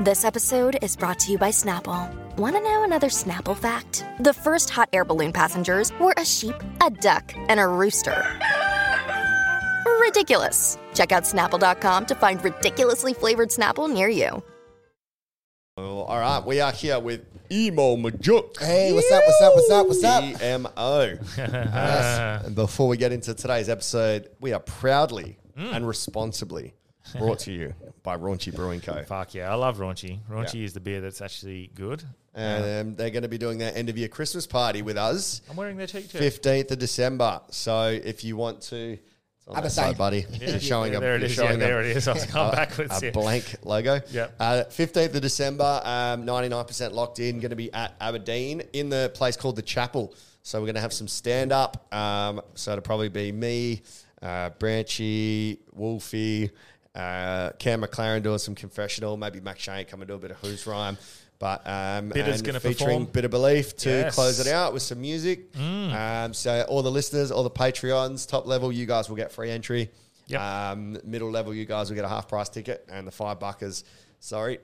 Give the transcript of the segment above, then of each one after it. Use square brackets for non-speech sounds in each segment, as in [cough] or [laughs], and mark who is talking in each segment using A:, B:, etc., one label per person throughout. A: This episode is brought to you by Snapple. Want to know another Snapple fact? The first hot air balloon passengers were a sheep, a duck, and a rooster. Ridiculous. Check out snapple.com to find ridiculously flavored Snapple near you.
B: Well, all right, we are here with Emo Majuk.
C: Hey, what's up, what's up, what's up, what's up? [laughs]
B: EMO. Yes. And before we get into today's episode, we are proudly
C: Mm.
B: and responsibly brought to you by Raunchy Brewing Co.
D: Fuck yeah, I love raunchy. Raunchy is the beer that's actually good.
B: And um, they're going to be doing their end of year Christmas party with us,
C: Oh,
D: I'm wearing their cheek too.
B: 15th of December. So if you want to, it's on
C: Have a
B: that side,
C: say.
B: buddy. You're showing
D: yeah,
B: up.
D: there it
B: you're
D: is. Yeah,
B: showing up.
D: there it is. I
B: [laughs]
D: was going [laughs] backwards.
B: a
D: Yeah.
B: blank logo.
D: Yep.
B: Uh, 15th of December, um, 99% locked in. Going to be at Aberdeen in the place called The Chapel. So we're going to have some stand up. Um, so it'll probably be me, uh, Branchy, Wolfie, uh, Cam McLaren doing some confessional. Maybe Mac Shane come and do a bit of Who's Rhyme. But um,
D: Bitter's
B: and
D: gonna
B: featuring
D: perform.
B: Bit of Belief to
D: Yes.
B: close it out with some music.
D: Mm.
B: Um, so all the listeners, all the Patreons, top level, you guys will get free entry.
D: Yep.
B: Um, middle level, you guys will get a half price ticket, and the five buckers, sorry.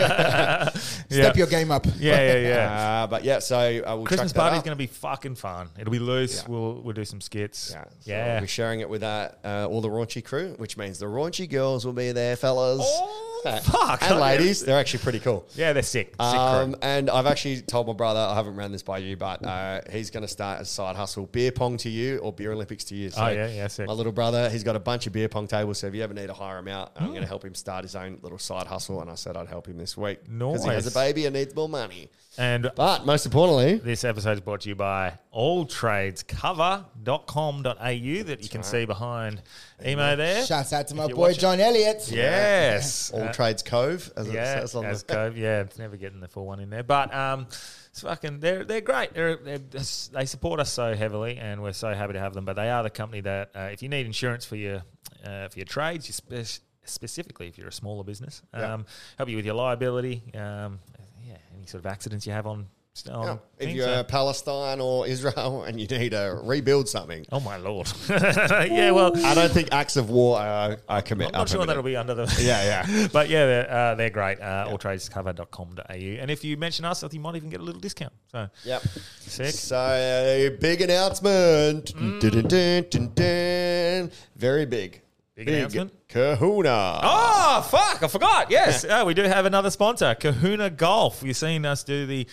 C: Step your game up.
D: yeah, yeah, yeah.
B: [laughs] Uh, but yeah, so uh, we'll
D: Christmas
B: chuck that
D: party's
B: up.
D: going to be fucking fun. It'll be loose. We'll we'll do some skits.
B: yeah,
D: Yeah,
B: so We'll be sharing it with uh, uh, all the raunchy crew, which means the raunchy girls will be there, fellas.
D: Oh,
B: Uh,
D: fuck.
B: And ladies, they're actually pretty cool.
D: yeah, they're sick. Sick
B: Um,
D: crew.
B: and I've actually told my brother, I haven't ran this by you, but uh, he's going to start a side hustle, beer pong to you or beer Olympics to you. So
D: Oh, yeah, yeah, sick.
B: My little brother, he's got a bunch of beer pong tables, so if you ever need to hire him out, I'm
D: Mm.
B: going to help him start his own little side hustle. And I said I'd help him this week because he has a
D: Nice.
B: baby and needs more money.
D: And
B: But most importantly,
D: this episode is brought to you by alltradescover.com.au that you can see behind emo there.
C: Shouts out to my
D: you
C: boy
D: watch it-
C: John Elliott.
D: Yes.
B: All
D: Uh,
B: Trades Cove, as
D: yeah,
B: it says on
D: as
B: the
D: Cove, yeah, it's never getting the full one in there. But um, it's fucking, they're they're great. They're, they're just- they support us so heavily, and we're so happy to have them. But they are the company that uh, if you need insurance for your uh, for your trades, you spe- specifically if you're a smaller business, um, help you with your liability, um, yeah, any sort of accidents you have on. on
B: Yeah. If
D: things,
B: you're
D: uh,
B: uh, Palestine or Israel [laughs] and you need to rebuild something,
D: oh my lord, [laughs] yeah, well,
B: I don't think acts of war are, are commit.
D: I'm not sure that'll be under the
B: Yeah,
D: [laughs]
B: yeah.
D: but yeah, they're, uh, they're great. Uh, alltradescover.com.au. And if you mention us, I think you might even get a little discount. So
B: Yep.
D: sick.
B: So, uh, big announcement.
D: Mm.
B: Dun, dun, dun, dun. Very big.
D: Big announcement?
B: Kahuna.
D: Oh, fuck. I forgot. Yes. uh, we do have another sponsor, Kahuna Golf. You've seen us do the.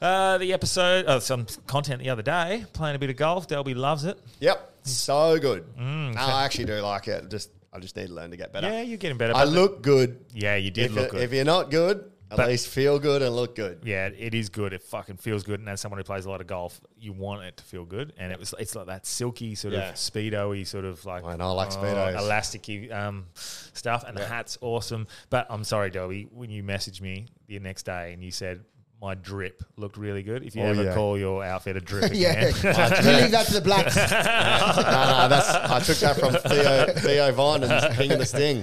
D: Uh, the episode, uh, some content the other day, playing a bit of golf. Delby loves it.
B: Yep. So good. No, I actually do like it. Just I just need to learn to get better.
D: Mm, Yeah, you're getting better.
B: I
D: but-
B: look good.
D: Yeah, you did
B: If,
D: look
B: it-
D: good.
B: if you're not good, at
D: But-
B: least feel good and look good.
D: yeah, it is good. It fucking feels good. And as someone who plays a lot of golf, you want it to feel good. And it was, it's like that silky sort
B: Yeah.
D: of speedo-y sort of like, oh,
B: I know, I like Speedos.
D: elasticy um, stuff. And the hat's awesome. But I'm sorry, Dobby, when you messaged me the next day and you said my drip looked really good. If you
B: Oh,
D: ever
B: yeah.
D: call your outfit a
B: [laughs]
D: drip,
C: Yeah.
D: [laughs] again,
C: you leave that to
D: [laughs]
C: the blacks.
B: no, no, that's I took that from Theo Theo Vine and King of the
D: [laughs]
B: Sting.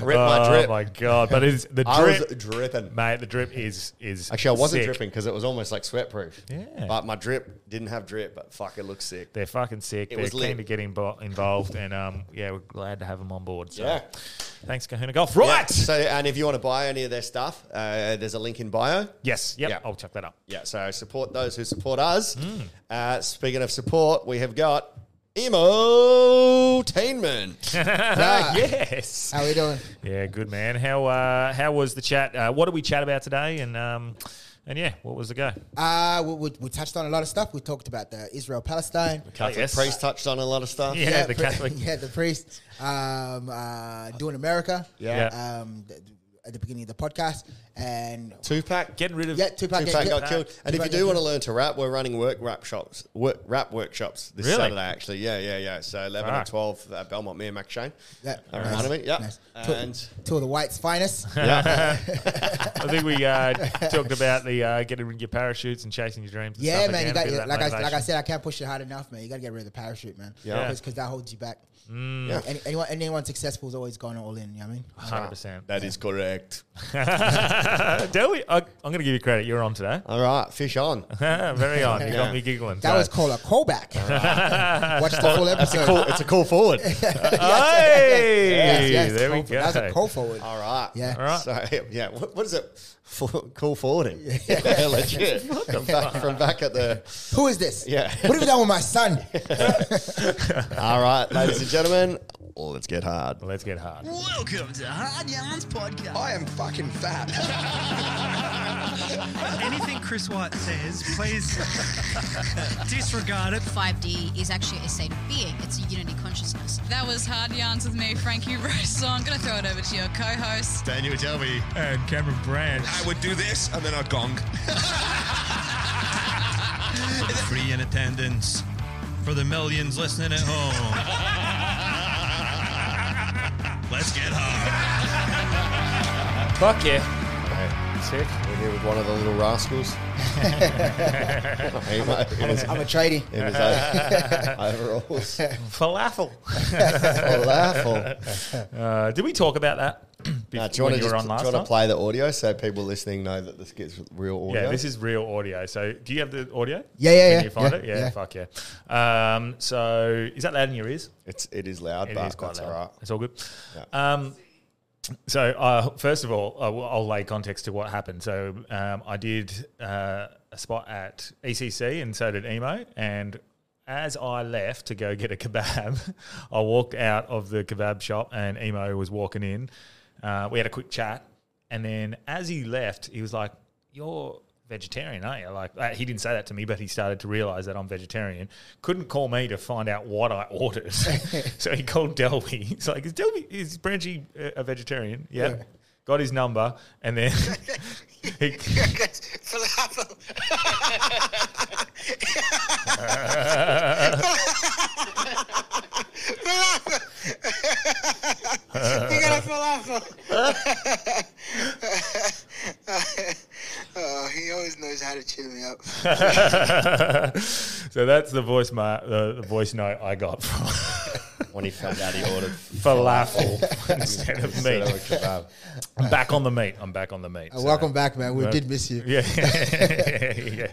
B: Rip my
D: oh
B: drip.
D: my god! But it's the
B: [laughs] I was
D: drip,
B: dripping.
D: mate. The drip is is
B: Actually, I wasn't
D: sick.
B: dripping because it was almost like sweat proof.
D: Yeah.
B: But my drip didn't have drip, but fuck, it looks sick.
D: They're fucking sick. They're
B: was
D: keen
B: lit.
D: to get invo- involved, and um, yeah, we're glad to have them on board. So.
B: Yeah.
D: Thanks, Kahuna Golf. Right.
B: Yeah, so, and if you want to buy any of their stuff, uh, there's a link in bio.
D: Yes. Yep.
B: Yeah.
D: I'll chuck that up.
B: Yeah, so support those who support us.
D: Hmm.
B: Uh, speaking of support, we have got
D: [laughs]
B: Emotainment.
C: [laughs] Ah,
D: yes.
C: How we doing?
D: Yeah. Good man. How uh, how was the chat? Uh, what did we chat about today? And um, and yeah, what was the go?
C: Uh, we, we, we touched on a lot of stuff. We talked about the
B: [laughs]
C: Israel-Palestine.
B: Catholic
D: yes.
B: priest touched on a lot of stuff.
D: Yeah. the
C: pri-
D: Catholic.
C: [laughs] yeah, the priest. Um, uh, doing America.
B: Yeah.
C: Um, th- at the beginning of the podcast. and
B: Tupac
D: Getting rid of
C: Yeah, Tupac,
B: Tupac
C: yeah,
B: got
C: yeah.
B: killed. And if
C: Tupac
B: you
C: got
B: do want to
C: killed.
B: learn to rap, we're running work rap shops, work, rap workshops this
D: Really?
B: Saturday. Actually, yeah, yeah, yeah. So eleven
D: Fuck.
B: and twelve at Belmont. Me and Mac Shane.
C: Yeah,
B: I
C: nice,
B: reminded me. Yeah,
C: nice. Two-
B: and
C: two of the
B: [laughs]
C: whites' finest.
D: [laughs]
B: yeah,
D: I think we
C: [laughs]
D: uh, talked about the uh, getting rid of your parachutes and chasing your dreams. and
C: Yeah,
D: stuff
C: man.
D: again,
C: You
D: a
C: got
D: bit of
C: your,
D: that
C: like I like I
D: motivation.
C: said, I can't push it hard enough, man. You got to get rid of the parachute, man.
B: Yeah.
C: because that holds you back.
D: Hmm.
B: Yeah.
C: Any, anyone anyone successful is always gone all in. You know what I mean?
D: 100%.
B: that is correct.
D: Deli, I, I'm going to give you credit. You're on
C: [laughs]
D: today.
B: All right, fish
D: [laughs]
B: on.
D: Very on. You got
B: Yeah.
D: me giggling.
C: That
D: so.
C: was called a callback.
B: [laughs]
C: Watch the full episode.
B: Cool, it's a call
C: [laughs]
B: forward.
D: [laughs] Hey,
C: Yes, yes,
D: there we
C: call
D: go.
C: for- That was a call forward.
B: All right.
C: Yeah.
D: All right.
B: So yeah, what, what is it? For, call forwarding. [laughs] Yeah,
D: [laughs]
B: legit. From [laughs] back, from back at the.
C: Who is this?
B: Yeah.
C: What have you done with my son?
B: All right, ladies and gentlemen, oh, let's get hard.
D: Let's get hard.
E: Welcome to Hard Yarns Podcast.
F: I am fucking fat.
G: [laughs] Anything Chris White says, please disregard it.
H: 5D is actually a state of being. It's a unity consciousness. That was Hard Yarns with me, Frankie Rose. So I'm going to throw it over to your co-host.
F: Daniel Delby.
D: And Cameron Brand.
F: I would do this and then I'd gong.
G: Free in attendance for the millions listening at [laughs] home. Let's get hard.
D: Fuck yeah. Sick.
B: We're here with one of the little
D: [laughs]
B: rascals. [laughs] He might- in his-
C: I'm
D: [laughs]
C: a tradie.
B: in his o- overalls.
D: Falafel.
B: Falafel.
D: Uh, did we talk about that? [clears throat] bef-
B: Now, do you want
D: when you were on last
B: to
D: time?
B: play the audio so people listening know that this gets real audio?
D: Yeah, this is real audio. So, do you have the audio?
C: Yeah, yeah,
D: Can
C: yeah,
D: you find
C: yeah,
D: it? Yeah,
C: yeah.
D: fuck yeah. Um, so, is that loud in your ears?
B: It's it is loud,
D: It
B: but
D: is quite
B: that's
D: loud.
B: all right.
D: It's all good. Um, so, uh, first of all, I will- I'll lay context to what happened. So, um, I did uh, a spot at ECC, and so did Emo. And as I left to go get a kebab, [laughs] I walked out of the kebab shop, and Emo was walking in. Uh, we had a quick chat, and then as he left, he was like, "You're." Vegetarian, aren't you? Like uh, he didn't say that to me, but he started to realize that I'm vegetarian. Couldn't call me to find out what I ordered, so he called Delby. He's like, "Is Delby is Brangie a a vegetarian?" Yeah. Got his number, and then he, [laughs]
F: Falafel. falafel. you got a falafel. oh, he always knows how to cheer me up.
D: so that's the voice ma- the, the voice note I got [laughs] from
B: [laughs] When he found out he ordered
D: falafel instead
B: instead
D: of
B: of a [laughs]
D: meat.
B: kebab.
D: I'm back on the meat. I'm back on the meat.
C: Uh,
D: so-
C: Welcome back, man. We did miss you.
D: Yeah. [laughs] yeah.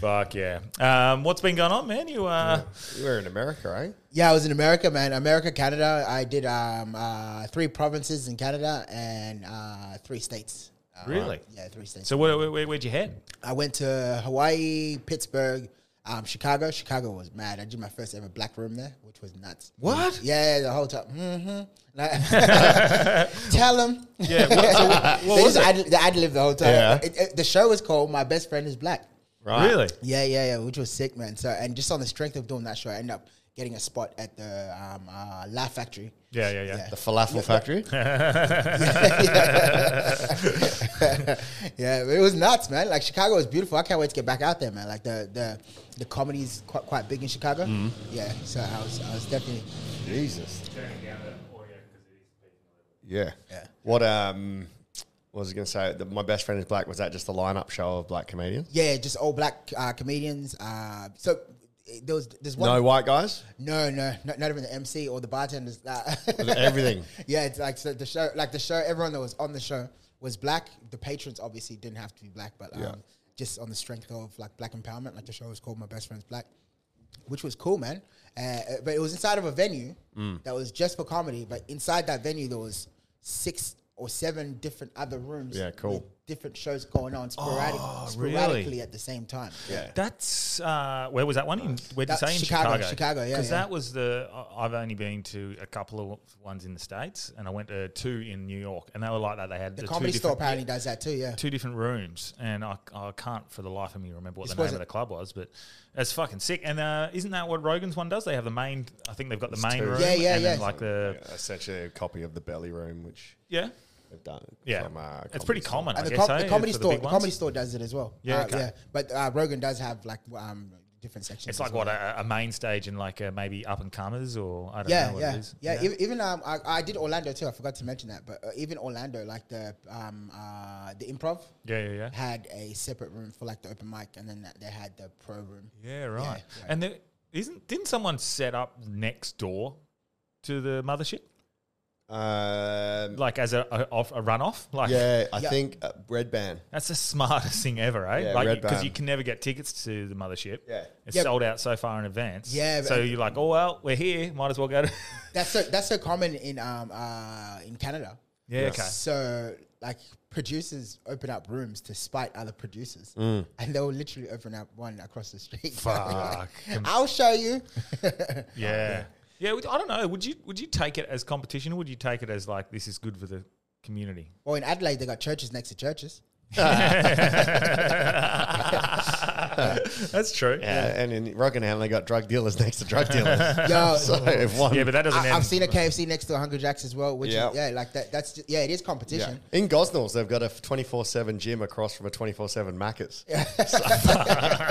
D: Fuck yeah. Um, what's been going on, man? You uh,
B: You were in America, eh?
C: Yeah, I was in America, man. America, Canada. I did um, uh, three provinces in Canada and uh, three states. Uh,
D: really?
C: yeah, three states.
D: So where, where, where'd you head?
C: I went to Hawaii, Pittsburgh, um, Chicago. Chicago was mad. I did my first ever black room there, which was nuts.
D: What?
C: Yeah, the whole time. Mm-hmm.
D: [laughs]
C: Tell them.
D: Yeah. What, so what- what was it?
C: ad- [laughs] they ad lib the whole time.
B: Yeah.
C: It- it- the show was called My Best Friend Is Black.
B: Right.
D: Really?
C: Yeah, yeah, yeah, which was sick, man. So, and just on the strength of doing that show, I ended up getting a spot at the um, uh, Laugh Factory. [laughs]
D: Yeah, yeah, yeah.
C: Yeah.
B: The falafel factory.
C: yeah, it was nuts, man. Like Chicago is beautiful. I can't wait to get back out there, man. Like the the the comedy's quite quite big in Chicago. Yeah, so I was I was definitely
B: [laughs] Jesus. Yeah. What um what was I going to say? The, my best friend is black. Was that just the lineup show of black comedians?
C: yeah, just all black uh, comedians. Uh, so eh, there was there's one
B: No white guys.
C: no no not, not even the MC or the bartenders. Uh,
B: Everything.
C: [laughs] yeah, it's like so the show like the show everyone that was on the show was black. The patrons obviously didn't have to be black, but um,
B: Yeah.
C: just on the strength of like black empowerment, like the show was called My Best Friend's Black. which was cool, man. Uh, but it was inside of a venue
B: Mm.
C: that was just for comedy. But inside that venue, there was six or seven different other rooms.
B: Yeah, cool. Oh,
C: with different shows going on sporadic, sporadically
D: really?
C: at the same time.
B: Yeah.
D: That's uh, where was that one? In, where did you
C: That-
D: say in
C: Chicago,
D: Chicago?
C: Chicago, yeah,
D: Because
C: yeah.
D: that was the I- I've only been to a couple of ones in the states, and I went to two in New York, and they were like that. They had
C: The
D: two
C: comedy store
D: different-
C: apparently does that too. Yeah,
D: two different rooms, and I, I can't for the life of me remember what
C: This
D: the name of
C: wasn't-
D: the club was, but that's fucking sick. And uh, isn't that what Rogan's one does? They have the main. I think they've got the main
B: two.
D: room.
C: Yeah, yeah,
D: and then
C: yeah.
D: Like the
B: Essentially, a copy of the belly room, which
D: yeah.
B: have done it.
D: Yeah,
B: from, uh,
D: it's
B: Comedy
D: pretty
B: Store.
D: common.
C: And
D: I
C: the,
D: guess,
C: com-
D: eh,
C: the comedy
D: for
C: store,
D: big
C: the
D: ones.
C: comedy store does it as well.
D: Yeah,
C: Uh,
D: okay.
C: yeah. But uh, Rogan does have like um, different sections.
D: It's
C: as
D: like
C: well.
D: what a, a main stage and like uh maybe up and comers or I don't
C: yeah,
D: know what
C: yeah,
D: it is.
C: yeah, ev- Even um, I, I did Orlando too. I forgot to mention that, but uh, even Orlando, like the um, uh, the improv
D: yeah, yeah, yeah.
C: had a separate room for like the open mic, and then that- they had the pro room.
D: Yeah, right. And there isn't didn't someone set up next door to the mothership
B: Um,
D: like as a a, off, a runoff? Like
B: yeah, I
C: Yeah.
B: think uh, Red Band.
D: that's the smartest thing ever, eh?
B: Yeah,
D: like
B: Red
D: because you
B: Band.
D: can never get tickets to the mothership.
B: Yeah.
D: it's
C: Yeah,
D: sold out so far in advance.
C: Yeah, but-
D: so you're like, oh well, we're here, might as well go to.
C: That's so that's so common in um uh in Canada.
D: yeah, [laughs] okay.
C: So like producers open up rooms to spite other producers,
D: Mm.
C: and they'll literally open up one across the street. [laughs]
D: Fuck.
C: I'll show you.
D: Yeah. Yeah, would- I don't know. Would you would you take it as competition or would you take it as like this is good for the
B: [laughs]
D: community?
C: Well, in Adelaide, they got churches next to churches.
D: That's true.
B: Yeah, and in Rockingham they got drug dealers [laughs] next to drug dealers.
C: Yo,
B: [laughs] so if one,
D: Yeah, but that doesn't
C: Uh, I,
D: end.
C: I've seen a KFC next to a Hunger Jacks as well, which
B: Yeah.
C: is, yeah, like that. That's just, yeah, it is
B: Yeah.
C: competition.
B: In Gosnells, they've got a 24 7 gym across from a 24 7
D: [laughs]
B: Macca's.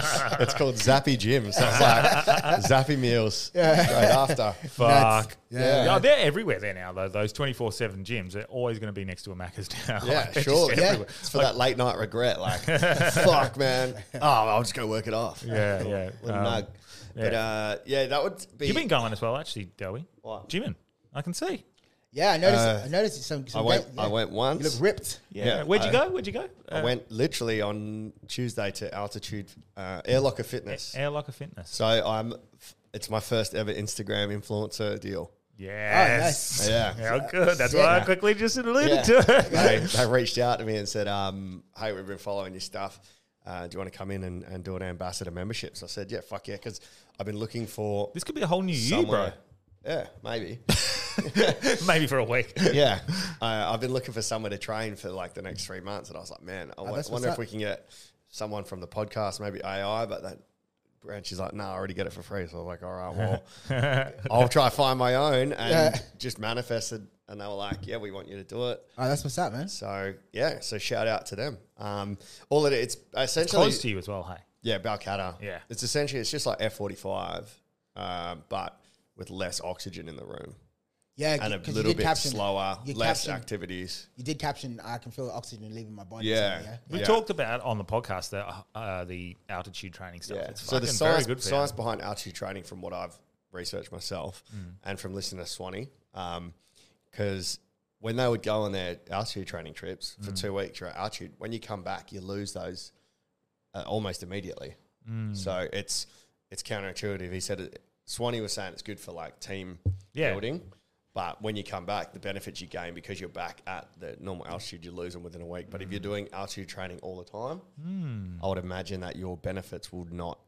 B: [laughs] So- it's called Zappy Gym. So it's
D: [laughs]
B: like Zappy Meals right after.
D: Fuck.
B: Yeah.
D: Yeah, they're everywhere there now, though. Those 24 7 gyms, they're always going to be next to a Macca's [laughs] now.
B: Yeah,
D: Like, they're
B: sure.
D: just
B: Yeah.
D: everywhere.
B: It's for that late night regret.
D: [laughs]
B: Like, fuck, man. Oh, I'll just go work it off.
D: Yeah, yeah.
B: Little
D: Um,
B: nug. But uh, yeah, that would be.
D: You've been going as well, actually, Dowie.
B: What?
D: Gymming. I can see.
C: Yeah, I noticed.
B: Uh,
C: I noticed some. some
B: I went,
C: great- yeah.
B: I went once.
C: You look ripped.
D: Yeah.
B: Yeah,
D: Where'd you
B: I-
D: go? Where'd you go? Uh,
B: I went literally on Tuesday to Altitude uh, Airlocker Fitness.
D: Air Locker Fitness.
B: So I'm. It's my first ever Instagram influencer deal.
D: yes.
B: Oh, nice. Yeah.
D: How good. That's why I quickly just alluded [laughs]
B: Yeah.
D: to it.
B: they, they reached out to me and said, um, "Hey, we've been following your stuff. Uh, do you want to come in and, and do an ambassador membership?" So I said, "Yeah, fuck yeah," because I've been looking for
D: This could be a whole new you,
B: somewhere- Yeah, maybe.
D: bro. [laughs] Maybe for a week.
B: yeah, [laughs] uh, I've been looking for somewhere to train for like the next three months, and I was like, man, I wa-
C: Oh, that's
B: wonder
C: what's
B: if we
C: up.
B: can get someone from the podcast, maybe AI, but that. And she's like, no, I already get it for free. So I was like, all right, well,
C: [laughs]
B: I'll try to find my own and
C: Yeah.
B: just manifested. And they were like, yeah, we want you to do it.
C: Oh, that's what's up, man.
B: So yeah, so shout out to them. Um, all it it's essentially
D: Close to you as well, hey.
B: yeah, Balcata.
D: Yeah.
B: it's essentially it's just like F forty five, but with less oxygen in the room
C: Yeah,
B: and a
C: 'cause you
B: little
C: did
B: bit
C: caption-
B: slower,
C: you
B: less
C: captioned-
B: activities.
C: You did caption. I can feel the oxygen leaving my body.
B: Yeah,
C: Yeah.
D: We
B: Yeah.
D: talked about on the podcast the uh, the altitude training stuff.
B: Yeah.
D: It's
B: So the
D: fucking
B: science,
D: very good for
B: science
D: you. Mm.
B: behind altitude training, from what I've researched myself and from listening to Swanee, because when they would go on their altitude training trips
D: Mm.
B: for two weeks, you're at altitude. When you come back, you lose those uh, almost immediately.
D: Mm.
B: So it's it's counterintuitive. He said it, Swanee was saying it's good for like team
D: Yeah.
B: building. But when you come back, the benefits you gain because you're back at the normal altitude, you lose them within a week. But if
D: Mm.
B: you're doing altitude training all the time, I would imagine that your benefits would not.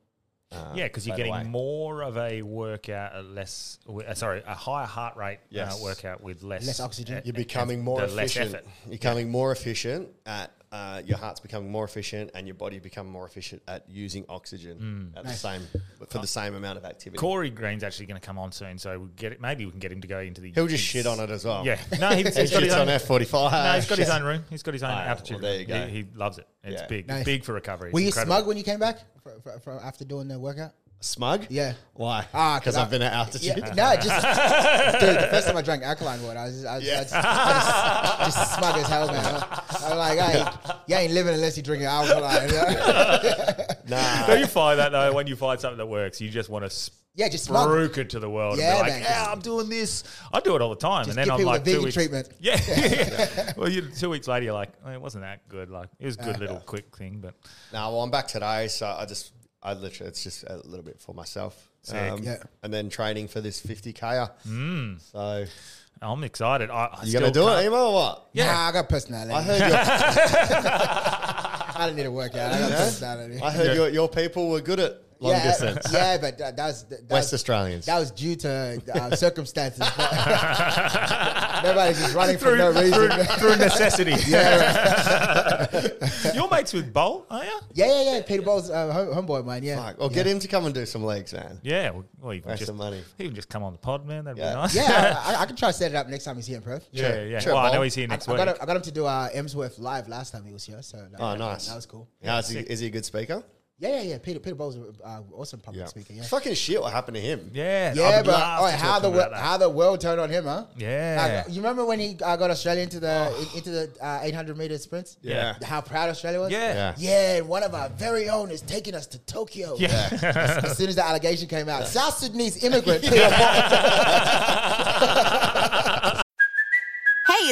B: Uh,
D: Yeah, because you're
B: fade
D: getting
B: away.
D: more of a workout, a less uh, sorry, a higher heart rate uh,
B: Yes.
D: workout with less e-,
C: Less oxygen.
B: You're becoming more
D: the less
B: efficient.
D: effort.
B: You're becoming more efficient at uh, your heart's becoming more efficient, and your body becoming more efficient at using oxygen
D: Mm.
B: at the same for the same amount of activity.
D: Corey Green's actually going to come on soon, so we'll get it. Maybe we can get him to go into the.
B: He'll just shit on it as well.
D: Yeah,
B: [laughs]
D: no, he's,
B: he
D: he's got his
B: shits
D: own.
B: on F forty five.
D: No, he's got
B: [laughs]
D: his own room. He's got his own
B: Ah, well,
D: altitude.
B: there you
D: room.
B: go.
D: He, he loves it. It's
B: Yeah.
D: big,
C: Nice.
D: big for recovery.
C: Were
D: It's
C: you
D: incredible.
C: smug when you came back fr fr fr after doing the workout?
B: smug.
C: Yeah.
B: why?
C: Ah,
B: because I've been at altitude.
C: Yeah, no, [laughs] just dude. The first time I drank alkaline water, I was just, I was, I just, I just, just smug as hell, man. I'm like, hey, you ain't living unless you drink alkaline.
B: [laughs]
C: [laughs]
B: Nah. [laughs]
D: Don't you find that though? When you find something that works, you just want to
C: yeah, just smug.
D: broke it to the world
C: Yeah,
D: and be like,
C: man.
D: yeah, I'm doing this. I do it all the time.
C: Just
D: and then
C: give
D: I'm
C: people
D: like,
C: the
D: two
C: vegan
D: weeks.
C: treatment.
D: Yeah. [laughs]
C: [laughs]
D: well, you, two weeks later, you're like, "Oh, it wasn't that good. Like, it was a
C: Ah.
D: good little quick thing, but
B: No, well, I'm back today, so I just, I literally, it's just a little bit for myself. Um,
D: Sick.
C: Yeah.
B: And then training for this 50K. Mm. So,
D: I'm excited. I, I
B: you
D: still
B: going to do
D: can't-
B: it, Emo, or what?
C: Yeah, nah, I got personality.
B: I [laughs]
C: I,
B: heard, your,
C: don't need a workout. I got personality.
B: I heard your, your people were good at long
C: yeah, [laughs]
B: distance.
C: Yeah, but that, that was that
B: West
C: was,
B: Australians.
C: That was due to
B: [laughs]
C: uh, circumstances. Nobody's just running for no reason.
B: [laughs]
D: Through, through necessity.
C: yeah,
D: [laughs]
C: right.
D: You're mates with Bolt, are you?
C: Yeah, yeah, yeah. Peter Bowles, uh, home, homeboy of mine. Yeah,
B: Fuck. Oh. Well, get him to come and do some legs, man.
D: Yeah. Well, well you can
B: Raise
D: just
B: some money.
D: He can just come on the pod, man. That'd
B: Yeah.
D: be nice.
C: yeah. I, I, I can try to set it up next time he's here in Perth.
D: yeah,
B: Sure,
D: yeah.
B: sure,
D: well, I know
B: Bolt.
D: he's here
C: I,
D: next
C: I
D: week.
C: got him, I got him to do uh, Emsworth live last time he was here. So that-
B: Oh, nice.
C: That was cool.
B: Yeah, is, he, is he a good speaker?
C: Yeah, yeah, yeah. Peter Peter Bowles, uh, awesome public speaker. Yeah.
B: It's fucking shit what happened to him.
D: yeah.
C: Yeah,
D: I'd
C: but
D: love
C: oh,
D: to
C: how
D: talk
C: the
D: about
C: world,
D: that.
C: how the world turned on him, huh?
D: Yeah. Oh.
C: Uh, you remember when he uh, got Australia into the in- into the uh, 800 meter sprints?
B: Yeah.
C: How proud Australia was.
D: Yeah.
B: Yeah.
C: Yeah, and one of our very own is taking us to Tokyo.
D: Yeah.
C: as, as soon as the allegation came out, South
D: [laughs]
C: Sudanese immigrant Peter Bowles.
I: Hey,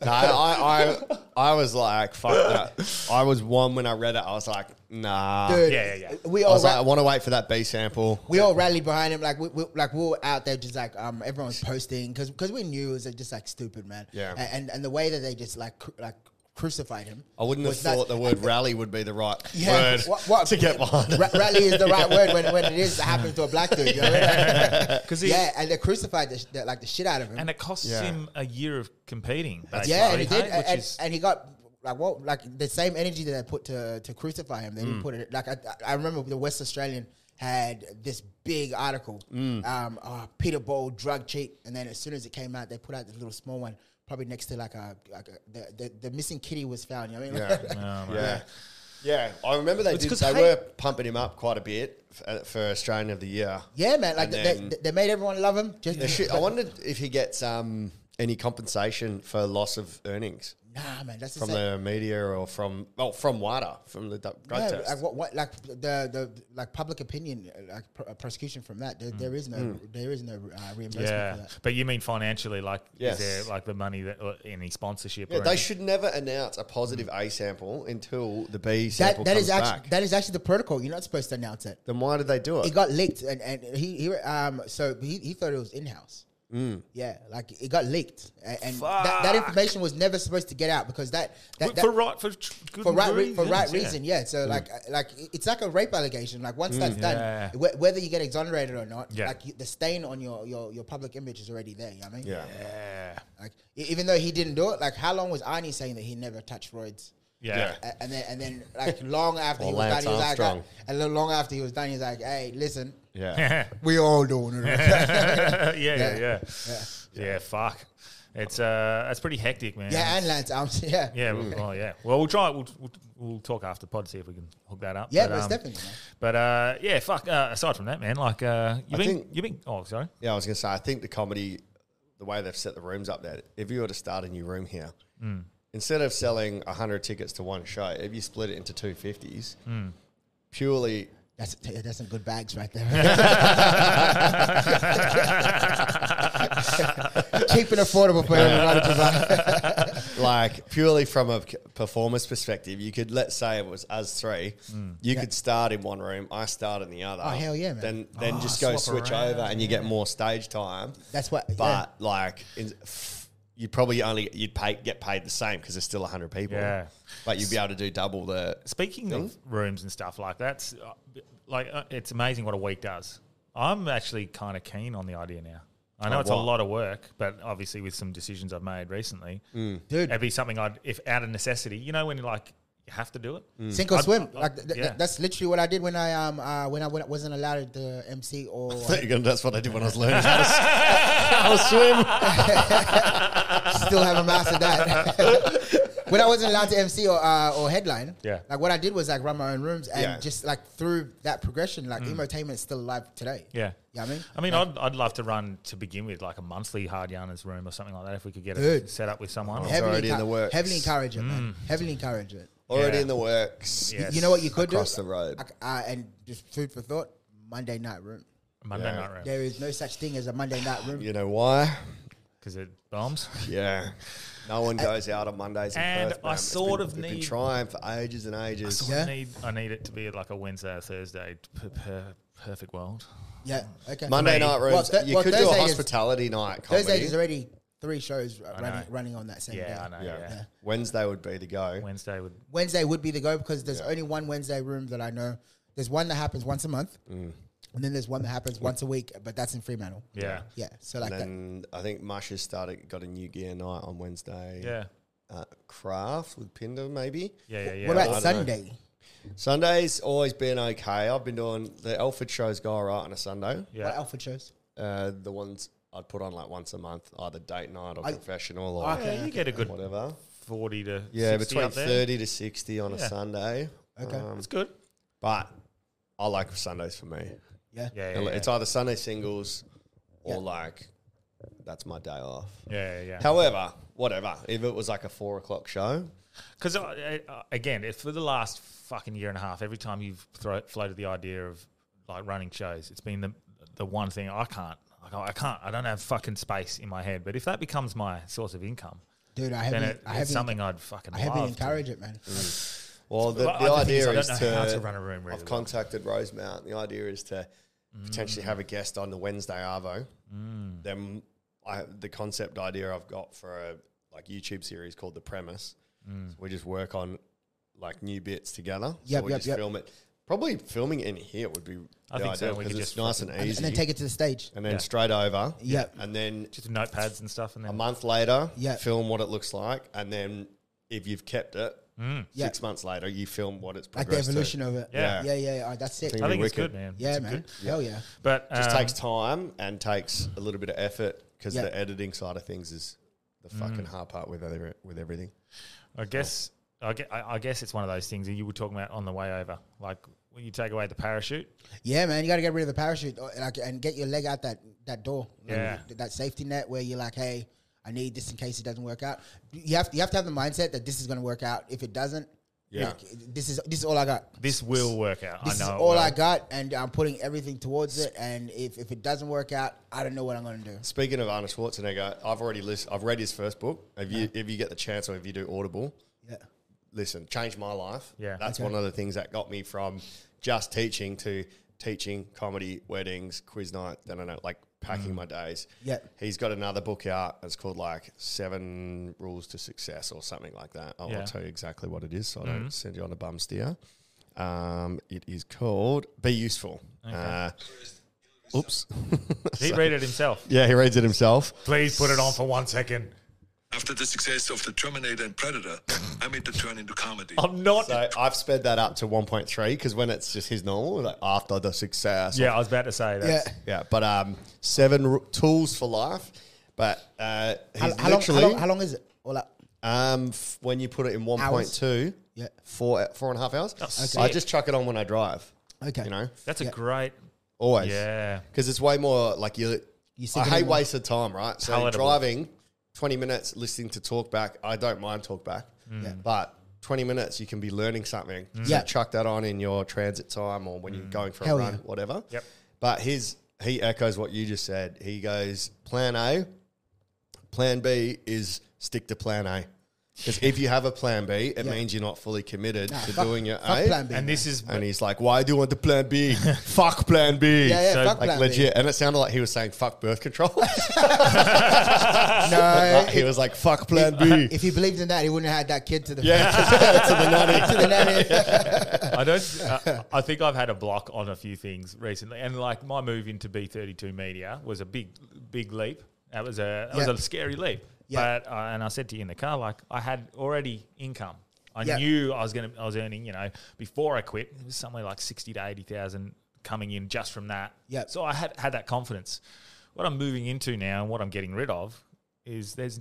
B: No, I, I, I, I was like, fuck that. I was one when I read it. I was like, nah.
C: Dude,
D: Yeah, yeah, yeah.
C: We
B: I
C: all
B: was like,
C: ra-
B: I want to wait for that B sample.
C: we all rallied behind him. Like we, we like we were out there just like um everyone's posting because because we knew it was just like stupid man.
B: Yeah.
C: A- And and the way that they just like cru- like crucified him.
B: I wouldn't have
C: was nuts.
B: thought the word rally would be the right
C: [laughs] Yeah,
B: word
C: what- what-
B: to get behind.
C: Ra- rally is
B: [laughs]
C: the right word when, when it is happening to a black dude. You know? Like,
D: Because he,
C: yeah, and they crucified the, sh- the, like the shit out of him.
D: and it costs
B: Yeah.
D: him a year of competing. Basically,
C: yeah, and he did,
D: hey,
C: and,
D: which
C: and,
D: is
C: and he got like what like the same energy that they put to to crucify him. They didn't put it like I, I remember the West Australian had this big article, um, oh, Peter Ball drug cheat, and then as soon as it came out, they put out this little small one. Probably next to like a, like a the, the, the missing kitty was found. You know what I mean?
B: Yeah. [laughs] yeah. Yeah. I remember they
D: It's
B: did,
D: 'cause
B: they
D: hate-
B: were pumping him up quite a bit for, for Australian of the Year.
C: [laughs] yeah, man. Like
B: And
C: they,
B: then-
C: they, they made everyone love him. Just
B: They should- I wondered if he gets um, any compensation for loss of earnings
C: nah, man. That's the
B: from
C: same.
B: the media or from well from WADA from the drug
C: No,
B: test.
C: like what, what, like the the like public opinion, uh, like pr- uh, prosecution from that. There, there is no, there is no uh, reimbursement
D: yeah.
C: for that.
D: But you mean financially, like
B: Yes.
D: is there like the money that or any sponsorship?
B: yeah,
D: or
B: they
D: anything?
B: should never announce a positive A sample until the B sample
C: That, that
B: comes
C: is actually
B: back.
C: that is actually the protocol. You're not supposed to announce it.
B: then why did they do it?
C: It got leaked, and, and he, he um so he, he thought it was in house.
D: Mm.
C: Yeah, like it got leaked, and, and that, that information was never supposed to get out because that, that, that
D: for right for tr- good
C: for right re-
D: reasons,
C: for right
D: yeah. Mm.
C: reason. Yeah. So like uh, like it- it's like a rape allegation. Like once that's done,
D: Yeah.
C: wh- whether you get exonerated or not,
D: Yeah.
C: like you, the stain on your, your your public image is already there. You know what I mean?
B: yeah.
D: Yeah.
C: Like e- even though he didn't do it, like how long was Arnie saying that he never touched roids?
D: [laughs] Yeah.
C: A- And then and then like long after
B: Or
C: he was
B: Lance
C: done, he was
B: Armstrong.
C: like, uh, and then long after he was done, he's like, hey, listen,
B: Yeah.
C: we all doing
D: [laughs]
C: it.
D: yeah, yeah, yeah, yeah, Fuck, it's uh, it's pretty hectic, man.
C: yeah, and Lance Armstrong, yeah,
D: yeah, well,
B: Mm.
D: well, yeah. Well, we'll try. We'll, we'll we'll talk after pod see if we can hook that up. um,
C: Yeah, most
B: um,
C: definitely, man.
D: But uh, yeah, fuck. Uh, aside from that, man, like uh, you
B: I
D: been
B: think-
D: you been. Oh, sorry.
B: Yeah, I was gonna say. I think the comedy, the way they've set the rooms up, there. If you were to start a new room here,
D: Mm.
B: instead of selling hundred tickets to one show, if you split it into two fifties,
D: Mm.
B: purely
C: That's that's some good bags right
D: [laughs]
C: there. Cheap and affordable for everybody. uh, to buy.
B: like purely from a c- performance perspective, you could let's say it was us three,
D: Mm.
B: you could start in one room, I start in the other.
C: Oh, hell yeah, man.
B: Then then
D: Oh,
B: just go
D: swap
B: switch
D: around,
B: over, and you get more stage time.
C: That's what-
B: But like. In, you probably only you'd pay get paid the same because there's still hundred people,
D: Yeah.
B: but you'd be able to do double the
D: Speaking of rooms and stuff like that's uh, like uh, it's amazing what a week does. I'm actually kind of keen on the idea now. I know
B: Oh,
D: it's a
B: what?
D: lot of work, but obviously with some decisions I've made recently,
B: Mm.
D: dude, it'd be something I'd if out of necessity. You know when you like you have to do it.
B: Mm.
C: Sink or
D: I'd-
C: swim.
D: I'd-
C: like th- th-
D: yeah.
C: that's literally what I did when I um uh, when I when I wasn't allowed at the MC or
B: [laughs] thought you were gonna- that's what I did when I was learning how to,
D: [laughs]
B: s- how to swim.
C: still haven't mastered that. when I wasn't allowed to MC or uh, or headline,
D: Yeah.
C: like what I did was like run my own rooms and
B: Yeah.
C: just like through that progression, like entertainment's still alive today.
D: Yeah.
C: you know what I mean,
D: I mean, I'd, I'd love to run to begin with like a monthly hard yarners room or something like that if we could get it
C: Dude.
D: set up with someone.
B: It's already in the works.
C: Heavily encourage it, man. Heavily encourage it.
B: [laughs] Already
D: Yeah.
B: in the works.
D: Yeah.
C: You know what you could
B: Across
C: do
B: the road.
C: Like, Uh, and just food for thought. Monday night room.
D: Monday
B: Yeah.
D: night room
C: There is no such thing as a Monday night room.
B: You know why?
D: because it bombs.
B: Yeah. No one goes out on Mondays. In
D: And
B: Perth,
D: I
B: man. It's
D: sort
B: been-
D: of
B: we've been
D: need-
B: trying for ages and ages.
D: So I need I need it to be like a Wednesday or Thursday per, per- perfect world.
C: Yeah, okay.
B: Monday
C: For me.
B: night rooms.
C: Well, th-
B: you
C: well,
B: could do
C: Thursday
B: a
C: is-
B: hospitality night. Comedy.
C: Thursday is already three shows
B: I
C: running,
B: know.
C: running on that same day.
B: Wednesday would be the go.
D: Wednesday would.
C: Wednesday would be the go because there's only one Wednesday room that I know. There's one that happens once a month, and then there's one that happens once a week, but that's in Fremantle. yeah. So like
B: and
C: that.
B: then I think Mush has started got a new gear night on Wednesday.
C: Yeah.
B: Uh, craft with Pinder maybe.
D: Yeah, yeah, yeah.
C: What about
B: I don't
C: Sunday?
B: Sunday's always been okay. I've been doing the Alfred shows go right on a Sunday.
D: Yeah.
C: What Alfred shows?
B: Uh, the ones I'd put on like once a month, either date night or
C: I-
B: professional or
D: Yeah, you get a good
B: whatever.
D: forty to
B: Yeah,
D: 60
B: between
D: up there.
B: thirty to sixty on a
D: Yeah.
B: Sunday.
D: Okay.
B: it's
D: That's good.
B: But I like Sundays for me.
C: Yeah.
D: Yeah, yeah,
B: It's
D: yeah.
B: either Sunday singles or like that's my day off.
D: Yeah, yeah, yeah.
B: However, whatever. If it was like a four o'clock show,
D: Because uh, uh, again, if for the last fucking year and a half, every time you've thro- floated the idea of like running shows, it's been the the one thing I can't, I can't, I can't, I don't have fucking space in my head. But if that becomes my source of income,
C: Dude, I
D: then
C: haven't-
D: it,
C: I
D: it's
C: haven't-
D: something I'd fucking.
C: I haven't
D: love to-
C: encouraged it, man.
B: Well, the,
D: But
B: the
D: other thing is
B: idea
D: I
B: is,
D: don't
B: to,
D: know how to run a room really
B: I've
D: well.
B: contacted Rosemount. The idea is to potentially have a guest on the Wednesday Arvo.
D: Mm.
B: Then I, the concept idea I've got for a like YouTube series called The Premise.
D: Mm.
B: So we just work on like new bits together.
C: Yep,
B: so we
C: yep,
B: just
C: yep.
B: film it. Probably filming it in here would be
D: I
B: the
D: think so,
B: idea
D: we
B: because
D: could
B: it's
D: just
B: nice and
D: fucking-
B: easy.
D: And- and
C: then take it to the stage.
B: And then
D: Yeah.
B: straight over.
C: Yep.
B: And then
D: just notepads and stuff, and
B: a
D: then
B: month later,
C: Yeah.
B: film what it looks like, and then if you've kept it,
D: Mm.
B: six
C: Yeah.
B: months later, you film what it's
C: Like the
B: progressed
C: evolution
B: to.
C: of it.
B: Yeah.
C: Yeah, yeah, yeah. That's it.
B: Think I think it's wicked.
D: good, man.
C: Yeah,
D: It's
C: man.
D: good.
C: Hell yeah.
D: But
B: Just
D: um,
B: takes time and takes a little bit of effort because
C: Yeah.
B: the editing side of things is the fucking hard part with other, with everything.
D: I guess I, gue- I I guess it's one of those things that you were talking about on the way over, like when you take away the parachute.
C: Yeah, man, you got to get rid of the parachute uh, like, and get your leg out that that door, Like,
D: Yeah.
C: th- that safety net where you're like, hey, I need this in case it doesn't work out. You have you have to have the mindset that this is going to work out. If it doesn't,
D: Yeah.
C: look, this is this is all I got.
D: This will work out.
C: This
D: I know.
C: is
D: it
C: all
D: will.
C: I got, and I'm putting everything towards it. And if, if it doesn't work out, I don't know what I'm going to do.
B: Speaking of Arnold Schwarzenegger, I've already list, I've read his first book. If you if you get the chance or if you do Audible,
C: Yeah.
B: listen, changed my life.
D: Yeah.
B: that's
D: Okay.
B: one of the things that got me from just teaching to teaching comedy, weddings, quiz night. Then I know like
D: Mm.
B: packing my days.
C: Yeah.
B: he's got another book out. It's called like Seven Rules to Success or something like that. I
D: Yeah.
B: won't tell you exactly what it is, so I
D: Mhm.
B: don't send you on a bum steer. Um, it is called Be Useful. Uh, [laughs] oops.
D: He read it himself.
C: [laughs]
B: Yeah, he reads it himself.
D: Please put it on for one second.
J: After the success of the Terminator and Predator, I made the turn into comedy.
D: I'm not.
B: So I've sped that up to 1.3 because when it's just his normal, like after the success.
D: Yeah, I was about to say that.
B: yeah. yeah. But um, seven r- tools for life. But uh, he's
C: How, how long, how
B: literally
C: long? How long is it? All up.
B: um, f- when you put it in 1.2,
C: Yeah.
B: four four and a half hours.
D: That's
B: I
D: sick.
B: just chuck it on when I drive.
C: Okay.
B: You know,
D: That's a great.
B: always.
D: Yeah.
B: because it's way more like you. I
C: sink it
B: hate
C: in more.
B: wasted time, right? So
D: Palatable.
B: driving, twenty minutes listening to talk back. I don't mind talk back,
C: Yeah.
B: but twenty minutes you can be learning something. So
C: Mm. Yeah. Mm.
B: chuck that on in your transit time or when you're going for
C: Hell
B: a run,
C: yeah.
B: whatever.
D: Yep.
B: But his he echoes what you just said. He goes, Plan A, Plan B is stick to Plan A. Because if you have a Plan B, it means you're not fully committed
C: Nah,
B: to
C: fuck-
B: doing your
C: fuck
B: A.
C: Plan B,
D: And this is.
B: And he's like, "Why do you want the plan [laughs] B? fuck plan B."
C: Yeah, yeah,
D: So-
C: fuck
B: like
C: plan B.
B: legit. And it sounded like he was saying "fuck birth
C: [laughs]
B: control." [laughs]
C: No,
B: he was like, "Fuck plan B."
C: if he believed in that, he wouldn't have had that kid to
B: [laughs]
C: the
B: yeah, to the nanny.
C: [laughs] to the nanny.
D: [laughs] I don't. Uh, I think I've had a block on a few things recently, and like my move into B32 Media was a big, big leap. That was a that
C: Yeah.
D: was a scary leap.
C: Yeah.
D: But uh, and I said to you in the car, like I had already income. I
C: Yeah.
D: knew I was gonna. I was earning, you know, before I quit, it was somewhere like sixty to eighty thousand coming in just from that.
C: Yeah.
D: So I had had that confidence. What I'm moving into now and what I'm getting rid of is there's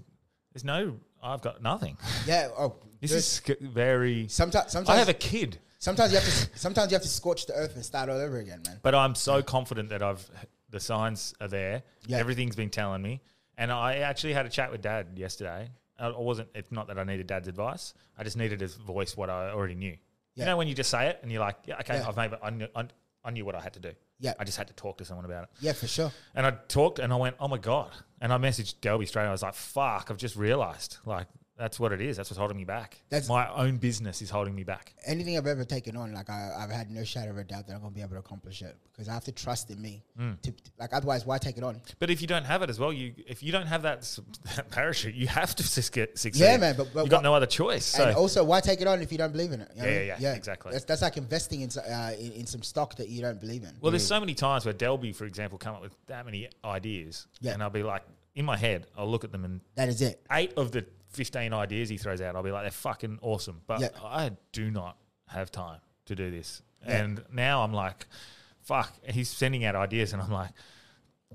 D: there's no. I've got nothing. [laughs]
C: Yeah. Oh,
D: This
C: dude.
D: is sc- very.
C: sometimes. Sometimes
D: I have a kid.
C: Sometimes you have to. Sometimes you have to scorch the earth and start all over again, man.
D: But I'm so confident that I've the signs are there.
C: Yeah.
D: Everything's been telling me. And I actually had a chat with dad yesterday. I I wasn't it's not that I needed dad's advice. I just needed to voice what I already knew.
C: Yeah.
D: You know when you just say it and you're like, yeah, okay,
C: Yeah.
D: I've made it. I knew, I, I knew what I had to do.
C: Yeah.
D: I just had to talk to someone about it.
C: Yeah, for sure.
D: And I talked and I went, oh my God. And I messaged Delby straight. I was like, fuck, I've just realized. Like, that's what it is. That's what's holding me back.
C: That's-
D: my own business is holding me back.
C: Anything I've ever taken on, like I, I've had no shadow of a doubt that I'm gonna be able to accomplish it because I have to trust in me.
D: Mm.
C: To, like otherwise, why take it on?
D: But if you don't have it as well, you if you don't have that, s- [laughs] that parachute, you have to sus- get- succeed.
C: Yeah, man, but- but
D: you got
C: what-
D: no other choice. So
C: And also, why take it on if you don't believe in it? You know
D: Yeah,
C: what I
D: yeah,
C: mean?
D: yeah, exactly.
C: That's, that's like investing in, so- uh, in in some stock that you don't believe in.
D: Well, there's so many times where Delby, for example, come up with that many ideas,
C: Yeah.
D: and I'll be like, in my head, I'll look at them, and
C: That is it.
D: Eight of the fifteen ideas he throws out, I'll be like, they're fucking awesome, but
C: Yeah.
D: I do not have time to do this.
C: Yeah.
D: And now I'm like, fuck. He's sending out ideas, and I'm like.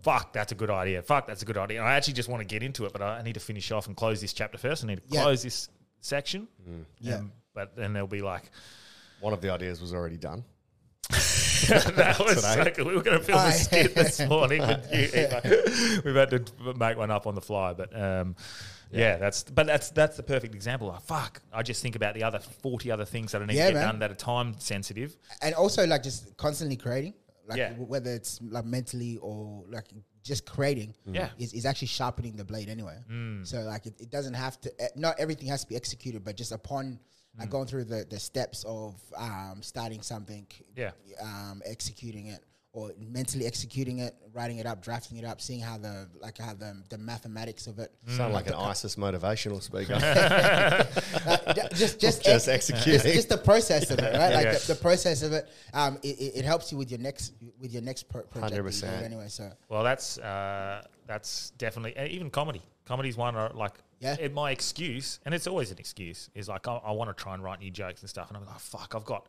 D: Fuck, that's a good idea. Fuck, that's a good idea. And I actually just want to get into it, but I I need to finish off and close this chapter first. I need to
C: Yeah. Mm.
D: close this section.
C: Yeah.
D: Um, but then there'll be like,
B: [laughs] One of the ideas was already done.
D: [laughs] that was
B: Today.
D: so cool. We were going to film
B: I-
D: a [laughs] skit this morning with you. Eva. [laughs] We've had to make one up on the fly, but um, yeah. that's but that's that's the perfect example. Like, fuck, I just think about the other forty other things that I need
C: Yeah,
D: to get
C: man.
D: done that are time sensitive.
C: and also like just constantly creating like
D: Yeah.
C: w- whether it's like mentally or like just creating
D: Mm. Yeah.
C: is, is actually sharpening the blade anyway
D: Mm.
C: so like it, it doesn't have to eh, not everything has to be executed but just upon like
D: Mm.
C: going through the, the steps of um, starting something
D: Yeah.
C: um, executing it or mentally executing it writing it up drafting it up seeing how the like how the, the mathematics of it
B: Sound like an ISIS motivational speaker. [laughs] just,
C: just,
B: just
C: ex-
B: executing.
C: Just, just the process of it, right?
B: Yeah.
C: Like
B: Yeah.
C: the, the process of it. Um, it, it, it helps you with your next with your next pro- project. that you
D: 100%.
C: do Anyway, so
D: Well, that's uh, that's definitely and even comedy. Comedy's one I like. Yeah. my excuse, and it's always an excuse, is like I, I want to try and write new jokes and stuff, and I'm like, oh, fuck, I've got.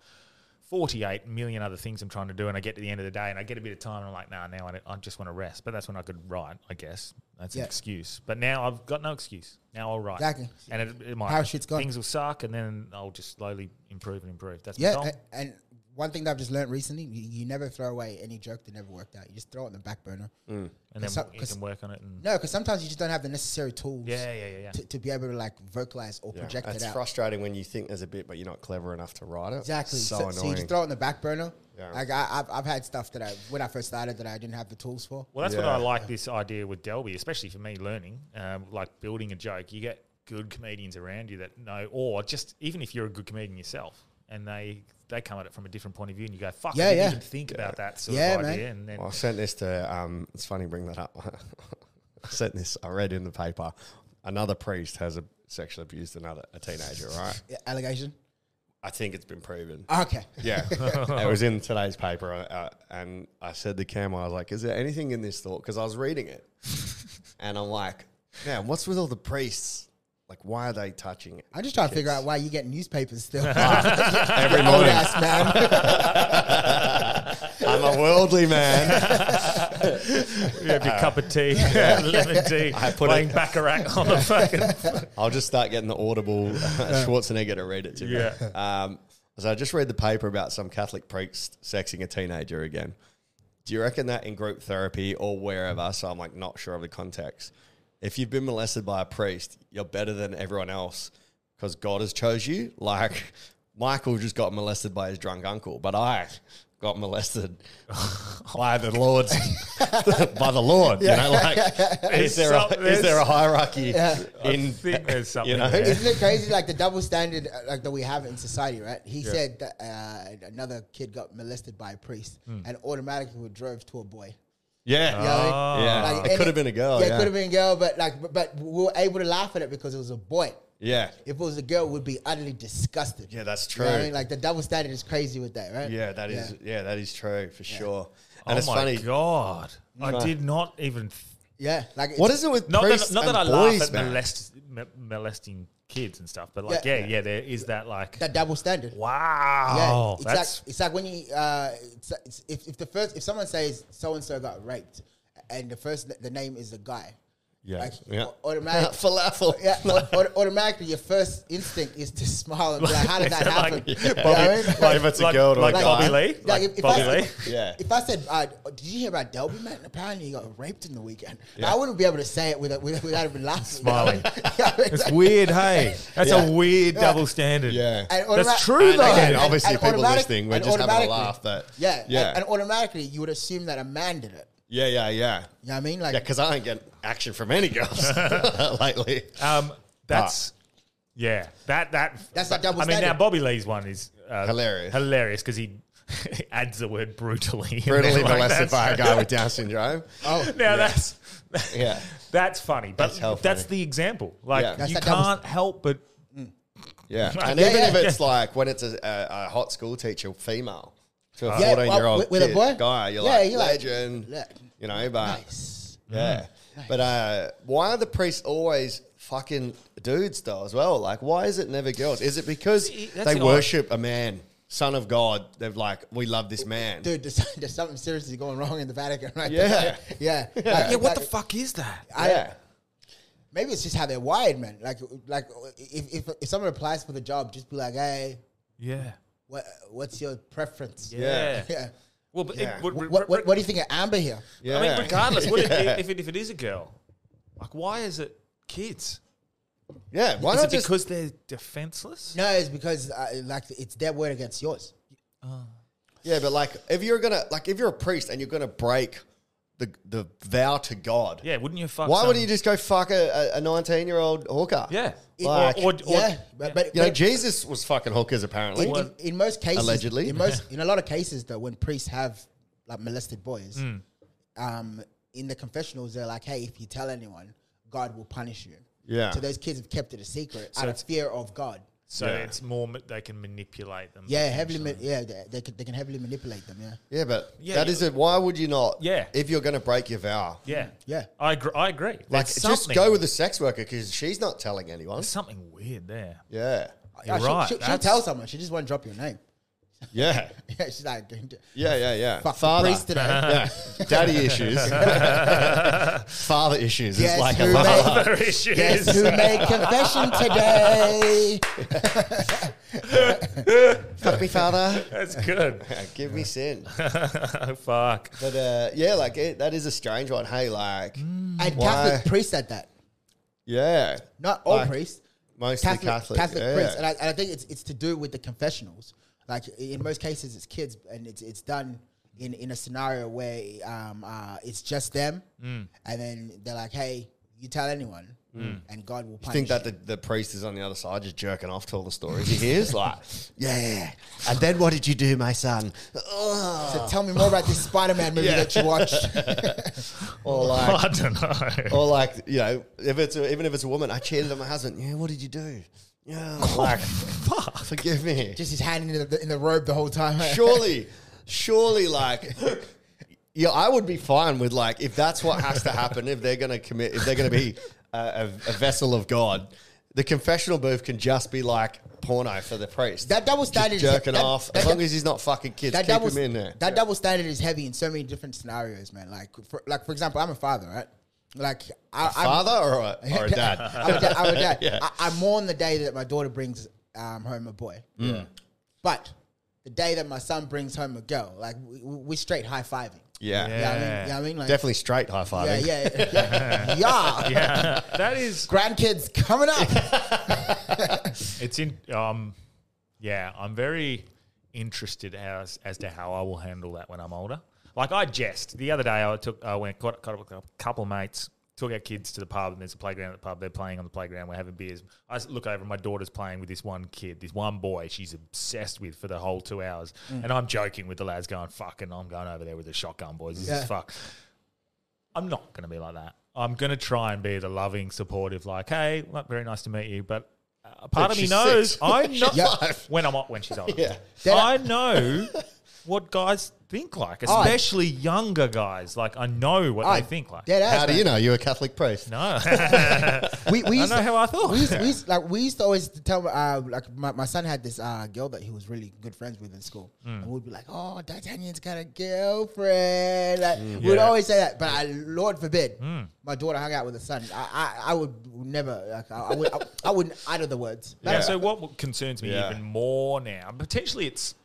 D: 48 million other things I'm trying to do, and I get to the end of the day and I get a bit of time, and I'm like, nah, now I, don't- I just want to rest. But that's when I could write, I guess. That's
C: Yeah.
D: an excuse. But now I've got no excuse. Now I'll write.
C: Exactly.
D: And it, it might,
C: Parachute's gone.
D: things will suck, and then I'll just slowly improve and improve. That's
C: yeah, eh,
D: my goal.
C: a- and one thing that I've just learned recently, you, you never throw away any joke that never worked out. You just throw it in the back burner.
D: Mm. And then
C: some-
D: you can work on it and-
C: no, because sometimes you just don't have the necessary tools.
D: Yeah, yeah, yeah, yeah.
C: To, to be able to like vocalize or
B: Yeah.
C: project
B: It's
C: it out.
B: frustrating when you think there's a bit, but you're not clever enough to write it.
C: Exactly.
B: So,
C: So,
B: annoying.
C: so you just throw it in the back burner.
B: Yeah.
C: Like I, I've, I've had stuff that I when I first started that I didn't have the tools for.
D: Well, that's what I like this idea with Delby, especially for me learning, um, like building a joke. You get good comedians around you that know, or just even if you're a good comedian yourself, and they they come at it from a different point of view, and you go, "Fuck,
B: Yeah,
D: I didn't
B: yeah.
D: even think about that sort of idea." And then
B: Well, I sent this to. Um, it's funny you bring that up. [laughs] I sent this. I read in the paper. Another priest has a, sexually abused another a teenager. Right.
C: Yeah, allegation.
B: I think it's been proven.
C: Okay.
B: Yeah. it was in today's paper, uh, and I said to Cam, I was like, "Is there anything in this thought?" Because I was reading it, and I'm like, "Man, what's with all the priests? Like, why are they touching it?"
C: I'm just trying to figure out why you get newspapers still
B: Every
C: You [laughs] old
B: morning.
C: ass
B: [laughs]
C: man.
B: I'm a worldly man. [laughs]
D: You have your cup of tea, [laughs]
B: Yeah.
D: lemon tea, playing baccarat on the
B: [laughs]
D: fucking-
B: I'll just start getting the audible [laughs] uh, Schwarzenegger to read it to me.
D: Yeah.
B: Um, so I just read the paper about some Catholic priest sexing a teenager again. Do you reckon that in group therapy or wherever? So I'm like not sure of the context. If you've been molested by a priest, you're better than everyone else because God has chose you. Like [laughs] Michael just got molested by his drunk uncle, but I got molested by the Lord's [laughs] by the Lord. You know, like is
D: There's
B: there a,
D: some-
B: is there a hierarchy
C: Yeah.
B: in
D: there's something
B: [laughs] you know?
D: there.
C: Isn't it crazy, like the double standard uh, like that we have in society, right? He
B: Yeah.
C: said that uh, another kid got molested by a priest
B: Mm.
C: and automatically were drove to a boy.
B: Yeah.
C: You know what I mean?
B: Yeah. Ah. It
C: and
B: could have been a girl,
C: Yeah,
B: yeah.
C: it could have been a girl, but like, but, but we were able to laugh at it because it was a boy.
B: Yeah.
C: If it was a girl, we'd be utterly disgusted.
B: Yeah, that's
C: You know what I
B: true.
C: mean? Like the double standard is crazy with that, right?
B: Yeah, that is yeah, that is true for sure. And
D: oh
B: it's
D: my
B: funny.
D: god, I
B: Right.
D: did not even. Th-
C: Yeah, like
B: What is it with
D: not that,
B: priests
D: not that
B: and
D: I
B: boys,
D: laugh at
B: man?
D: molest, m- molesting kids and stuff, but like,
C: Yeah.
D: yeah, yeah, there is that like
C: that double standard.
D: Wow,
C: it's
D: Oh, that's-
C: like it's like when you uh, it's, it's, if if the first if someone says so and so got raped, and the first the name is the guy,
B: Yeah.
C: Like,
B: yeah.
C: automatic-
B: falafel.
C: Yeah, au- au- automatically your first instinct is to [laughs] smile and be like, "How did that happen?"
B: Like,
C: You
B: yeah.
C: know what I
B: Bobby-
D: [laughs]
C: mean?
B: like if it's a girl or a guy.
C: Like, if, if I,
B: Bobby
C: said-
B: Lee? [laughs] Yeah.
C: If I said, uh, "Did you hear about Delby, man? Apparently he got raped in the weekend."
D: Yeah.
C: I wouldn't be able to say it without without, without even laughing.
D: Smiling.
C: [laughs]
D: it's weird, hey. That's
C: Yeah.
D: a weird
C: Yeah.
D: double standard. Yeah.
C: And automa-
D: That's true,
C: and-
D: though.
C: and- and automatic-
B: listening, we're
C: and
B: just having a
C: automatically-
B: laugh, but-
C: yeah,
B: yeah.
C: And, and automatically you would assume that a man did it.
B: Yeah, yeah, yeah.
C: You know what I mean? Like,
B: yeah, because I ain't getting action from any [laughs] girls lately.
D: Um, that's yeah. That that
C: That's that double
D: I mean, now
C: standard.
D: Bobby Lee's one is uh,
B: Hilarious.
D: hilarious because he [laughs] adds the word brutally, in there,
B: brutally
D: [laughs] like,
B: molested
D: that's-
B: by a guy with Down syndrome.
C: Oh,
D: now that's
B: yeah,
D: [laughs] that's funny, but that's,
B: hell funny.
D: the example. Like
B: Yeah. That's
D: you
B: that
D: can't
B: double-
D: help but
B: Yeah,
C: [laughs]
D: Right.
B: and
D: Yeah,
B: even
D: yeah,
B: if it's
D: yeah.
B: like when it's a, a, a hot school teacher, female to a
C: Yeah, Uh, well,
B: fourteen year old
C: with- with a boy?
B: guy, you're
C: Yeah,
B: like
C: you're like,
B: legend,
C: le-
B: you know. But
C: Nice.
B: yeah, but uh, why are the priests always fucking dudes though as well? Like, why is it never girls? Is it because
C: that's
B: they
C: an odd-
B: worship a man, son of God? They're like, we love this man.
C: dude, there's, [laughs] there's something seriously going wrong in the Vatican, right?
B: Yeah.
C: there. yeah,
B: Yeah.
C: Like,
D: yeah. What the
C: like-
D: fuck is that?
C: I,
B: Yeah.
C: Maybe it's just how they're wired, man. Like, like if, if if someone applies for the job, just be like, hey,
D: Yeah.
C: what what's your preference?
D: Yeah.
C: [laughs] yeah.
D: Well, but
C: Yeah.
D: It, would-
C: What, what, what do you think of Amber here?
D: I
B: [laughs]
D: mean,
B: Yeah.
D: regardless, what
B: Yeah.
D: if, if, it, if it is a girl, like why is it kids?
B: yeah, why
D: is
B: not
D: it
B: just
D: because they're defenseless?
C: No, it's because uh, like it's their word against yours.
B: Yeah, but like if you're gonna like if you're a priest and you're gonna break the the vow to God,
D: Yeah, wouldn't you fuck?
B: why
D: some-
B: wouldn't you just go fuck a, a- a 19 year old hooker?
D: Yeah. It-
B: Like,
D: or- or- or-
C: yeah, but, but,
B: you know,
C: but
B: Jesus was fucking hookers apparently.
C: in, in, in most cases,
B: Allegedly.
D: [laughs]
C: in most in a lot of cases though, when priests have like molested boys,
D: Mm.
C: um, in the confessionals they're like, hey, if you tell anyone, God will punish you.
B: Yeah.
C: So those kids have kept it a secret
D: So
C: out of
D: it's-
C: fear of God.
D: So
B: Yeah.
D: it's more ma- they can manipulate them.
C: Yeah, heavily. Ma-
D: potentially.
C: yeah, they, they, can, they can heavily manipulate them. Yeah.
B: yeah, but
D: Yeah,
B: that
D: you-
B: is it. Why would you not?
D: Yeah.
B: if you're gonna break your vow,
D: yeah,
C: Yeah.
D: I agree. I agree.
B: like
D: There's
B: just
D: something-
B: go with the sex worker because she's not telling anyone.
D: There's something
B: [laughs]
D: weird there.
B: Yeah,
D: You're
C: Oh, she-
D: right.
C: She, will
D: that's-
C: tell someone. She just won't drop your name. [laughs]
B: yeah,
C: Yeah, she's like,
B: yeah, yeah, yeah.
C: Fuck the
B: Father,
C: priest today.
B: yeah. daddy
D: [laughs]
B: issues, father issues
C: Guess
B: is like a
C: who
B: laugh.
C: made-
D: Other [laughs] issues.
C: guess who
D: [laughs]
C: made confession today?
B: Fuck me, father.
D: That's good. [laughs]
B: Give me sin.
D: oh,
B: [laughs]
D: fuck.
B: But uh, yeah, like it, that is a strange one. Hey, like,
D: Mm.
C: And
B: Why?
C: Catholic priests said that.
B: yeah,
C: Not all
B: Like,
C: priests.
B: mostly
C: Catholic,
B: Catholic,
C: Catholic,
B: yeah.
C: priests, and I, and I think it's it's to do with the confessionals. Like in most cases, it's kids, and it's it's done in in a scenario where um uh, it's just them,
B: Mm.
C: and then they're like, hey, you tell anyone, and God will
B: You
C: punish.
B: think that
C: you.
B: the, the priest is on the other side just jerking off to all the stories he hears? like, [laughs] yeah. And then what did you do, my son?
C: So tell me more about this Spider-Man movie that you watched.
B: [laughs] Or
D: I
B: like,
D: don't know.
B: or like, you know, if it's a, even if it's a woman, I cheated on my husband. Yeah, what did you do? Yeah,
C: [laughs]
B: like, fuck. Forgive me.
C: [laughs] Oh, Just his hand in the, in the robe the whole time.
B: surely, surely, like, yeah, I would be fine with like if that's what has to happen. if they're gonna commit, if they're gonna be a, a, a vessel of God, the confessional booth can just be like porno for the priest.
C: [laughs] That double
B: Just
C: standard is-
B: jerking
C: that-
B: off
C: that-
B: as long as he's not fucking kids.
C: that
B: keep
C: double
B: him in there.
C: that double standard is heavy in so many different scenarios, man. Like, for, like for example, I'm a father, right? Like, I, [laughs] I'm-
B: father or a, or a dad.
C: [laughs] I'm a dad. I'm a dad.
B: [laughs] Yeah.
C: I, I mourn the day that my daughter brings um, home a boy.
B: Mm.
C: But the day that my son brings home a girl, like we, we we straight high fiving.
B: yeah.
C: You know what I mean? You know what I mean? Like,
B: Definitely straight high
C: Yeah,
B: fiving.
C: yeah,
B: [laughs]
C: yeah. yeah.
D: yeah, that is.
C: Grandkids coming up.
D: It's in. Um, yeah, I'm very interested as as to how I will handle that when I'm older. Like I jest. The other day I took I went caught, caught up with a couple of mates. Took our kids to the pub and there's a playground at the pub. They're playing on the playground. We're having beers. I s- look over and my daughter's playing with this one kid, this one boy. She's obsessed with for the whole two hours.
B: Mm.
D: And I'm joking with the lads, going "Fucking, I'm going over there with the shotgun boys. This
C: Yeah.
D: is fuck." I'm not going to be like that. I'm going to try and be the loving, supportive, like, hey, well, very nice to meet you. But uh, part
B: But
D: of me
B: she's
D: knows
B: [laughs] six.
D: I'm not
B: She's five.
D: when I'm o- when she's older.
B: Yeah.
D: I know what guys think like,
B: Oh.
D: especially younger guys. Like I know what they think like.
B: How do you know you're a Catholic priest?
D: No.
C: we, we
D: I
C: used
D: know
C: to,
D: how I thought.
C: We used, we
B: [laughs]
C: used- like we used to always tell uh, like my, my son had this uh, girl that he was really good friends with in school,
D: Mm.
B: Hmm.
C: and we'd be like, "Oh, D'Artagnan's got a girlfriend." Like,
B: Hmm.
D: Mm.
C: We'd
D: Yeah.
C: always say that, but I, Lord forbid,
D: Mm.
C: my daughter hung out with a son. I, I, I would never. Like, I, I would. I, I wouldn't utter the words.
D: Yeah. So what concerns me
C: Yeah.
D: even more now, potentially it's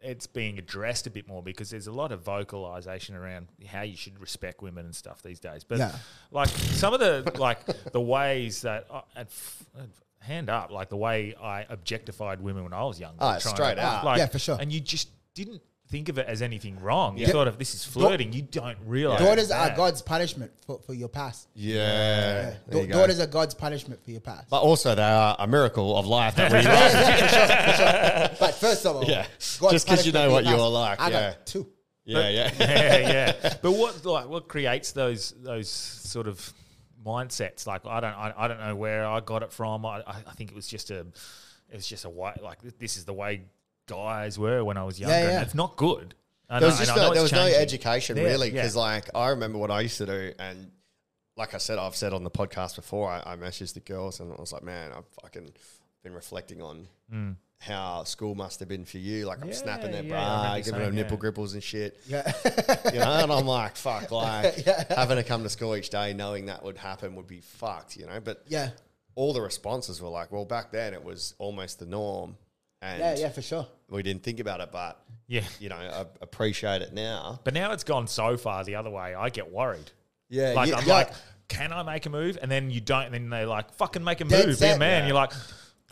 D: it's being addressed a bit more because there's a lot of vocalization around how you should respect women and stuff these days. But
C: Yeah.
D: like some of the like the ways that I, and f- and hand up, like the way I objectified women when I was younger,
B: Oh,
D: trying
B: straight up.
D: like,
B: Yeah,
D: for sure. And you just didn't think of it as anything wrong. You
C: Yeah.
D: thought of this is flirting. You don't realize
C: Daughters
D: that.
C: are God's punishment for, for your past.
B: Yeah.
C: Yeah.
B: There you
C: Da-
B: go.
C: Daughters are God's punishment for your past.
B: But also, they are a miracle of life
C: [laughs]
B: that we
C: But first of all,
B: Yeah.
C: God's
B: Just 'cause you know
C: punishment
B: what
C: for your
B: you're like,
C: past. I
B: yeah.
C: got two.
B: Yeah, yeah.
D: [laughs] yeah, yeah. But what like what creates those those sort of mindsets? Like I don't I, I don't know where I got it from. I, I I think it was just a it was just a way like th- this is the way guys were when I was younger.
B: yeah.
D: And it's not good. And
B: there was
D: I-
B: just
D: and I know
B: no, there was
D: it's
B: no
D: changing.
B: education
D: Yeah,
B: really
D: yeah.
B: because like I remember what I used to do and like I said I've said on the podcast before I, I messaged the girls and I was like man I've fucking been reflecting on
D: Mm.
B: how school must have been for you like I'm
D: Yeah,
B: snapping their
D: yeah,
B: bra
D: I remember
B: giving
D: saying,
B: them
D: yeah.
B: nipple gripples and
D: [laughs]
B: shit
C: Yeah. [laughs]
B: you know and I'm like fuck like
C: Yeah.
B: having to come to school each day knowing that would happen would be fucked you know but
C: Yeah.
B: all the responses were like well back then it was almost the norm and
C: Yeah, yeah, for sure.
B: we didn't think about it but
D: yeah
B: you know I appreciate it now
D: But now it's gone so far the other way. I get worried.
B: Yeah,
D: like
B: yeah,
D: I'm
B: yeah.
D: like, can I make a move? And then you don't. And then they like fucking make a
B: Dead
D: move, be a
B: set.
D: man.
B: Yeah.
D: You're like. I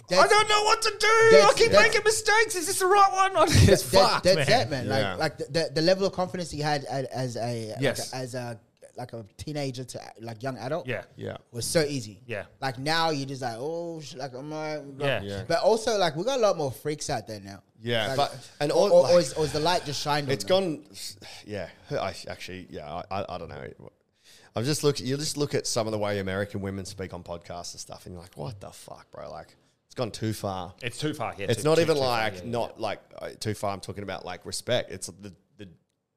C: That's-
D: don't know what to do. I
C: that's-
D: keep
C: that's-
D: making mistakes. Is this the right one? [laughs] It's
C: That- that-
D: fucked,
C: that's
D: man.
C: it, man.
D: Yeah.
C: Like, like the- the, the level of confidence he had a- as a like
D: Yes.
C: a- as a like a teenager to like young adult.
D: Yeah.
B: Yeah.
C: was so easy.
D: Yeah.
C: like now you're just like, oh, sh- like I'm like,
D: Yeah. Yeah.
C: But also, like we got a lot more freaks out there now.
B: Yeah,
C: Like,
B: but- and
C: or,
B: all-
C: or, or
B: like-
C: is, or is the light just shined?
B: It's
C: on
B: gone. Yeah, I actually. Yeah, I, I, I don't know. I'm just look. You just look at some of the way American women speak on podcasts and stuff, and you're like, what the fuck, bro? Like, it's gone too far.
D: It's too far, yeah,
B: it's
D: too-
B: not
D: too-
B: even
D: too far,
B: like
D: yeah, yeah,
B: not like uh, too far. I'm talking about like respect. It's the the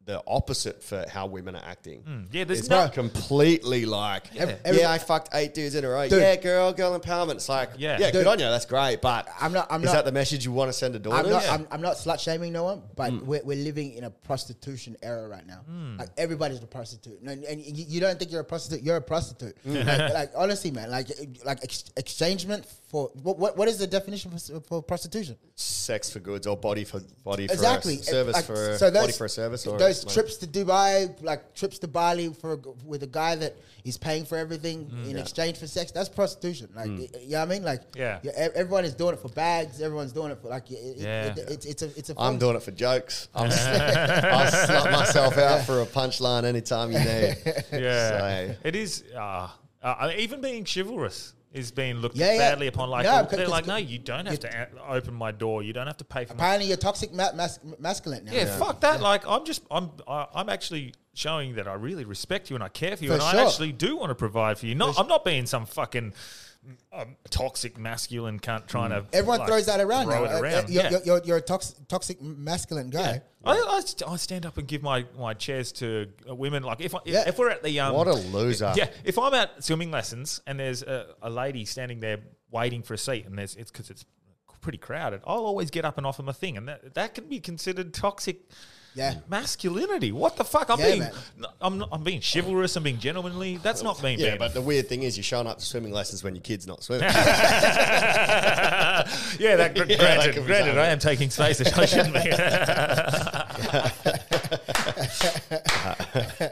B: the opposite for how women are acting.
D: Mm, yeah, there's
B: it's
D: no-
B: completely like yeah.
D: Yeah. Every-
B: I fucked eight dudes in a row.
C: Dude.
B: Yeah, girl, girl empowerment. It's like yeah,
C: Yeah.
B: yeah,
C: Dude.
B: good on you. That's great. But
C: I'm not. I'm
B: is
C: not-
B: that the message you want to send to daughters?
C: I'm not, I'm, I'm not slut shaming no one, but we're, we're living in a prostitution era right now.
B: Mm.
C: Like everybody's a prostitute, and, and you, you don't think you're a prostitute, you're
B: [laughs]
C: a prostitute.
B: Mm.
C: like, like, honestly, man, like like ex- exchangement for what, what what is the definition for, for prostitution?
B: sex for goods or body for body
C: exactly
B: for a service
C: Like,
B: for a, body for a service or
C: those
B: like-
C: trips to Dubai, like trips to Bali for a g- with a guy that is paying for everything in
B: Mm. Yeah.
C: exchange for sex. That's prostitution. Like
B: Mm.
C: y- you know what I mean? Like
B: Yeah.
C: ev- everyone is doing it for bags. Everyone's doing it for like it, it-
B: Yeah.
C: it- it's it's a it's a.
B: I'm
C: form-
B: doing it for
C: [laughs]
B: jokes.
D: [laughs]
B: I'm, I'll slap myself out for a punchline anytime you
C: [laughs]
B: need.
D: Yeah,
B: So,
D: it is. Uh, uh, I mean, even being chivalrous is being looked
C: Yeah, yeah.
D: badly upon. Like oh,
C: No, 'cause-
D: they're like,
C: 'cause-
D: no, you don't have to a- open my door. You don't have to pay for my.
C: Apparently, you're toxic ma- mas- masculine now.
D: Yeah, fuck that. Like I'm just, I'm, I, I'm actually showing that I really respect you and I care for you,
C: For
D: and I
C: sure.
D: actually do want to provide for you. Not, I'm not being some fucking. Um, toxic masculine cunt trying to
C: Mm. Everyone
D: like,
C: throws that around
D: throw
C: now.
D: it
C: Uh, uh,
D: around.
C: You're,
D: Yeah.
C: you're, you're, you're a toxic, toxic masculine guy.
D: I, I st- I stand up and give my, my chairs to uh, women. Like if I, if-
C: Yeah.
D: if we're at the um,
B: What a loser.
D: Yeah, if I'm at swimming lessons and there's a, a lady standing there waiting for a seat, and there's it's because it's pretty crowded. I'll always get up and offer my thing, and that that can be considered toxic.
C: Yeah.
D: masculinity. What the fuck? I'm
B: Yeah,
D: being,
B: man.
D: no, I'm not, I'm being chivalrous. I'm being gentlemanly. That's not being.
B: yeah,
D: bad. [laughs]
B: but the weird thing is you're showing up to swimming lessons when your kid's not swimming.
D: yeah, that,
B: [laughs]
D: gr-
B: Yeah, that
D: granted,
B: could be
D: granted,
B: done.
D: I am taking space that I shouldn't
B: [laughs]
D: be.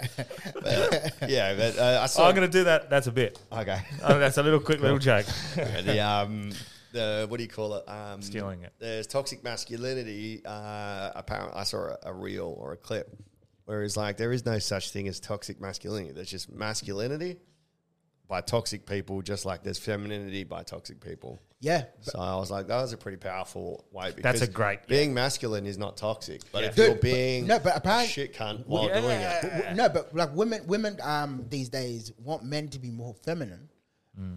B: But, yeah, but uh, I saw.
D: I'm going to do that. That's a bit.
B: Okay.
D: Oh, that's a little quick little joke.
B: Yeah, the um, the what do you call it? Um,
D: Stealing it.
B: There's toxic masculinity. Uh, apparently, I saw a, a reel or a clip where it's like there is no such thing as toxic masculinity. There's just masculinity by toxic people, just like there's femininity by toxic people.
C: Yeah.
B: So I was like, that was a pretty powerful way.
D: That's a great-
B: Being masculine is not toxic, but
D: Yeah.
B: if
D: Dude,
B: you're
D: but-
B: being
C: no, but apparent-
B: shit cunt while doing it,
C: W- w- No, but like women, women um, these days want men to be more feminine.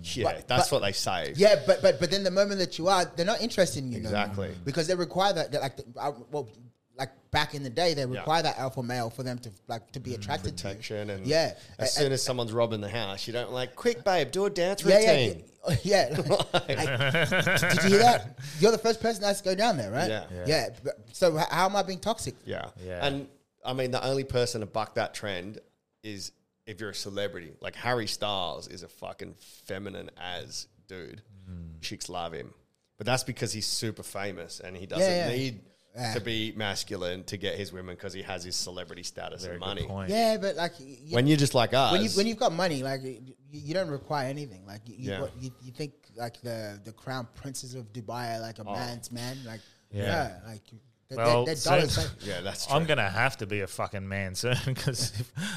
B: yeah,
C: But-
B: that's
C: but-
B: what they say.
C: Yeah, but but but then the moment that you are, they're not interested in you. no more.
B: Exactly.
C: because they require that. that, like, the, I, well, like back in the day, they require that alpha male for them to like
D: Mm.
C: to be attracted to. you.
B: protection and
C: Yeah.
B: As
C: A-
B: soon as someone's robbing the house, you don't like quick babe, do a dance
C: Yeah, yeah,
B: routine.
C: [laughs] yeah.
D: [laughs]
B: [laughs] Like-
C: Did you hear that? You're the first person that has to go down there, right?
B: Yeah. Yeah.
C: Yeah. but- So h- how am I being toxic?
B: Yeah. And I mean, the only person to buck that trend is if you're a celebrity. Like Harry Styles is a fucking feminine as dude. Chicks love him. But that's because he's super famous and he doesn't
C: yeah.
B: need
C: Yeah.
B: to be masculine to get his women because he has his celebrity status and money.
C: Yeah, but like y-
B: When you're just like us.
C: when you when you've got money, like y- y- you don't require anything. Like you you,
B: Yeah.
C: got- you, you think like the the crown princes of Dubai are like a
B: Oh.
C: man's man. Like
D: Yeah.
C: yeah, like they're,
D: Well,
C: they're
D: soon-
C: dollars. like-
D: I'm gonna have to be a fucking man soon [laughs] because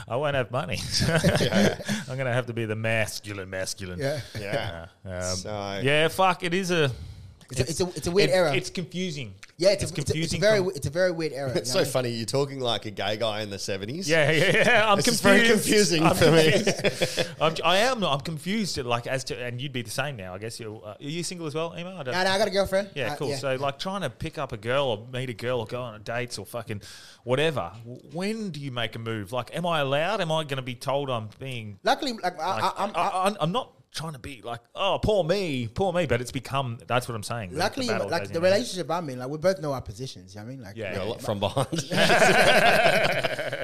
D: I won't have
B: [laughs]
D: money. [laughs] I'm gonna have to be the masculine, masculine.
C: Yeah.
B: Yeah.
D: Um,
B: So-
D: yeah. Fuck. It is a.
C: It's a- it's a- it's a weird era.
D: It's confusing.
C: Yeah, it's, a, confusing. It's, a
D: confusing
C: very
D: com-
C: we- it's a very weird era.
B: It's
C: you know
B: so
C: what I
B: funny. You're talking like a gay guy in the 70s.
D: Yeah, yeah, yeah. I'm
B: This is
D: confused.
B: very confusing
D: I'm
B: for me. [laughs]
D: confused. I'm, I am. I'm confused. Like as to, and you'd be the same now. I guess you. Uh, are you single as well, Emma? I don't-
C: No, no, I got a girlfriend.
D: Yeah,
C: Uh,
D: cool.
C: yeah,
D: so like trying to pick up a girl or meet a girl or go on a dates or fucking whatever. W- When do you make a move? Like, am I allowed? Am I going to be told I'm being?
C: Luckily, like, I, I, I'm.
D: I, am I'm not trying to be like, oh, poor me, poor me. But it's become. That's what I'm saying. the- the
C: Luckily,
D: battle
C: like
D: goes
C: the
D: in there.
C: relationship I'm in, like we both know our positions. You know what I mean, like
D: Yeah,
C: like,
D: yeah.
B: From behind. [laughs]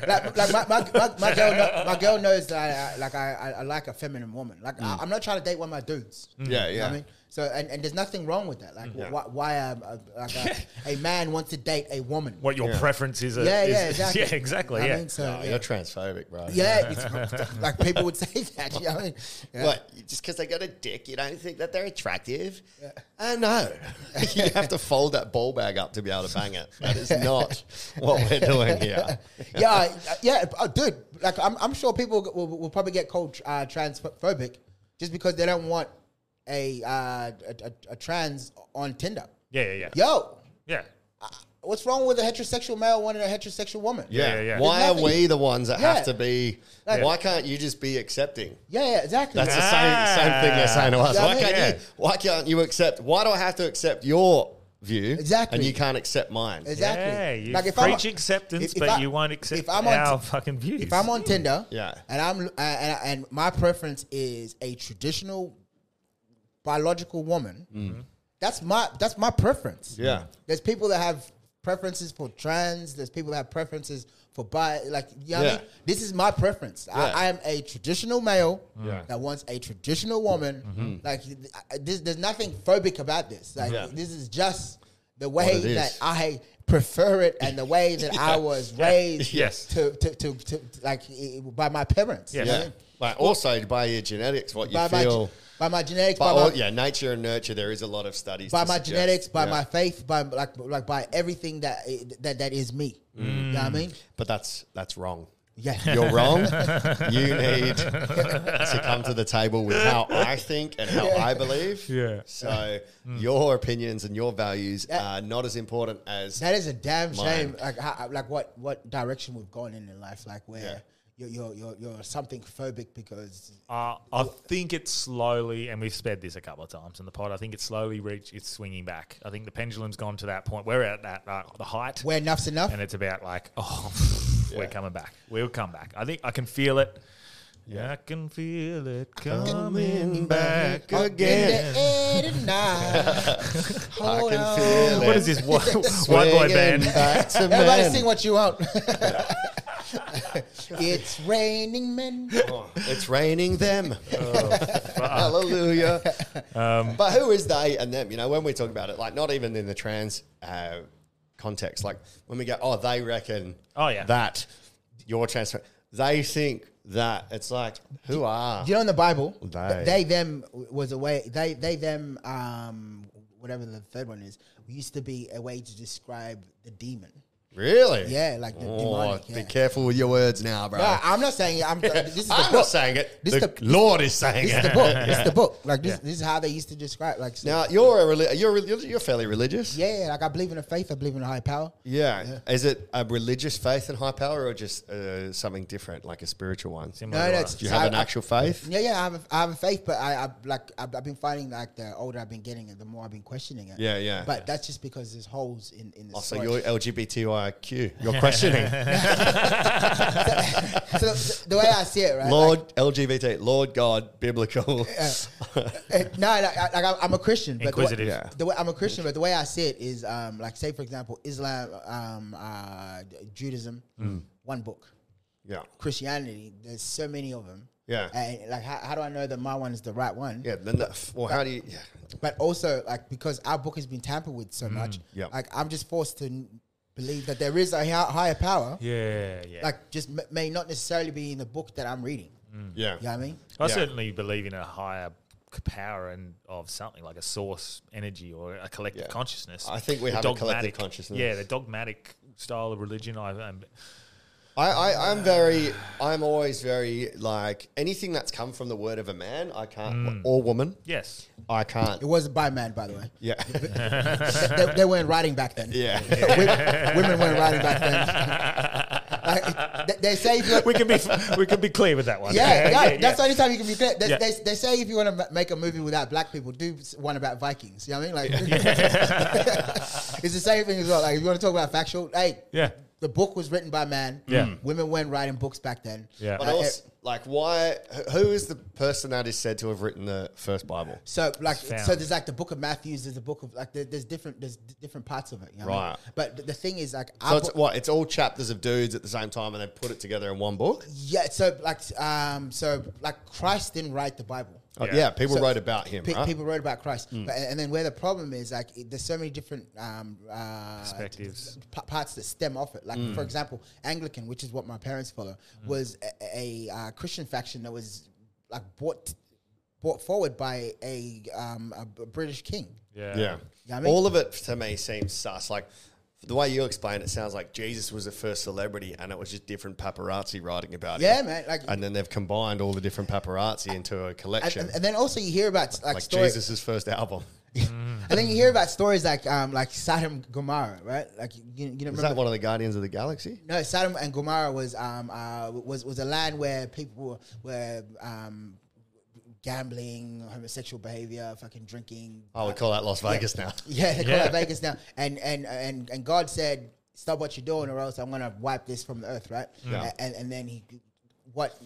C: like, like my, my, my, my girl, know, my girl knows that I, I- like I, I, I like a feminine woman. Like I, I'm not trying to date one of my dudes.
B: Mm. Yeah,
C: You know what
B: yeah.
C: I mean, so and, and there's nothing wrong with that. Like
B: Yeah.
C: why, why um, uh, like a, a man wants to date a woman?
D: What your preference is? A,
C: Yeah,
D: is-
C: yeah, exactly.
D: [laughs] Yeah, exactly.
C: I
D: yeah.
C: mean, so, No, yeah.
B: You're transphobic, bro.
C: Yeah, it's, [laughs] like people would say that. You know what I mean? Yeah.
B: What? Just because they got a dick, you don't think that they're attractive? Uh, no. [laughs] you have to fold that ball bag up to be able to bang it. That
C: [laughs]
B: is not what we're doing here.
C: yeah, I- yeah, oh, dude. Like, I'm, I'm sure people will, will probably get called uh, transphobic just because they don't want a, uh, a, a a trans on Tinder.
D: Yeah, yeah, yeah.
C: Yo,
D: Yeah.
C: what's wrong with a heterosexual male wanting a heterosexual woman?
B: Yeah, yeah.
C: There's
B: Why are
C: nothing-
B: we the ones that
C: Yeah.
B: have to be?
C: Like-
B: why can't you just be accepting?
C: Yeah, yeah, exactly.
B: That's the same same thing they're saying to us.
C: Yeah,
B: Why
C: I mean-
B: can't you? Why can't you accept? Why do I have to accept your view?
C: Exactly.
B: And you can't accept mine.
C: Exactly.
D: Yeah, you
C: Like, if I'm-
D: preach acceptance,
C: if- if
D: but
C: I-
D: you won't accept
C: if I'm on
D: our
C: t-
D: fucking views.
C: If I'm on Tinder,
B: Yeah.
C: and I'm uh, and, and my preference is a traditional biological woman, that's my that's my preference.
B: Mm-hmm. Yeah.
C: there's people that have preferences for trans. There's people that have preferences for bi. Like, you know what I
B: Yeah.
C: mean? this is my preference.
B: Yeah.
C: I, I am a traditional male
B: Yeah. Mm-hmm.
C: that wants a traditional woman. Like, I- this, there's nothing phobic about this. Like,
B: Yeah.
C: this is just the
B: What
C: way
B: it is.
C: that I prefer it and the
B: [laughs]
C: way that I was raised
D: Yes.
C: to, to, to, to, like eh, by my parents. you
B: Yeah.
C: know what I mean?
B: Like also by your genetics, what you
C: By my,
B: feel.
C: ge- by my genetics,
B: But
C: by my,
B: all- yeah, nature and nurture. There is a lot of studies
C: by
B: to
C: my
B: suggest.
C: genetics, by
B: Yeah.
C: my faith, by like like by everything that that that is me.
B: Mm.
C: You know what I mean?
B: But that's that's wrong.
C: Yeah.
B: You're
D: [laughs]
B: wrong. you need to come to the table with how I think and how I believe.
D: Yeah. Mm.
B: So your opinions and your values are not as important as
C: [laughs] That is a damn shame.
B: Mine.
C: Like how, like what what direction we've gone in in life, like where.
B: Yeah.
C: You're, you're, you're, you're something phobic because
D: Uh, I think it's slowly, and we've sped this a couple of times in the pod. I think it's slowly reached its swinging back. I think the pendulum's gone to that point. We're at that uh, the height,
C: where enough's enough.
D: and it's about like, oh, [laughs] we're coming back. We'll come back. I think I can feel it. Yeah, I can feel it coming back
C: In the
D: again.
C: air tonight.
B: [laughs]
C: Hold
B: can
C: on.
B: feel
D: What
B: it.
D: is this white, [laughs] white boy
B: Swinging
D: band?
B: back to
C: Everybody
B: men.
C: sing what you want. [laughs] it's raining
B: [laughs]
C: men.
B: It's raining
C: [laughs]
B: them.
C: Oh,
B: [laughs] Hallelujah.
D: Um,
B: but who is they and them? You know, when we talk about it, like not even in the trans uh, context, like when we go, oh, they reckon
D: Oh, yeah.
B: that your trans, they think that. It's like, who are?
C: You know, in the Bible,
B: They.
C: they, them was a way. They they them um whatever the third one is used to be a way to describe the demon.
B: Really? Oh,
C: Yeah, like the demonic,
B: Be
C: yeah.
B: careful with your words now, bro.
C: No, I'm not saying it. I'm. This is the
B: Uh, [laughs] I'm
C: book.
B: not saying it.
C: This
B: the
C: the-
B: Lord is saying
C: This
B: it.
C: is the book. This is the book. Like this, this is how they used to describe. Like so-
B: Now you're a reli- you're reli- you're fairly religious.
C: yeah, like I believe in a faith. I believe in a high power.
B: Yeah. Is it a religious faith and high power or just uh, something different, like a spiritual one?
D: Similar.
C: No, no,
D: Do
C: it's,
B: Do you have
C: I-
B: an actual faith?
C: Yeah, yeah, I have a, I have a faith, but I, I like I've, I've been finding like the older I've been getting, it, the more I've been questioning it.
B: Yeah, yeah.
C: But that's just because there's holes in in the
B: Oh, so
C: story.
B: you're LGBTIA uh, Q, you're questioning.
C: [laughs] So the, the way I see it, right?
B: Lord LGBT, Lord God, biblical. [laughs]
C: Uh, no, like, [laughs] I- like I'm- I'm a Christian, but the way-
B: Inquisitive.
C: The
B: Yeah.
C: way, I'm a Christian, but the way I see it is, um, like, say for example, Islam, um, uh, Judaism,
B: Mm.
C: one book.
B: Yeah.
C: Christianity, there's so many of them.
B: Yeah.
C: and like, how, how do I know that my one is the right one?
B: Yeah. Then, that, well, how do you? Yeah.
C: But also, like, because our book has been tampered with so much,
B: Mm. yeah.
C: like, I'm just forced to n- believe that there is a hi- higher power.
D: Yeah, yeah.
C: Like, just m- may not necessarily be in the book that I'm reading.
B: Yeah.
C: You know what I mean?
B: Mm.
D: I certainly believe in a higher c- power and of something like a source energy or a collective
B: Yeah.
D: consciousness.
B: I think we
D: The
B: have a collective
D: dogmatic-
B: consciousness.
D: Yeah, the dogmatic style of religion. I um,
B: I, I, I'm very, I'm always very like anything that's come from the word of a man, I can't,
C: Mm.
B: or woman.
D: Yes.
B: I can't.
C: It wasn't by man, by the way.
B: [laughs] Yeah.
C: they, they weren't writing back then.
B: Yeah.
C: women, women weren't writing back
B: [laughs]
C: then. Like, they, they say if you
D: we can be [laughs] we can be clear with that one.
C: [laughs]
D: [laughs]
C: Yeah, no, that's the only time you can be clear. They,
D: Yeah.
C: they, they say if you want to make a movie without black people, do s- one about Vikings. You know what I mean? Like, [laughs] it's the same thing as well. Like, if you want to talk about factual, hey,
D: Yeah.
C: the book was written by man.
B: Yeah.
C: women weren't writing books back then.
B: But
C: Uh,
B: also, like, why? Who is the person that is said to have written the first Bible?
C: So like
B: Found.
C: so there's like the book of Matthews, there's the book of like there, there's different there's d- different parts of it, you know what I mean?
B: Right.
C: But th- the thing is like
B: So
C: our
B: it's
C: book-
B: what? It's all chapters of dudes at the same time, and they put it together in one book.
C: yeah, so like um so like Christ didn't write the Bible.
B: Oh, Yeah. yeah, people wrote about him, right?
C: People wrote about Christ,
B: Mm.
C: but, and then where the problem is, like, it, there's so many different um, uh,
D: Perspectives.
C: p- parts that stem off it. Like,
B: Hmm.
D: Mm.
C: for example, Anglican, which is what my parents follow, was a, a uh, Christian faction that was like brought brought forward by a, um, a B- British king.
B: Yeah.
C: You know what I mean?
B: All of it to me seems sus. Like the way you explain it sounds like Jesus was the first celebrity and it was just different paparazzi writing about
C: Yeah,
B: it.
C: man, like-
B: and then they've combined all the different paparazzi into a
C: and,
B: collection.
C: and- and then also you hear about like,
B: like
C: stories,
B: Jesus' first album.
C: and then you hear about stories like um, like Sodom Gomorrah, right? Like you, you know,
B: Is
C: remember
B: that one of the Guardians of the Galaxy?
C: No, Sodom and Gomorrah was um uh, was was a land where people were, were um gambling, homosexual behavior, fucking drinking.
B: Oh, we call that Las
C: Yeah.
B: Vegas now.
C: Yeah, they call it Vegas now. And and and and God said, "Stop what you're doing, or else I'm gonna wipe this from the earth." Right?
B: Yeah.
C: And and then he, what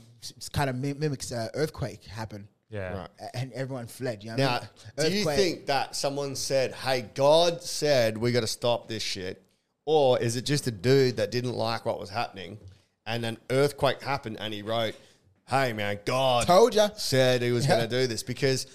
C: kind of mimics uh, earthquake happened.
D: Yeah.
B: Right.
C: And everyone fled. You know what I
B: Now,
C: mean?
B: do you
C: Earthquake-
B: think that someone said, "Hey, God said we got to stop this shit," or is it just a dude that didn't like what was happening, and an earthquake happened, and he wrote, "Hey, man, God
C: told you
B: said he was
C: Yeah.
B: going to do this," because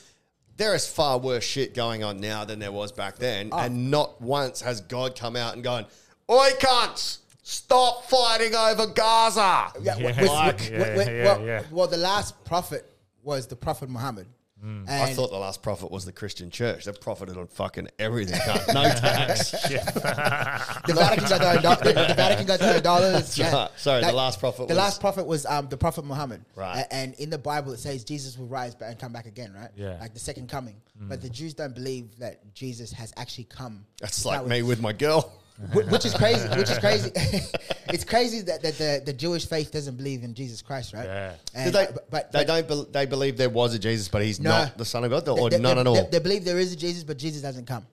B: there is far worse shit going on now than there was back then,
C: Ah.
B: and not once has God come out and gone, "Oi, cunts." Stop fighting over Gaza.
C: Yeah,
B: Like,
C: with- with- with- with- well, well, the last prophet was the prophet Muhammad.
B: I
C: And-
B: thought the last prophet was the Christian church. They profited on fucking everything. cunt. No
C: [laughs]
B: tax.
C: The Vatican got their own do- the, the Vatican got their own dollars.
B: Sorry,
C: Yeah.
B: [laughs] sorry, the
C: Like,
B: last prophet
C: The
B: was-
C: last prophet was um, the prophet Muhammad.
B: Right.
C: A- and in the Bible, it says Jesus will rise but and come back again. Right.
B: Yeah.
C: Like the second coming. But the Jews don't believe that Jesus has actually come.
B: That's
C: That
B: like
C: was- [laughs]
B: me with my girl.
C: Wh- which is crazy. Which is crazy. [laughs] it's crazy that, that the, the Jewish faith doesn't believe in Jesus Christ, right? Yeah.
B: Did they, they don't. Be, they believe there was a Jesus, but he's
C: No.
B: not the Son of God,
C: They-
B: or
C: they-
B: none
C: they-
B: at all.
C: They, they believe there is a Jesus, but Jesus hasn't come.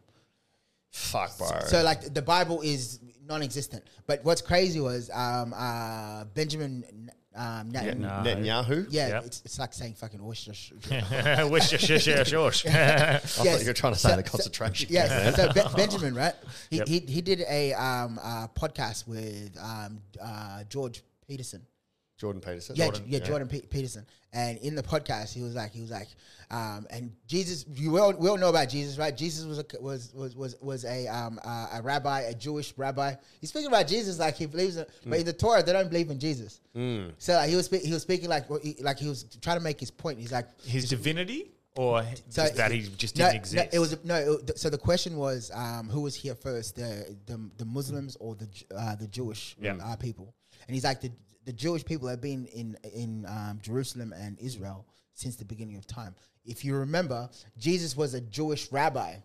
B: Fuck, bro.
C: So like the Bible is non-existent. But what's crazy was um, uh, Benjamin um, Net-
B: Yeah, Netanyahu?
C: Yeah,
B: Yep.
C: it's, it's like saying fucking
B: [laughs]
C: Worcestershire.
D: [laughs] Worcestershire. I thought
C: Yes.
B: you were trying to say the concentration
C: Yes.
B: camp,
C: So
B: man.
C: Be- Benjamin, right? He,
B: Yep.
C: he he did a um, uh, podcast with um, uh, George Peterson.
B: [laughs] Jordan Peterson.
C: Yeah, Jordan, yeah, Jordan Pe- Peterson. And in the podcast, he was like, he was like, um, and Jesus, you will we all know about Jesus, right? Jesus was a, was was was was a um uh, a rabbi, a Jewish rabbi. He's speaking about Jesus like he believes in, but
B: Mm.
C: in the Torah they don't believe in Jesus.
B: Mm.
C: So like, he was spe- he was speaking like what he- like he was trying to make his point. He's like
D: [laughs] his divinity or
C: so
D: just that he just
C: no,
D: didn't
C: no,
D: exist.
C: it was no. It, th- so the question was, um, who was here first, the the, the Muslims or the Ju- uh, the Jewish
D: Yeah.
C: uh, people? And he's like, the the Jewish people have been in in um, Jerusalem and Israel since the beginning of time. If you remember, Jesus was a Jewish rabbi,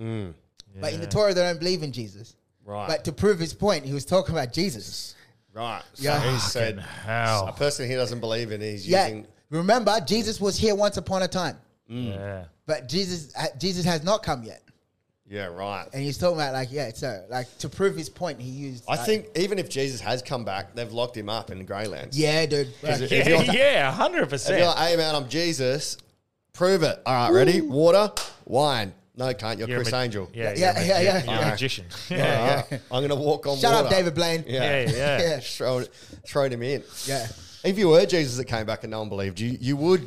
B: Mm.
C: but in the Torah they don't believe in Jesus.
B: Right.
C: But to prove his point, he was talking about Jesus.
B: Right. So
C: Yeah.
B: he said,
C: Fucking hell.
B: a person he doesn't believe in, he's
C: Yeah.
B: using.
C: Remember, Jesus was here once upon a time,
B: Mm.
C: but Jesus uh, Jesus has not come yet.
B: Yeah, right.
C: And he's talking about like, yeah, it's a like to prove his point. He used.
B: I
C: like-
B: think even if Jesus has come back, they've locked him up in Greyland.
C: Yeah, dude.
D: [laughs] Yeah, yeah, 100%.
B: If you're like, hey, man, I'm Jesus, prove it. All right, ready? Water, wine. No, can't. You're,
D: You're a
B: Chris
D: ma-
B: Angel.
D: yeah, Yeah, you're a yeah, ma- yeah, you're a magician. [laughs]
B: All
D: Yeah,
B: right,
D: yeah.
B: I'm going to walk on
C: Shut
B: water.
C: up, David Blaine.
B: [laughs] Yeah,
C: Yeah, yeah. Yeah.
B: Just throw, it- throw him in.
C: Yeah.
B: If you were Jesus that came back and no one believed you, you would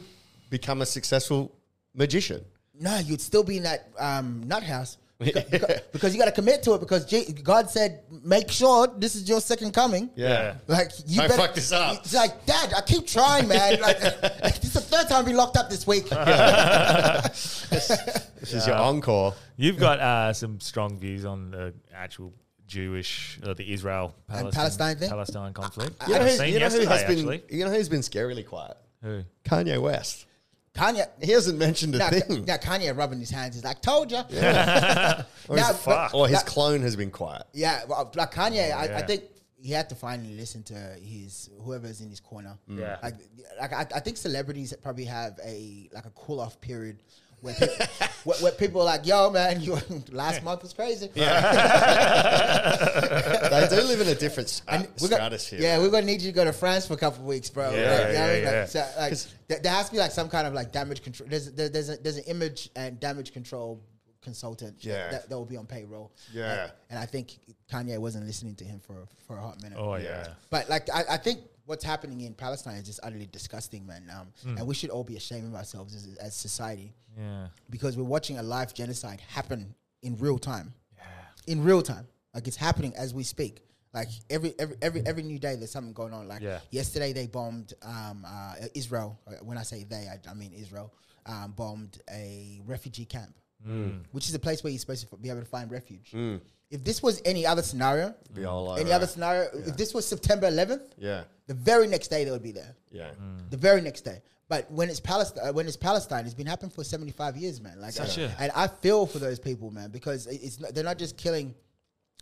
B: become a successful magician.
C: No, you'd still be in that um, nut
B: [laughs]
C: house because, because- because you got to commit to it because Je- God said, make sure this is your second coming.
B: Yeah.
C: Like you
B: Don't
C: better
B: fuck this up.
C: It's like, Dad, I keep trying, man. Like, [laughs] this is the third time we locked up this week.
B: This is your encore.
D: You've got uh, some strong views on the actual Jewish, uh, the Israel
C: And Palestine thing?
D: Palestine conflict.
B: You know,
D: I've
B: who,
D: seen
B: you know who
D: yesterday,
B: has been?
D: actually.
B: You know who's been scarily quiet?
D: Who?
B: Kanye West.
C: Kanye,
B: He hasn't mentioned a
C: now,
B: thing.
C: now Kanye rubbing his hands is like, told you. [laughs]
B: or,
C: Nah,
B: his,
C: but-
B: or his
C: nah.
B: clone has been
C: [laughs]
B: quiet.
C: Yeah, well, uh, like Kanye, I, I
B: yeah.
C: think he had to finally listen to his whoever's in his corner.
B: Mm. Yeah.
C: like, like I, I think celebrities probably have a like a cool off period.
B: [laughs]
C: Where, pe- where, where people are like, yo, man, you [laughs] last month was crazy.
B: they do live in a different sp-
C: We're gonna-
B: stratosphere.
C: yeah, we're gonna need you to go to France for a couple of weeks,
B: Yeah,
C: bro. Like, you know what I
B: yeah,
C: mean? Like,
B: yeah.
C: so, like, th- there has to be like some kind of like damage control. There's there, there's a, there's an image and damage control consultant.
B: Yeah.
C: that, that will be on payroll.
B: Yeah.
C: and, and I think Kanye wasn't listening to him for for a hot minute.
D: Oh, yeah.
C: But like I, I think what's happening in Palestine is just utterly disgusting, man. Um,
D: Mm.
C: and we should all be ashamed of ourselves as, as society
D: Yeah.
C: because we're watching a live genocide happen in real time. In real time, like it's happening as we speak. Like every every every every new day, there's something going on. Like
D: Yeah.
C: yesterday, they bombed um, uh, Israel. Uh, When I say they, I, I mean Israel um, bombed a refugee camp,
B: Mm.
C: which is a place where you're supposed to be able to find refuge.
B: Mm.
C: If this was any other scenario,
B: Be all over
C: any other
B: it.
C: scenario, if this was September 11th,
B: Yeah.
C: the very next day they would be there.
B: Yeah.
C: The very next day. But when it's Palestine, uh, when it's Palestine, it's been happening for seventy five years, man. Like, uh,
D: Such a-
C: and I feel for those people, man, because it- it's not, they're not just killing,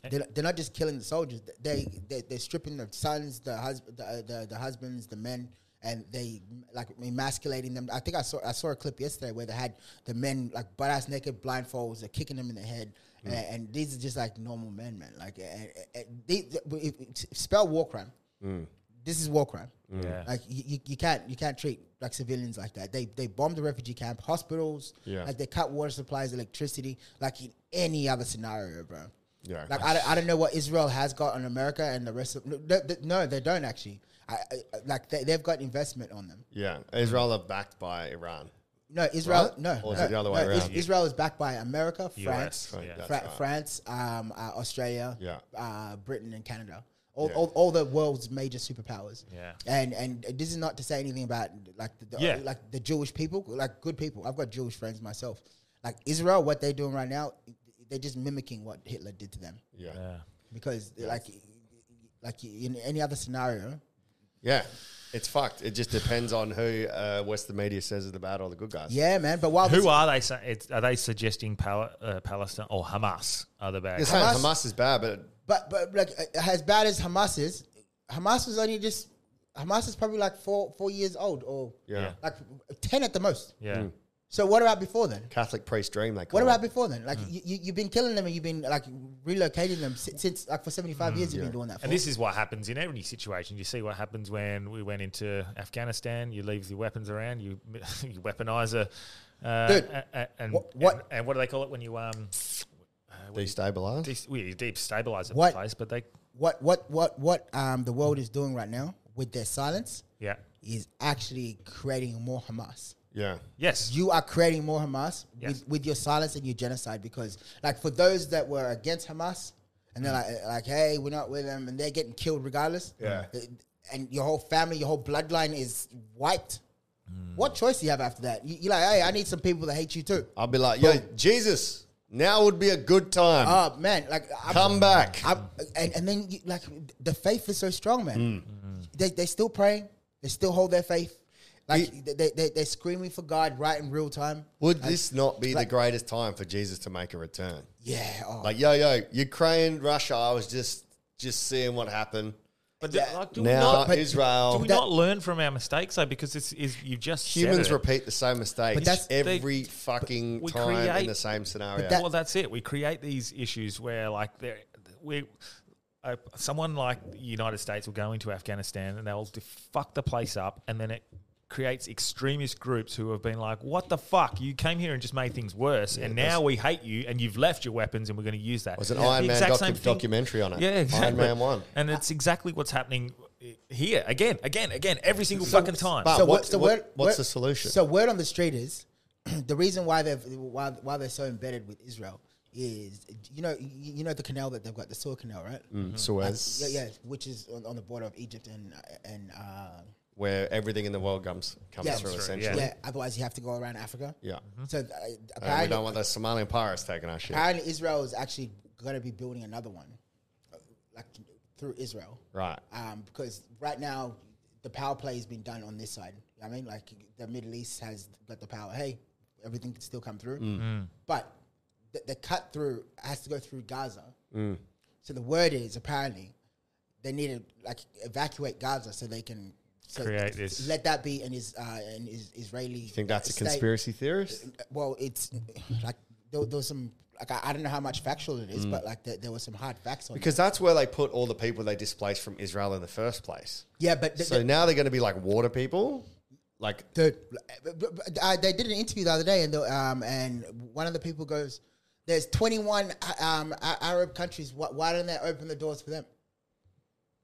C: they're, not- they're not just killing the soldiers. They they they're stripping the sons, the hus- the, uh, the the husbands, the men, and they like emasculating them. I think I saw I saw a clip yesterday where they had the men like butt ass naked, blindfolds, they're kicking them in the head.
B: Mm.
C: And, and these are just like normal men, man. Like, and, and they, if- if- spell war crime
B: Mm.
C: this is war crime.
B: Mm. Yeah.
C: Like you, you- you can't you can't treat like civilians like that. They they bombed the refugee camp, hospitals.
B: Yeah.
C: Like they cut water supplies, electricity. Like in any other scenario, bro.
B: Yeah.
C: Like I, don't- I don't know what Israel has got on America and the rest of no they, they- no they don't actually. I, I I- like they, they've got investment on them.
B: Yeah. Israel are backed by Iran.
C: No, Israel.
B: Right?
C: No,
B: Or is
C: no,
B: it the other
C: no,
B: way
C: Is-
B: around?
C: Israel is backed by America,
B: US,
C: France,
B: right, that's
C: Fra-
B: right.
C: France, um, uh, Australia,
B: Yeah.
C: uh, Britain, and Canada. All,
B: Yeah.
C: all, all the world's major superpowers.
D: Yeah.
C: And and this is not to say anything about like the, the-
D: Yeah.
C: like the Jewish people, like good people. I've got Jewish friends myself. Like Israel, what they're doing right now, they're just mimicking what Hitler did to them.
B: Yeah.
C: Because like like in any other scenario,
B: Yeah. It's fucked. It just depends on who uh, Western media says is the bad or the good guys.
C: yeah, man. But while this-
D: Who are they? sa- It's, are they suggesting Pal- uh, Palestine or Hamas are the bad?
B: You're
D: guys?
B: saying Hamas, is bad, but
C: But but like uh, as bad as Hamas is, Hamas was only just Hamas is probably like four four years old or
B: Yeah.
C: like ten at the most.
D: Yeah. Mm.
C: So what about before then?
B: Catholic priest dream they call
C: What
B: it.
C: about before then?
D: Mm.
C: Like you, you you've been killing them and you've been like relocating them si- since like for seventy five years you've been doing that. For.
D: Mm. And this is what happens in every situation. You see what happens when we went into Afghanistan. You leave your weapons around. You [laughs] you weaponize a. Uh,
C: Dude,
D: a- a- and,
C: wha- what-
D: And, and what do they call it when you um
B: Destabilized.
D: de- well, you destabilize the
C: What-
D: place? But they
C: what what what what um the world is doing right now with their silence
D: yeah
C: is actually creating more Hamas.
B: Yeah.
D: yes
C: You are creating more Hamas
D: Yes.
C: with, with your silence and your genocide because, like, for those that were against Hamas and they're like, like, hey, we're not with them, and they're getting killed regardless.
B: Yeah.
C: And your whole family, your whole bloodline is wiped. What choice do you have after that? You, you're like, hey, I need some people that hate you too.
B: I'll be like, yo, Jesus, now would be a good time.
C: Oh man, like I'm-
B: Come back.
C: I'm- and, and then you, like the faith is so strong, man. Mm. They they still praying. They still hold their faith. Like they, they they're screaming for God right in real time.
B: Would
C: Like,
B: this not be
C: like-
B: the greatest time for Jesus to make a return?
C: Yeah. Oh.
B: Like, yo, yo, Ukraine, Russia, I was just just seeing what happened.
D: But do, like, do
B: Now,
D: we not,
B: Israel-
D: do we
B: That-
D: not learn from our mistakes though? Because this is you just said
B: Humans
D: it.
B: repeat the same mistakes
D: But that's-
B: every
D: They-
B: fucking
D: we
B: time in
D: create-
B: the same scenario.
D: well, that's it. We create these issues where, like, there we. Uh, someone like the United States will go into Afghanistan and they'll def- fuck the place up, and then it creates extremist groups who have been like, "What the fuck? You came here and just made things worse, and now we hate you, and you've left your weapons, and we're going to use that."
B: was an
D: Yeah.
B: Iron
D: The
B: Man
D: exact
B: docu-
D: same thing-
B: documentary on it.
D: Yeah, exactly.
B: Iron Man one.
D: and it's exactly what's happening here again, again, again, every single
C: So-
D: fucking time.
B: But what's the word, Ah, what's the solution?
C: So word on the street is [clears throat] the reason why they've why, why they're so embedded with Israel is you know you you know the canal that they've got the Suez Canal right
B: Mm, Suez.
C: Uh, yeah, yeah which is on, on the border of Egypt and and uh,
B: where everything in the world comes comes
C: yeah,
B: through
C: yeah
B: essentially.
C: otherwise you have to go around Africa
B: Yeah.
C: so uh,
B: And we
C: apparently,
B: don't want those Somalian pirates taking our shit.
C: apparently Israel is actually going to be building another one uh, like through Israel
B: Right.
C: um, because right now the power play has been done on this side. You know what I mean, like the Middle East has got the power. Hey, everything can still come through,
B: Mm. Mm.
C: but the, the cut through has to go through Gaza.
B: Mm.
C: So the word is apparently they need to like evacuate Gaza so they can so
D: Create this.
C: Let that be an, is, uh, an is, Israeli. You
B: think that's a conspiracy theorist?
C: Well, it's [laughs] like there, there was some. Like I, I don't know how much factual it is,
B: Mm.
C: but like there, there was some hard facts on
B: Because
C: it.
B: that's where they put all the people they displaced from Israel in the first place.
C: Yeah, but the-
B: so
C: the-
B: now they're going to be like water people, like
C: Dude, I, they did an interview the other day, and the, um, and one of the people goes, "There's 21 uh, um, A- Arab countries. Why, why don't they open the doors for them?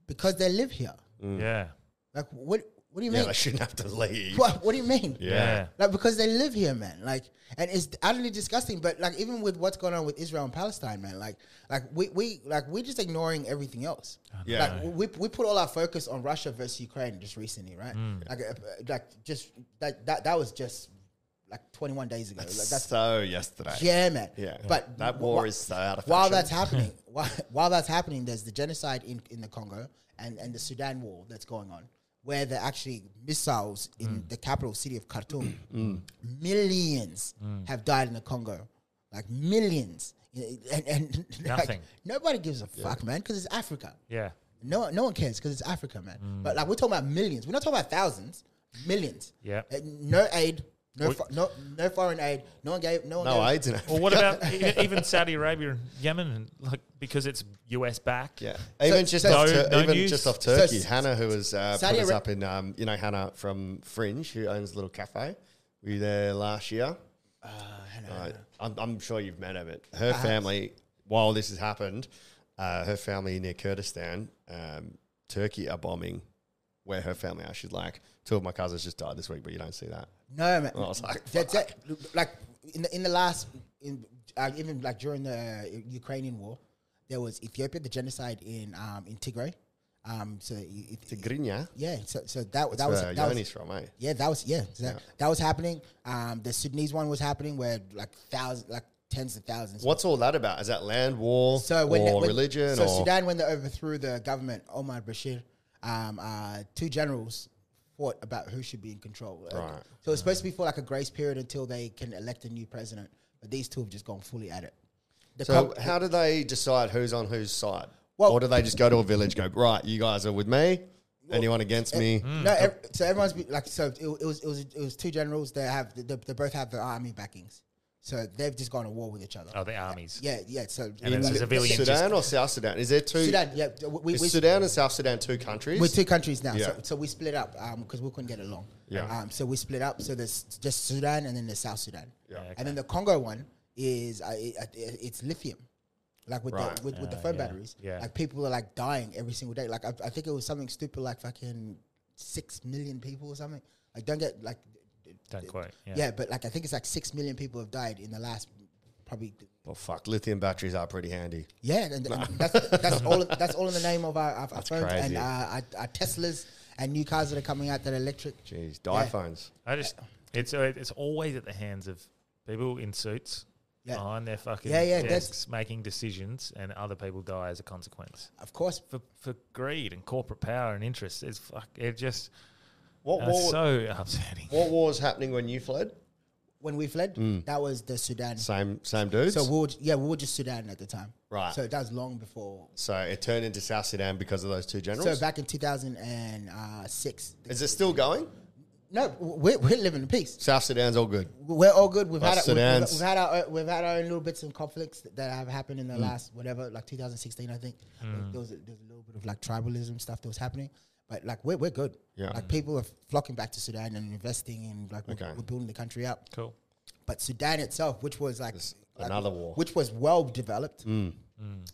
C: Because they live here.
D: yeah,
C: Like, what? What do you
B: Yeah,
C: mean?
B: they shouldn't have to leave.
C: [laughs] What, what do you mean?
B: Yeah. Yeah.
C: like because they live here, man. Like, and it's utterly disgusting. But like, even with what's going on with Israel and Palestine, man, like, like we, we like we're just ignoring everything else.
B: Yeah.
C: like we, we put all our focus on Russia versus Ukraine just recently, right?
B: Mm.
C: Like, uh, like just that that that was just like 21 days ago. like, that's
B: so yesterday.
C: yeah, man.
B: Yeah,
C: but
B: that
C: wh-
B: war
C: wh-
B: is so out of
C: While
B: fashion. [laughs]
C: that's happening, while, while that's happening, there's the genocide in, in the Congo and, and the Sudan war that's going on, where there are actually missiles in the capital city of Khartoum.
B: Mm.
C: Millions
B: Mm.
C: have died in the Congo, like millions, and, and [laughs] like,
D: Nothing.
C: nobody gives a
D: Yeah.
C: fuck, man, because it's Africa.
D: yeah.
C: No, no one cares because it's Africa, man.
D: Mm.
C: But like we're talking about millions. We're not talking about thousands. Millions.
D: Yeah.
C: Uh, No aid. No,
D: We-
C: fo- no, no foreign aid. No one gave. No one.
B: No
C: gave-
B: aid's in
D: Well, what about e- even Saudi Arabia and Yemen, and like because it's US back?
B: Yeah, even just off Tur- even just off Turkey,
D: So-
B: Hannah, who was uh, put
D: Saudi
B: us
D: Ara-
B: up in, um, you know, Hannah from Fringe, who owns a little cafe. We were there last year. Uh, I'm, I'm sure you've met her, but her
D: I have.
B: family, while this has happened, uh, her family near Kurdistan, um, Turkey are bombing where her family are. She's like, two of my cousins just died this week, but you don't see that.
C: No, man.
B: And I was like,
C: That's it. Look, Like in the in the last, in, uh, even like during the uh, Ukrainian war, there was Ethiopia, the genocide in um, in Tigray. Um, so
B: Tigrinya.
C: Yeah. So so that,
B: That's
C: that was
B: where
C: that
B: Yoni's
C: was,
B: from, eh?
C: Yeah, that was yeah, so that,
B: Yeah.
C: that was happening. Um, the Sudanese one was happening where like thousands, like tens of thousands.
B: What's all that about? Is that land war
C: So when
B: or
C: when-
B: religion?
C: So
B: or
C: Sudan, when they overthrew the government, Omar Bashir, um, uh, two generals fought about who should be in control. Like,
B: Right.
C: So it's supposed to be for like a grace period until they can elect a new president. But these two have just gone fully at it. The
B: so
C: com-
B: how do they decide who's on whose side?
C: Well-
B: or do they just go to a village, go right? You guys are with me. Anyone against me?
D: Hmm.
C: No, ev- so everyone's be, like, so it, it was it was it was two generals. They have they, they both have the army backings, so they've just gone to war with each other.
D: Oh, the armies.
C: Yeah, yeah. So
D: And it's a civilian
B: Sudan or South Sudan? Is there two?
C: Sudan, yeah, we- we-
B: is
C: we-
B: Sudan and South Sudan two countries.
C: We're two countries now,
B: Yeah.
C: so, so we split up because we couldn't get along.
B: Yeah.
C: Um, so we split up. So there's just Sudan and then there's South Sudan.
B: Yeah. Yeah,
C: And then the Congo one is uh, it, uh, it's lithium, like with
B: Right.
C: the, with, with the
B: Uh,
C: phone
B: yeah.
C: batteries.
B: Yeah.
C: Like people are like dying every single day. Like I, I think it was something stupid like fucking six million people or something. Like don't get like
D: Don't quote.
C: yeah.
D: Yeah.
C: but like I think it's like six million people have died in the last probably
B: well, Oh, fuck, lithium batteries are pretty handy.
C: yeah,
B: [laughs]
C: and, and that's that's all. That's all in the name of our, our our phones
B: crazy.
C: and uh, our, our Teslas and new cars that are coming out that are electric.
B: Jeez,
C: Yeah.
B: die phones.
D: I just it's uh, it's always at the hands of people in suits
C: Yeah.
D: behind their fucking
C: Yeah, yeah, that's-
D: desks making decisions, and other people die as a consequence.
C: Of course,
D: for for greed and corporate power and interest, it's fuck. It just
B: What
D: uh,
B: war-
D: so upsetting.
B: What war was happening when you fled?
C: when we fled,
B: Mm.
C: that was the Sudan.
B: Same same dudes.
C: So we were, yeah, we were just Sudan at the time.
B: Right.
C: So that was long before.
B: So it turned into South Sudan because of those two generals.
C: So back in 2006.
B: Is it still going?
C: No, we're, we're living in peace.
B: South Sudan's all good.
C: We're all good. We've
B: South
C: had, our- we've,
B: Sudan's
C: we've had our uh, we've had our own little bits of conflicts that have happened in the
B: Mm.
C: last whatever, like 2016, I think.
B: Mm.
C: There, was a, there was a little bit of like tribalism stuff that was happening, but like we're, we're good.
B: Yeah.
C: Like people are flocking back to Sudan and investing and like we're,
B: Okay.
C: we're building the country up.
D: Cool.
C: But Sudan itself, which was like, like,
B: another war.
C: which was well developed,
B: Mm.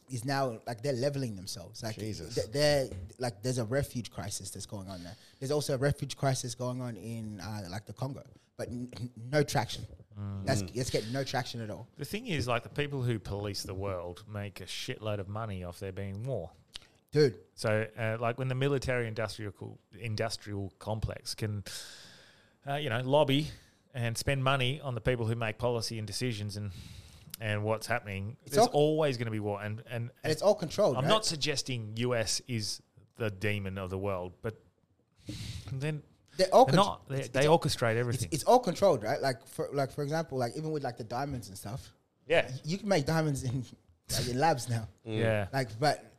C: is now like they're leveling themselves. Like
B: Jesus.
C: th- they're like there's a refuge crisis that's going on there. There's also a refuge crisis going on in uh, like the Congo, but n- n- no traction. That's
D: Mm.
C: it's getting no traction at all.
D: The thing is, like the people who police the world make a shitload of money off there being war,
C: dude.
D: So, uh, like when the military industrial co- industrial complex can, uh, you know, lobby and spend money on the people who make policy and decisions and and what's happening,
C: It's
D: there's
C: all-
D: always going to be war, and and
C: And it's all controlled.
D: I'm
C: right?
D: not suggesting US is the demon of the world, but then
C: They're all
D: they're
C: contr-
D: not. They,
C: it's-
D: they orchestrate everything.
C: It's all controlled, right? Like for like for example, like even with like the diamonds and stuff.
D: Yeah.
C: you can make diamonds in like, in labs now.
B: Mm. Yeah.
C: like but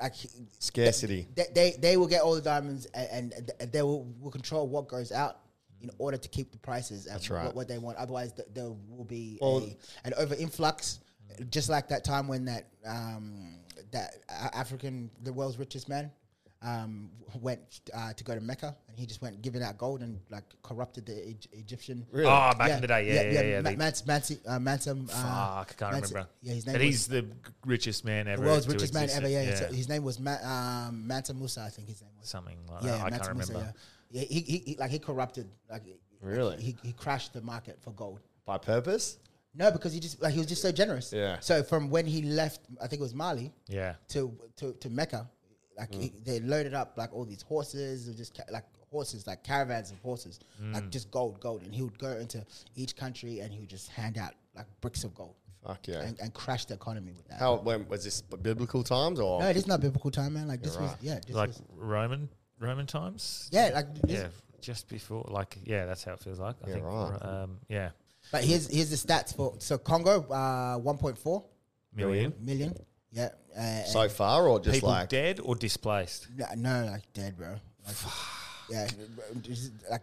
C: like
B: Scarcity.
C: they, they they will get all the diamonds and, and th- they will, will control what goes out in order to keep the prices at
B: That's right.
C: what, what they want. Otherwise, th- there will be
B: Well-
C: a, an over influx, just like that time when that um, that A- African, the world's richest man. Um, went uh, to go to Mecca, and he just went giving out gold and like corrupted the e- Egyptian.
D: Really? Oh, back in the day, yeah, yeah, yeah,
C: Ma-
D: they-
C: Mans- Mansi- uh, Mansum,
D: Fuck,
C: uh,
D: I can't
C: Mansi-
D: remember.
C: Yeah, his name.
D: But
C: was-
D: he's the richest man ever.
C: the world's
D: to
C: richest man
D: exist.
C: ever. Yeah, yeah. So his name was Ma- um, Manta Musa, I think his name was
D: Something like that. I can't remember.
C: yeah. Yeah, he, he, he like he corrupted like he-
B: Really?
C: he, he crashed the market for gold.
B: by purpose.
C: No, because he just like he was just so generous.
B: Yeah.
C: So from when he left, I think it was Mali.
D: Yeah.
C: To to, to Mecca, like
B: Mm.
C: he- they loaded up like all these horses, or just ca- like horses, like caravans of horses, like
B: Mm.
C: just gold, gold, and he would go into each country and he would just hand out like bricks of gold.
B: Fuck yeah.
C: And, and crash the economy with that.
B: How when was this biblical times or
C: No, it is not biblical time, man. Like this
B: You're
C: was,
B: right.
C: yeah, this
D: like
C: was,
D: Roman Roman times.
C: Yeah, like this-
D: yeah, just before, like yeah, that's how it feels like. I
B: Yeah,
D: think.
B: right.
D: Um, yeah,
C: But here's here's the stats for so Congo, uh, one point four
D: Million.
C: million. Yeah. Uh,
B: so far or just
D: people
B: like
D: dead or displaced.
C: and- no, no, like dead, bro.
B: [sighs]
C: Like, yeah, this is like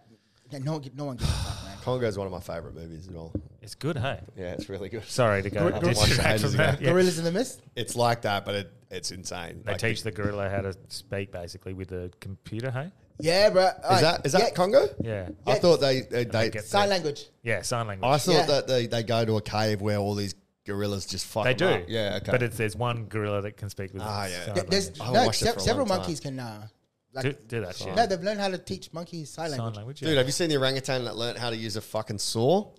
C: no one, gi- no one gives a fuck,
B: [sighs]
C: man.
B: Congo's one of my favorite movies as well.
D: It's good, hey.
B: Yeah, it's really good.
D: Sorry to go
B: I watched it
D: distract
B: ages
D: from
B: ago.
D: that, yeah.
C: Gorillas in the Mist.
B: [laughs] It's like that, but it, it's insane.
D: They
B: Like,
D: teach the gorilla how to speak basically with a computer, hey?
C: Yeah, bro.
B: Is that is that Congo?
D: Yeah.
B: I thought they they, they,
D: get
C: sign language?
D: Yeah, sign language.
B: I thought
C: Yeah.
B: that they, they go to a cave where all these gorillas just fuck.
D: They do.
B: them up. Yeah. Okay.
D: But it's, there's one gorilla that can speak with
B: Ah, yeah.
D: sign
B: There-
C: There's
D: language.
B: I
C: no
B: watched it for
C: se-
B: a long
C: several
B: time.
C: monkeys can uh, like
D: Do- do that shit.
C: No, they've learned how to teach monkeys sign language.
B: Dude, have you seen the orangutan that learnt how to use a fucking saw?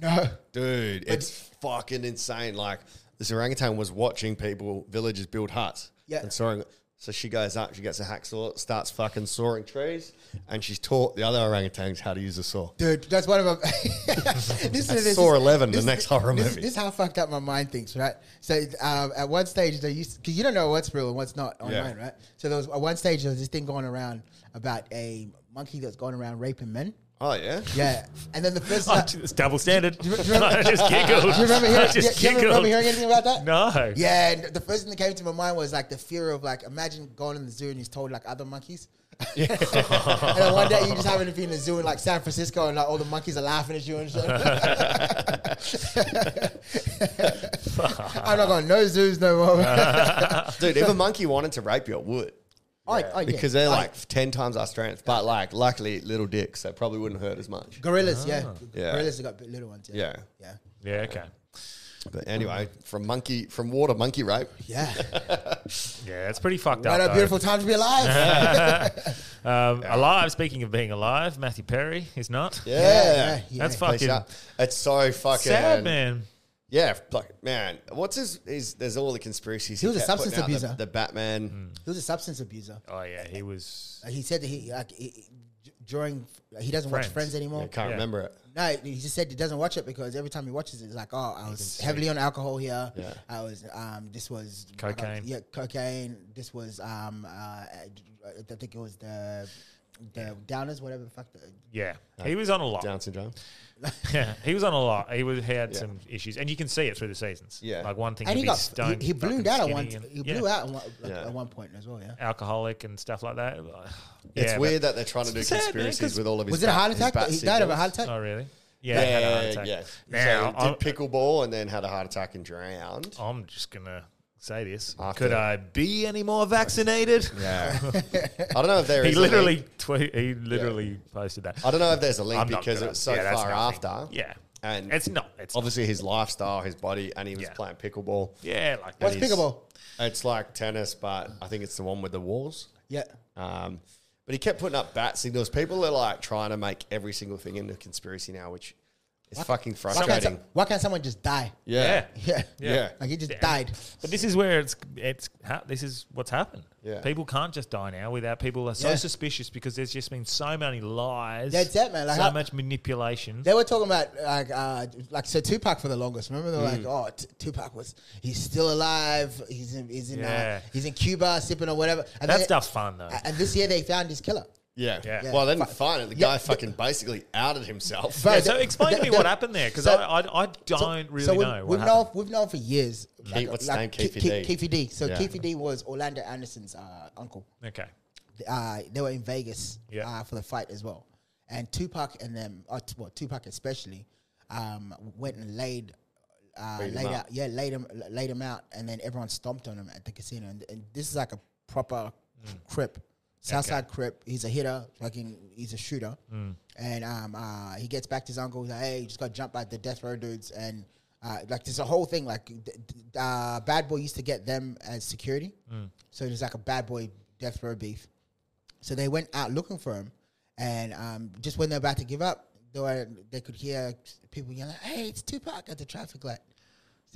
C: No.
B: Dude, it's fucking insane. Like this orangutan was watching people, villagers build huts.
C: Yeah.
B: And sawing. So she goes up, she gets a hacksaw, starts fucking sawing trees, and she's taught the other orangutans how to use a saw.
C: Dude, that's one of my. [laughs] this
B: That's
C: this
B: Saw 11, the
C: this-
B: next horror
C: this,
B: movie.
C: This is how fucked up my mind thinks, right? So um, at one stage they used because you don't know what's real and what's not
B: Yeah.
C: online, right? So there was at one stage there was this thing going around about a monkey that's going around raping men.
B: Oh yeah.
C: Yeah, and then
B: [laughs]
C: the first
D: Oh,
C: time,
D: [laughs] it's double standard.
C: do
D: [laughs]
C: you remember-
D: I just
C: Do
D: giggled.
C: you remember
D: I
C: hearing,
D: just
C: do you ever remember
D: giggled.
C: hearing anything about that?
D: No.
C: Yeah, and the first thing that came to my mind was like the fear of like imagine going in the zoo and he's told like other monkeys. [laughs] and then one day you just happen to be in the zoo in like San Francisco and like all the monkeys are laughing at you
D: [laughs]
C: and shit. I'm not going no zoos no
D: [laughs]
C: more.
B: Dude, if a monkey wanted to rape you, it would.
C: Oh, yeah. oh, yeah.
B: Because they're
C: Oh,
B: like ten times our strength, but like luckily little dicks, so it probably wouldn't hurt as much.
C: gorillas,
D: Ah.
C: yeah.
B: Yeah.
C: Gorillas have got bit- little ones.
B: Yeah.
C: Yeah.
D: Yeah, okay.
B: But anyway, from monkey from water monkey rape.
C: Yeah.
D: Yeah, it's pretty fucked up.
C: What a
D: though.
C: beautiful time to be alive.
D: um, Alive. Speaking of being alive, Matthew Perry is not.
B: Yeah. Please
D: that's fucking
B: up. It's so fucking
D: sad, man.
B: Yeah, fuck, man. What's his? Is there's all the conspiracies.
C: He was a
B: kept putting
C: substance
B: out, the-
C: abuser.
B: The, Batman.
D: Mm.
C: he was a substance abuser.
D: Oh yeah, he was.
C: Like, he said that he like he- during he doesn't watch
D: Friends.
C: Friends anymore.
B: I can't remember it.
C: No, he just said he doesn't watch it because every time he watches it, it's like, oh, I was heavily on alcohol here.
B: Yeah.
C: I was, um, this was
D: Cocaine.
C: uh, yeah, cocaine. This was, um, uh, I think it was the the downers, whatever the fuck. The,
D: Yeah, he was on a lot.
B: Down syndrome.
D: [laughs] yeah, he was on a lot. He was he had some issues, and you can see it through the seasons. Yeah, like one thing.
C: and he
D: got
C: got
D: stoned,
C: he, he
D: fucking
C: blew out at
D: skinny
C: one.
D: and-
C: He
D: yeah.
C: blew out at one, like, at one point as well. Yeah.
D: alcoholic and stuff like that.
B: It's
D: Yeah,
B: weird
D: but-
B: that they're trying to do
D: It's sad, man,
B: conspiracies
D: 'cause-
B: with all of his.
C: Was it a
B: bat-
C: heart
B: his
C: attack?
B: bat
C: He died of a
B: signals.
C: heart attack.
D: Oh really?
B: Yeah,
D: Yeah, he had a heart
B: yeah.
D: attack.
B: Now,
D: Now,
B: so he did pickleball and then had a heart attack and drowned.
D: I'm just gonna say this.
B: After-
D: Could I be any more vaccinated?
B: Yeah. I don't know if there
D: he
B: is a
D: Literally
B: link.
D: twe- he literally posted that.
B: I don't know if there's a link
D: I'm not
B: because
D: gonna-
B: it's so
D: yeah, that's
B: far
D: nothing.
B: after.
D: Yeah.
B: and
D: It's not- it's
B: obviously his lifestyle, his body, and he was
D: Yeah.
B: playing pickleball.
D: Yeah, like
B: And
D: that.
B: he's-
C: pickleball?
B: It's like tennis, but I think it's the one with the walls.
C: Yeah.
B: Um, but he kept putting up bat signals. People are like trying to make every single thing into conspiracy now, which is fucking
C: Why can't,
B: frustrating.
C: some- why can't someone just die? [laughs]
B: Yeah.
C: Yeah.
B: Yeah. Yeah.
C: Like he just died.
D: But this is where it's it's ha- this is what's happened.
C: Yeah.
D: People can't just die now without people are so
C: Yeah.
D: suspicious because there's just been so many lies.
C: That's it, man. Like
D: so
C: how-
D: much manipulation.
C: They were talking about like uh, like so Tupac for the longest. Remember they were like,
D: Mm.
C: oh, T- Tupac was he's still alive. He's in he's in
D: Yeah.
C: uh, he's in Cuba sipping or whatever. And
D: that
C: then-
D: stuff's fun though.
C: And this year they found his killer.
B: Yeah.
D: Yeah.
B: Well, they didn't find it. The guy fucking basically outed himself.
C: Bro,
D: yeah,
C: the-
D: so explain to me
C: the-
D: what
C: the-
D: happened there because
C: so-
D: I, I I don't really
C: we've,
D: know.
C: We've
D: what
C: known
D: happened.
C: we've known for years.
B: Keith- what's his name? Keefy D.
C: Keefy D. So
B: Yeah.
C: Keefy D was Orlando Anderson's uh, uncle.
D: Okay.
C: uh, they were in Vegas
D: Yeah.
C: uh, for the fight as well. And Tupac and them, or t- well, Tupac especially, um, went and laid, uh,
B: Laid 'em
C: laid
B: out.
C: out, yeah, laid him, laid him out, and then everyone stomped on him at the casino. And, and this is like a proper
D: Mm.
C: crip, Southside crip. He's a hitter, fucking, he's a shooter.
D: Mm.
C: And um, uh, he gets back to his uncle. He's like, hey, you just got jumped by the death row dudes. And uh, like, there's a whole thing. Like, th- th- uh, Bad Boy used to get them as security.
D: Mm.
C: So there's like a Bad Boy death row beef. So they went out looking for him. And um, just when they're about to give up, they, were, they could hear people yelling, hey, it's Tupac at the traffic light.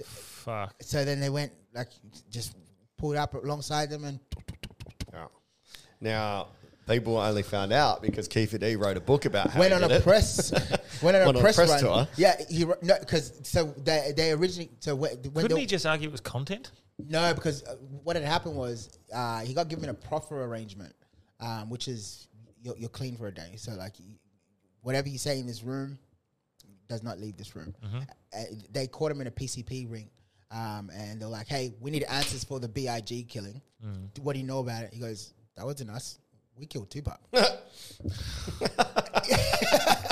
D: Fuck.
C: So then they went, like, just pulled up alongside them and
B: Yeah. Now, people only found out because Keith E D wrote a book about how
C: went
B: he
C: on
B: did
C: a
B: it.
C: press went on a press, run.
B: tour.
C: Yeah, he ru- no because so they they originally so when, when
D: Couldn't
C: they,
D: he just argue it was content?
C: no because uh, what had happened was uh, he got given a proffer arrangement, um, which is you're, you're clean for a day. So like you- whatever you say in this room does not leave this room. Uh, they caught him in a PCP ring. Um, and they're like, "Hey, we need answers for the Big killing.
D: Mm.
C: What do you know about it?" He goes, "That wasn't us. We killed Tupac." [laughs]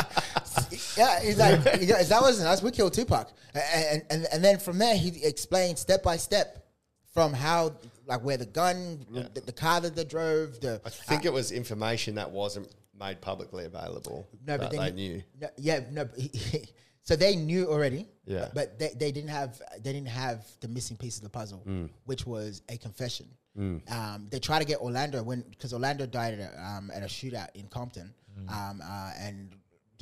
C: Yeah, he's like, he goes, that wasn't us. We killed Tupac, and and and then from there he explained step by step from how like where the gun, the, the car that they drove, the
B: I think it was information that wasn't made publicly available.
C: No,
B: but,
C: but then
B: they knew.
C: No, yeah, no. but he- he- so they knew already.
B: Yeah.
C: But they, they didn't have they didn't have the missing piece of the puzzle,
B: Mm.
C: which was a confession.
B: Mm.
C: Um, they tried to get Orlando when because Orlando died at a, um, at a shootout in Compton, um, uh, and
B: Mm.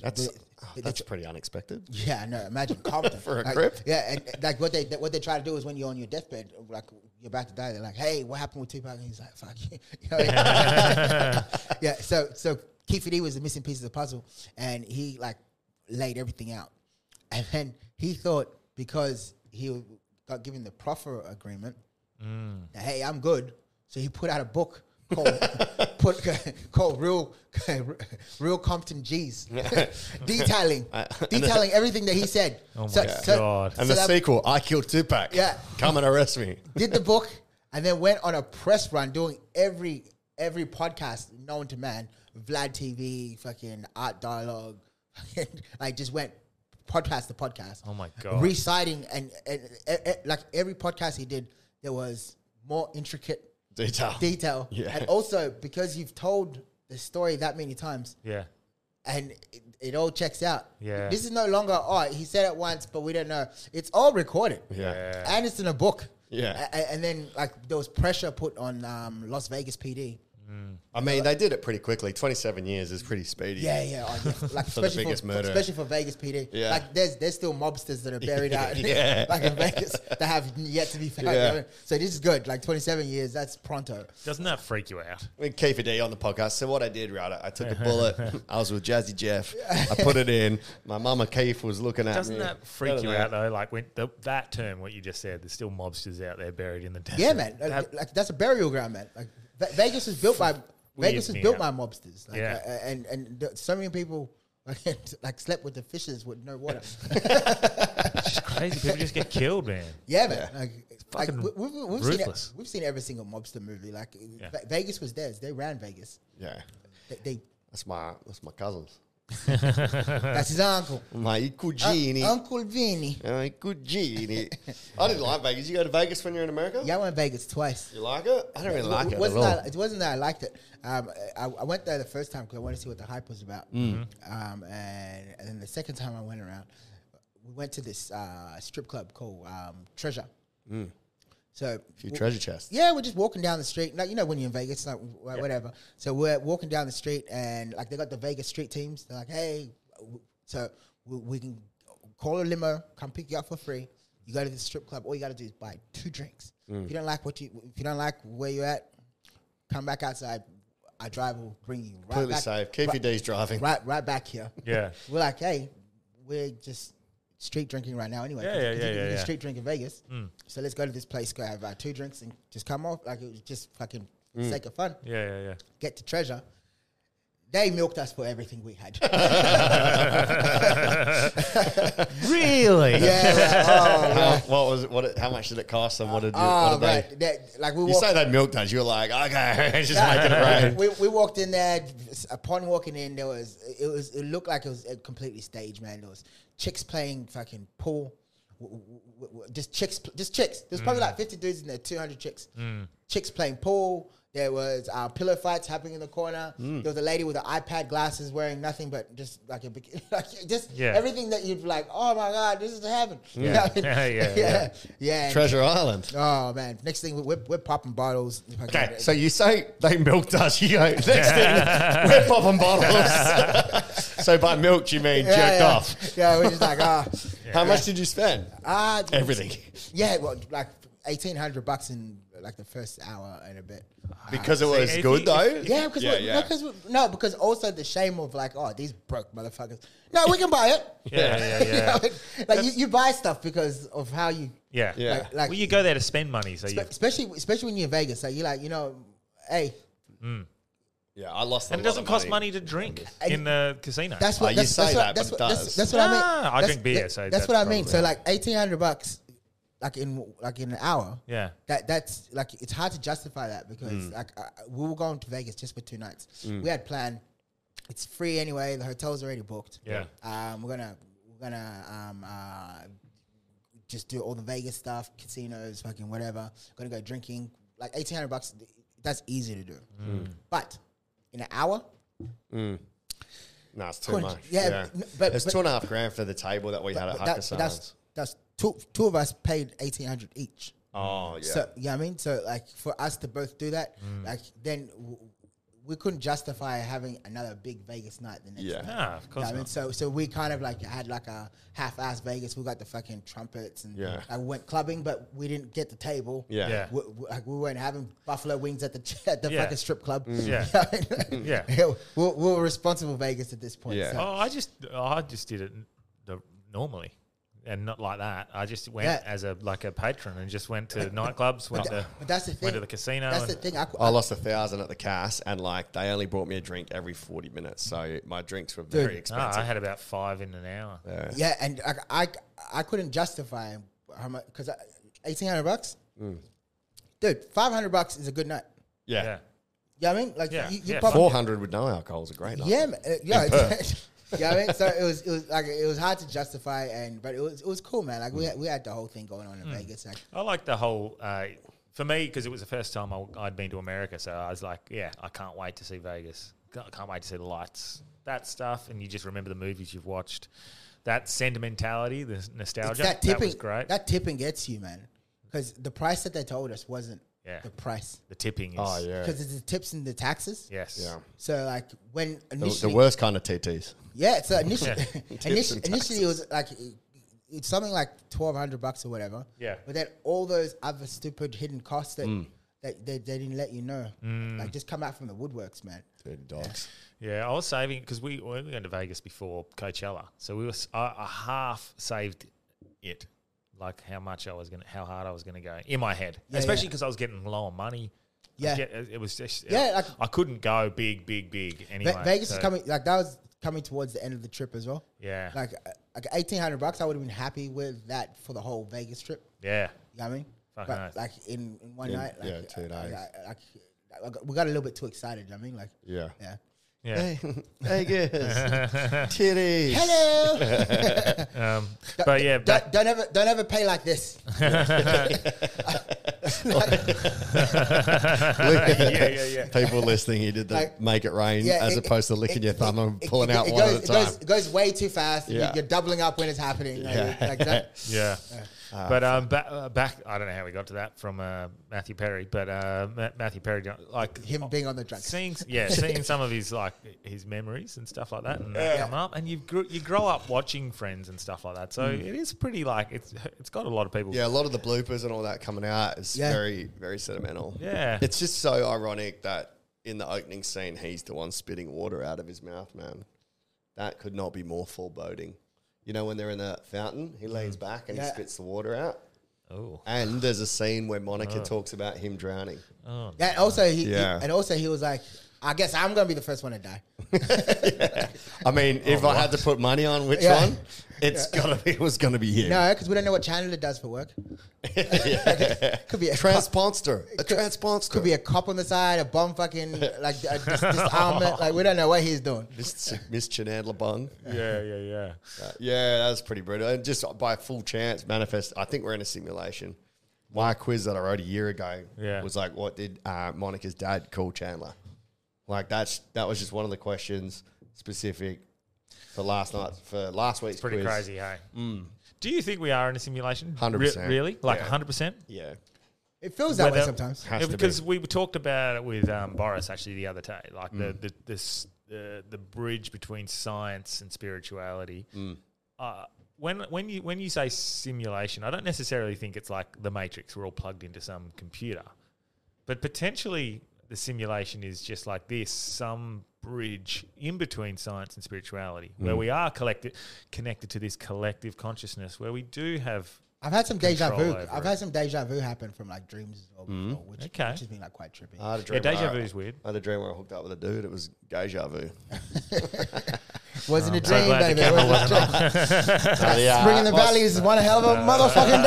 B: That's
C: the-
B: oh,
C: the-
B: that's pretty unexpected.
C: yeah, no. Imagine
B: [laughs]
C: Compton
B: For a
C: like,
B: crip?
C: Yeah, and and, like what they what they try to do is when you're on your deathbed, like you're about to die, they're like, "Hey, what happened with Tupac?" And he's like, "Fuck you." [laughs] You know what I mean? yeah. So so Keith D was the missing piece of the puzzle, and he like laid everything out, and then he thought because he got given the proffer agreement,
D: Mm.
C: that, hey, I'm good. So he put out a book
B: [laughs]
C: called put, [laughs] called Real Real Compton G's, [laughs] detailing
B: [laughs] Uh, and the-
C: detailing everything that he said.
B: Oh
C: So-
B: my
C: so-
B: god!
C: so
B: And the
C: that-
B: sequel, I killed Tupac.
C: Yeah.
B: come and arrest me.
C: did the book and then went on a press run doing every every podcast known to man, Vlad TV, fucking Art Dialogue, [laughs] like just went podcast to podcast.
D: Oh my God.
C: Reciting and, and, and, and like every podcast he did, there was more intricate
B: Detail.
C: detail.
B: [laughs] Yeah.
C: And also because you've told the story that many times,
D: Yeah.
C: and it, it all checks out.
D: Yeah.
C: This is no longer, oh, he said it once, but we don't know. It's all recorded.
B: Yeah.
C: And it's in a book.
B: Yeah.
C: A- a- and then, like, there was pressure put on um, Las Vegas PD.
B: I mean, they did it pretty quickly. Twenty-seven years is pretty speedy.
C: Yeah, yeah. oh, yeah.
B: [laughs]
C: Like,
B: for the
C: especially
B: biggest
C: for,
B: murder.
C: Especially for Vegas PD.
B: Yeah.
C: Like, there's there's still
B: [laughs]
C: mobsters that are buried out
B: Yeah.
C: [laughs] like in Vegas that have yet to be found.
B: Yeah.
C: So this is good. Like, 27 years, that's pronto.
D: Doesn't that freak you out?
B: I mean, Keefer D on the podcast. So what I did, right? I
D: [laughs]
B: took a bullet. I was with Jazzy Jeff. I put it in. My mama Keith was looking at
D: Doesn't
B: me.
D: that freak
B: Don't
D: you
B: know.
D: out though? Like when the, that term, what you just said, there's still mobsters out there buried in the desert.
C: Yeah, man. Like,
D: That-
C: like, that's a burial ground, man. Like Ve- Vegas was built by
D: weirds
C: Vegas was
D: me
C: built
D: out.
C: by mobsters, like,
D: Yeah.
C: uh, and and th- so many people [laughs] like slept with the fishes with no water.
D: It's just crazy. People just get killed, man.
C: [laughs] Yeah, man. Like, like,
D: fucking
C: we- we've, we've seen it,
D: ruthless.
C: we've seen every single mobster movie. Like
D: Yeah.
C: Ve- Vegas was theirs. They ran Vegas.
B: Yeah.
C: They,
D: [laughs]
C: they
B: That's my that's my cousins.
C: that's his uncle.
B: My cugini.
C: Un- Uncle Vinny.
B: my cugini. I didn't like Vegas. You go to Vegas when you're in America?
C: Yeah, I went to Vegas twice.
B: You like it? I don't really like it at
C: wasn't
B: all.
C: That, it wasn't that I liked it. Um, I, I went there the first time because I wanted to see what the hype was about.
B: Mhm.
C: Um, and, and then the second time I went around, we went to this uh, strip club called um, Treasure.
B: Mm.
C: So
B: Few
C: w-
B: treasure chests.
C: Yeah, we're just walking down the street. Like you know when you're in Vegas, like wh- whatever. So we're walking down the street, and like they got the Vegas street teams. They're like, hey, w- so we, we can call a limo, come pick you up for free. You go to the strip club. All you got to do is buy two drinks.
B: Mm.
C: If you don't like what you, if you don't like where you're at, come back outside. Our driver will bring you right
B: Completely
C: back.
B: safe. Keep your
C: right-
B: D's driving.
C: Right, right back here.
D: Yeah.
C: we're like, hey, we're just street drinking right now anyway.
D: Yeah,
C: 'cause-
D: yeah,
C: 'cause
D: yeah,
C: you can
D: yeah,
C: do
D: yeah.
C: Street drink in Vegas.
D: Mm.
C: So let's go to this place, go have our two drinks, and just come off like it was just fucking for
B: Hmm.
C: the
D: Mm.
C: sake of fun.
D: Yeah, yeah, yeah.
C: Get to treasure. They milked us for everything
D: [laughs]
C: we had.
D: Really?
C: Yeah. like, oh,
B: [laughs] How- [laughs] what was it, what? it- How much did it cost and what did, you,
C: Oh,
B: what did
C: right.
B: they?
C: That- like we
B: you
C: walked-
B: say they milked us. You're like, okay, [laughs] just
C: Nah,
B: making it rain.
C: We, we walked in there. Upon walking in, there was it was it looked like it was uh, completely staged, man. There was chicks playing fucking pool, W- w- w- w- just chicks, just chicks. There's probably
D: Mm.
C: like fifty dudes in there, two hundred chicks.
D: Mm.
C: Chicks playing pool. There was uh, pillow fights happening in the corner.
D: Mm.
C: There was a lady with an iPad glasses, wearing nothing but just like a bik- [laughs] like just
D: Yeah.
C: everything that you'd be like, oh my god, this is heaven. You know
D: Yeah.
C: what I
D: [laughs]
C: mean?
D: Yeah, yeah,
C: [laughs] [laughs] yeah,
D: yeah.
C: yeah.
B: Treasure Island.
C: Oh man! Next thing we're, we're popping bottles.
B: Okay, so you say they milked us. You [laughs] go, next thing, we're popping bottles. [laughs] so by milked, you mean
C: Yeah,
B: jerked
C: yeah.
B: off.
C: [laughs] Yeah, we're just
D: [laughs]
C: like, ah.
B: How much did you spend?
C: Ah, d-
B: Everything.
C: Yeah, well, like eighteen hundred bucks in like the first hour and a bit.
B: [laughs] Because it was See, if good, you- though? if-
C: yeah, because
B: Yeah,
C: we're-
B: yeah.
C: because we're- no, because also the shame of like, oh, these broke motherfuckers. No, we can buy it.
D: Yeah, [laughs] yeah,
C: [laughs] You know,
D: yeah.
C: like- like you, you buy stuff because of how you.
D: Yeah.
C: Like, like
D: well, you go there to spend money, so you.
C: spe- especially especially when you're in Vegas, like you're like, you know, hey,
D: Mm.
B: Yeah, I lost.
D: And it doesn't cost money to drink
C: And
D: in the casino.
C: That's what that's, that's what, that's, what, that's, that's what I mean.
D: Ah, I
C: That's-
D: drink beer,
C: that-
D: so
C: that's, what I mean. So like eighteen hundred bucks, like in like in an hour.
D: Yeah.
C: That that's like it's hard to justify that because
D: Mm.
C: like I, we were going to Vegas just for two nights.
D: Mm.
C: We had planned. It's free anyway. The hotel's already booked.
D: Yeah.
C: Um, we're gonna we're gonna um uh, just do all the Vegas stuff, casinos, fucking whatever. Gonna go drinking. Like eighteen hundred bucks. That's easy to do.
B: Mm.
C: But in an hour,
B: Mm. No, it's too
C: Couldn't-
B: much.
C: yeah,
B: Yeah,
C: n- but-
B: it's
C: but-
B: two and a half grand for the table that we had at
C: But that- but
B: Hakkasan's.
C: that's that's two two of us paid eighteen hundred each.
B: Oh, yeah.
C: So yeah, I mean, so like for us to both do that,
B: Mm.
C: like then w- we couldn't justify having another big Vegas night the next
B: Yeah.
C: night.
D: Nah, Ah, of
C: You know
D: course
C: what I [laughs] mean,
D: not.
C: so so we kind of like had like a half-ass Vegas. We got the fucking trumpets and
B: Yeah.
C: like, we went clubbing, but we didn't get the table.
B: Yeah. Yeah.
C: We, we- like we weren't having buffalo wings at the at the
D: Yeah.
C: fucking strip club.
D: Mm. Yeah.
C: [laughs] yeah, yeah. We're, we're responsible Vegas at this point. so.
D: Oh, I just I just did it n- the, normally, and not like that. I just went
C: Yeah.
D: as a like a patron and just went to nightclubs, went
C: tha-
D: to
C: but that's the thing.
D: Oh. went to the casino.
C: That's
D: and-
C: the thing. I, cou-
B: I lost a thousand at the cash, and like they only brought me a drink every forty minutes, so my drinks were very
C: Dude.
D: Ah,
B: expensive.
D: I had about five in an hour.
B: Yeah.
C: Yeah, and I I, I couldn't justify how much because eighteen hundred bucks,
B: Mm.
C: dude. Five hundred bucks is a good night.
B: yeah,
C: You know what I mean? Like
D: Yeah,
C: you, you
D: yeah,
C: probably
B: Four hundred with no alcohol is a great night.
C: yeah, man, uh, yeah.
B: In Perth.
C: [laughs] you know what I mean? So it was it was like it was hard to justify, and but it was it was cool, man. Like
B: Mm.
C: we had, we had the whole thing going on in
D: Mm.
C: Vegas. Like,
D: I like the whole. Uh, for me, because it was the first time I, I'd been to America, so I was like, "Yeah, I can't wait to see Vegas. I can't wait to see the lights, that stuff." And you just remember the movies you've watched, that sentimentality, the nostalgia.
C: that tipping
D: was great.
C: That tipping gets you, man, because the price that they told us wasn't
D: Yeah.
C: the price.
D: the tipping is.
B: Oh, yeah.
C: Because it's the tips and the taxes.
D: Yes.
B: Yeah.
C: So like when
B: The, the
C: initially
B: worst kind of TTs.
D: [laughs]
C: Yeah, so [laughs] initially,
D: Yeah.
B: Tips
C: initially,
B: and
C: initially it was like it's something like twelve hundred bucks or whatever.
D: Yeah.
C: But then all those other stupid hidden costs that
B: Mm.
C: that they, they didn't let you know,
D: Mm.
C: like just come out from the woodworks, man.
B: Dude, dogs.
D: Yeah, I was saving because we we went to Vegas before Coachella, so we were s- I, I half saved it, like how much I was gonna, how hard I was gonna go in my head, Especially 'cause
C: Yeah,
D: especially
C: yeah.
D: because I was getting low on money.
C: Yeah.
D: I get- it was just
C: Yeah,
D: yeah.
C: like-
D: I couldn't go big, big, big
C: Ve-
D: anyway.
C: Vegas
D: so-
C: is coming like that was coming towards the end of the trip as well.
D: Yeah.
C: like uh, like eighteen hundred bucks, I would have been happy with that for the whole Vegas trip.
D: Yeah.
C: you know what I mean,
D: Fuck
C: but
D: nice.
C: like in, in one
D: In-
C: night, like,
D: yeah, two
C: I- I-
D: days.
C: I- I- I got- we got a little bit too excited. you know what I mean, like
B: Yeah. [laughs]
C: yeah,
D: Yeah. Hey,
C: [laughs]
B: Vegas. Titties.
C: Hello.
D: Um,
C: Don't-
D: but yeah,
C: don't,
D: back-
C: don't ever don't ever pay like this.
B: [laughs]
D: yeah, yeah, yeah.
B: People listening, you did the
C: Like-
B: make it rain
C: Yeah,
B: as
C: it-
B: opposed to licking your thumb and pulling out
C: it
B: one
C: goes,
B: at a
C: it
B: time.
C: goes it goes way too fast. You-
B: Yeah.
C: You're doubling up when it's happening. like, like that-
D: yeah.
B: Ah,
D: but um, ba- uh, back, I don't know how we got to that from uh, Matthew Perry, but uh, Ma- Matthew Perry, like
C: him being on the drugs.
D: seeing, yeah, seeing some of his like his memories and stuff like that, and that
C: Yeah.
D: come up, and you gr- you grow up watching Friends and stuff like that, so
B: Mm.
D: it is pretty like it's it's got a lot of people.
B: Yeah, a lot of the bloopers and all that coming out is
D: Yeah.
B: very, very sentimental.
D: Yeah.
B: It's just so ironic that in the opening scene, he's the one spitting water out of his mouth, man. That could not be more foreboding. You know, when they're in the fountain, he leans back and he
D: Yeah.
B: spits the water out.
D: Oh.
B: And there's a scene where Monica
D: Oh.
B: talks about him [laughs] drowning.
D: Oh,
C: And also, he, he-
B: Yeah.
C: and also he was like, I guess I'm gonna be the first one to die.
B: I mean, if I had to put money on which
C: Yeah.
B: one, it's
C: Yeah.
B: gotta be it was gonna be him.
C: No, because we don't know what channel it does
B: [laughs]
C: for work. could be a
B: transponster, a transponster.
C: Could be a cop on the side, a bomb fucking like a dis- disarmament. like we don't know what he's doing.
B: Miss, Miss Chinandla Bung.
D: Yeah, yeah, yeah.
B: Uh, yeah, that was pretty brutal. And just by full chance, manifest. I think we're in a simulation. My quiz that I wrote a year ago
D: Yeah.
B: was like, "What did uh, Monica's dad call Chandler?" Like that's that was just one of the questions specific for last night for last week's.
D: pretty
B: quiz.
D: crazy, hey?
B: Mm.
D: Do you think we are in a simulation?
B: 100%.
D: Re- really? Like
B: Yeah.
D: hundred percent?
B: Yeah.
C: It feels that way
D: Whether-
C: sometimes.
B: Has
D: Yeah,
B: to be.
D: because we talked about it with um, Boris actually the other day, like
B: Mm.
D: the the this, the the bridge between science and spirituality.
B: Mm.
D: Uh, when when you when you say simulation, I don't necessarily think it's like the Matrix. We're all plugged into some computer, but potentially the simulation is just like this: some bridge in between science and spirituality, where
B: Mm.
D: we are collected connected to this collective consciousness, where we do have.
C: I've had some deja
D: control
C: vu.
D: over
C: I've
D: it.
C: had some deja vu happen from like dreams, as well
B: Mm.
C: before, which,
D: Okay.
C: which has been like quite trippy.
B: I had a
D: Yeah,
B: dream
D: deja
B: where I-
D: vu is weird.
B: I had a dream where I hooked up with a dude. It was deja vu.
C: Wasn't a
D: I'm so
C: dream,
D: glad the
C: baby. Wasn't
D: camera
C: a
D: wasn't
C: dream.
D: on. [laughs]
C: That's Spring in the Valley is one hell
B: [laughs]
C: of a motherfucking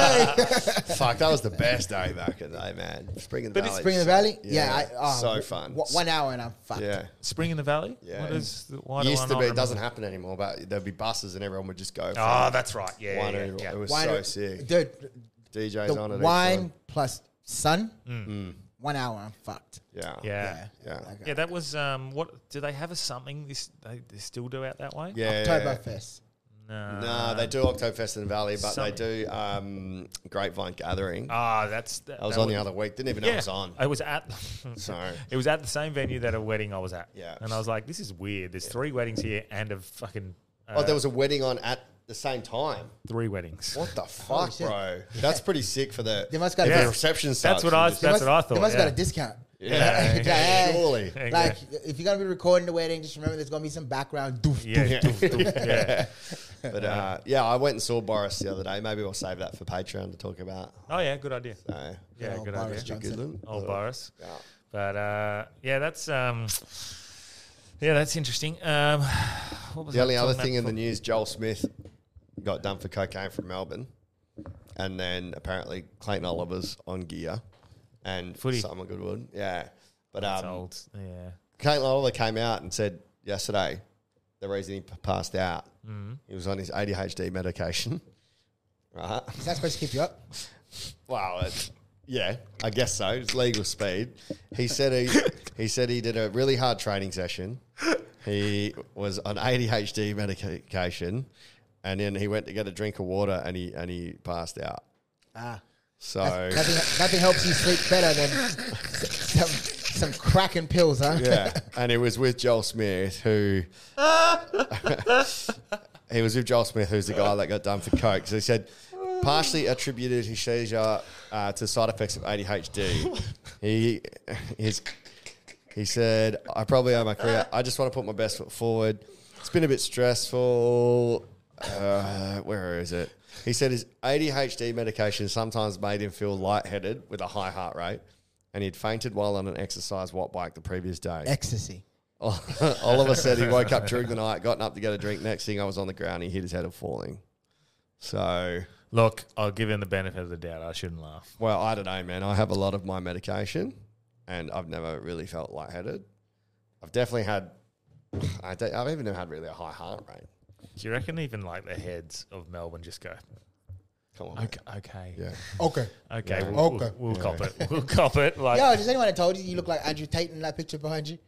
C: day.
B: Fuck, that was the best day back in the day, man. Spring in the
C: But
B: Valley.
C: it's [laughs] Spring in the Valley. Yeah, I, oh,
B: so
C: w-
B: fun.
C: w- one hour and I'm fucked.
B: Yeah.
D: Spring in the Valley.
B: Yeah.
D: What is, why do I
B: used to
D: not
B: be. It
D: remember?
B: doesn't happen anymore. But there'd be buses and everyone would just go. for
D: Oh, that's right. Yeah,
B: wine
D: yeah,
B: and-
D: yeah.
B: It was
C: Wine-
B: so sick.
C: Dude,
B: DJ's on it.
C: the
B: each
C: wine
B: time.
C: plus sun.
D: Mm.
C: One hour, I'm fucked.
B: Yeah.
D: Yeah.
B: Yeah.
C: Like,
D: Yeah, that was um. What do they have a something? This they, they still do out that way.
B: Yeah.
C: Oktoberfest.
D: No.
B: No, they do Oktoberfest in the Valley, but
D: Something.
B: they do um, Grapevine Gathering.
D: Ah, that's that,
B: I was
D: that
B: on the other week. Didn't even know it was on.
D: I was at. [laughs]
B: Sorry.
D: It was at the same venue that a wedding I was at.
B: Yeah.
D: And I was like, this is weird. There's three weddings here and a fucking. uh,
B: oh, there was a wedding on at the same time.
D: three weddings.
B: What the
C: Holy
B: fuck,
C: shit.
B: bro? That's pretty sick for the.
C: They must got
B: if
C: a
B: the reception
D: That's
B: starts.
D: what
B: you
D: I-
B: just-
C: They
D: That's
C: must-
D: what I thought,
C: They must got
D: yeah.
C: a discount.
B: [laughs] Yeah.
D: [laughs]
C: Like,
B: Yeah, surely.
C: Like, if you're gonna be recording the wedding, just remember there's gonna be some background
B: [laughs]
D: [laughs]
C: doof,
D: Yeah. [laughs]
C: doof, doof, doof.
D: Yeah.
B: But uh, yeah, I went and saw Boris the other day. Maybe we'll save that for Patreon to talk about.
D: Oh yeah, good idea.
B: So,
D: Yeah,
C: old
D: good
C: Boris
D: idea.
C: Johnson.
B: Good one.
D: Old
B: Uh,
D: Boris.
B: yeah.
D: But uh, yeah, that's um, yeah, that's interesting. Um, what was
B: The
D: I
B: only other
D: talking
B: thing in
D: about
B: the news, Joel Smith got done for cocaine from Melbourne, and then apparently Clayton Oliver's on gear, and
D: Footy.
B: Simon Goodwood, yeah. But
D: before? That's
B: um,
D: old. Yeah.
B: Clayton Oliver came out and said yesterday the reason he p- passed out,
D: Mm-hmm.
B: he was on his ADHD medication, [laughs] right?
C: Is that supposed to keep
B: [laughs]
C: you up?
B: Wow, it, yeah, I guess so. It's legal speed. He said he he said he did a really hard training session. He was on ADHD medication, and then he went to get a drink of water, and he and he passed out.
C: Ah,
B: So
C: nothing, nothing helps you sleep better than [laughs] s- some some cracking pills, huh?
B: yeah, and it was with Joel Smith who. he was with Joel Smith, who's the guy that got done for coke. So he said, partially attributed his seizure uh, to side effects of ADHD. he his, he said, I probably owe my career. I just want to put my best foot forward. It's been a bit stressful. Uh, where is it? He said his ADHD medication sometimes made him feel lightheaded with a high heart rate and he'd fainted while on an exercise watt bike the previous day.
C: [laughs] Ecstasy.
B: [laughs] Oliver said he woke up during the night, gotten up to get a drink. Next thing I was on the ground, he hit his head of falling. So
D: look, I'll give him the benefit of the doubt. I shouldn't laugh.
B: Well, I don't know, man. I have a lot of my medication, and I've never really felt lightheaded. I've definitely had. [sighs] I don't, I've even never had really a high heart rate.
D: Do you reckon even like the heads of Melbourne just go?
B: Come on.
D: Okay. Okay.
B: [laughs] Yeah.
C: Okay.
D: Okay.
C: Yeah.
D: We'll,
C: Okay.
D: We'll, we'll
C: Yeah.
D: cop it. We'll cop it. Like.
C: Yo, does anyone have told you you look like Andrew Tate in that picture behind you?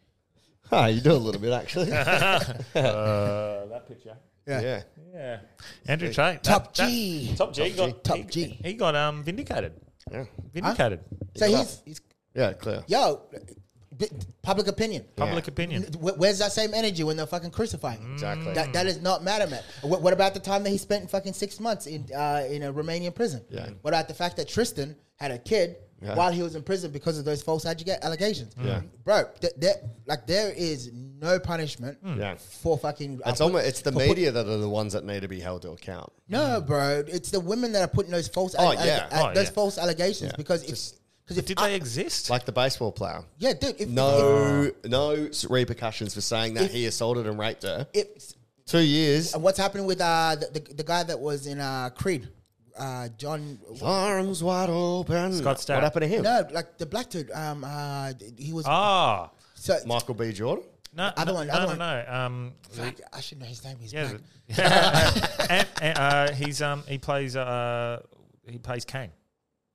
B: Ah, you do a little bit actually.
D: Uh, that picture.
C: Yeah.
B: [laughs] Yeah.
D: Yeah. Andrew Tate.
B: Sweet.
D: that-
C: Top
D: that-
C: G.
D: Top G.
C: Top
D: got,
C: G. Top
D: he,
C: G.
D: He got um vindicated.
B: Yeah.
D: Vindicated.
C: So he's, he's
B: Yeah, clear.
C: yo, b- public opinion.
D: Public opinion.
C: N- wh- Where's that same energy when they're fucking crucifying? him?
B: Mm. Exactly.
C: That, that is not matter, man. What, what about the time that he spent fucking six months in uh, in a Romanian prison? Mm.
B: Yeah.
C: What about the fact that Tristan had a kid
B: Yeah.
C: while he was in prison because of those false allega- allegations? Mm.
B: Yeah.
C: Bro, th- that- like there is no punishment
B: Mm. Yeah.
C: for fucking.
B: It's
C: uh,
B: almost it's the
C: for put-
B: media that are the ones that need to be held to account.
C: No, bro, it's the women that are putting those false
B: Oh,
C: alle-
B: yeah.
C: alle-
B: Oh,
C: those
B: yeah.
C: false allegations
B: Yeah.
C: because it's because if
D: Did
C: I-
D: they exist?
B: Like the baseball player.
C: yeah, dude, if
B: No, no s- repercussions for saying that
C: If-
B: he assaulted and raped her.
C: if, if
B: Two years.
C: And what's happening with uh, the, the the guy that was in uh, Creed, uh, John?
B: Arms wide open.
D: Scott Stapp.
B: What happened to him?
C: No, like the black dude. Um, uh, he was
D: Ah.
C: so.
B: Michael B. Jordan.
D: No.
C: Other
D: no,
C: one,
D: No.
C: other
D: no, no.
C: one.
D: Um.
C: Fuck, I should know his name. He's
D: Yeah.
C: black.
D: [laughs] and, and, uh, he's um he plays uh he plays Kang.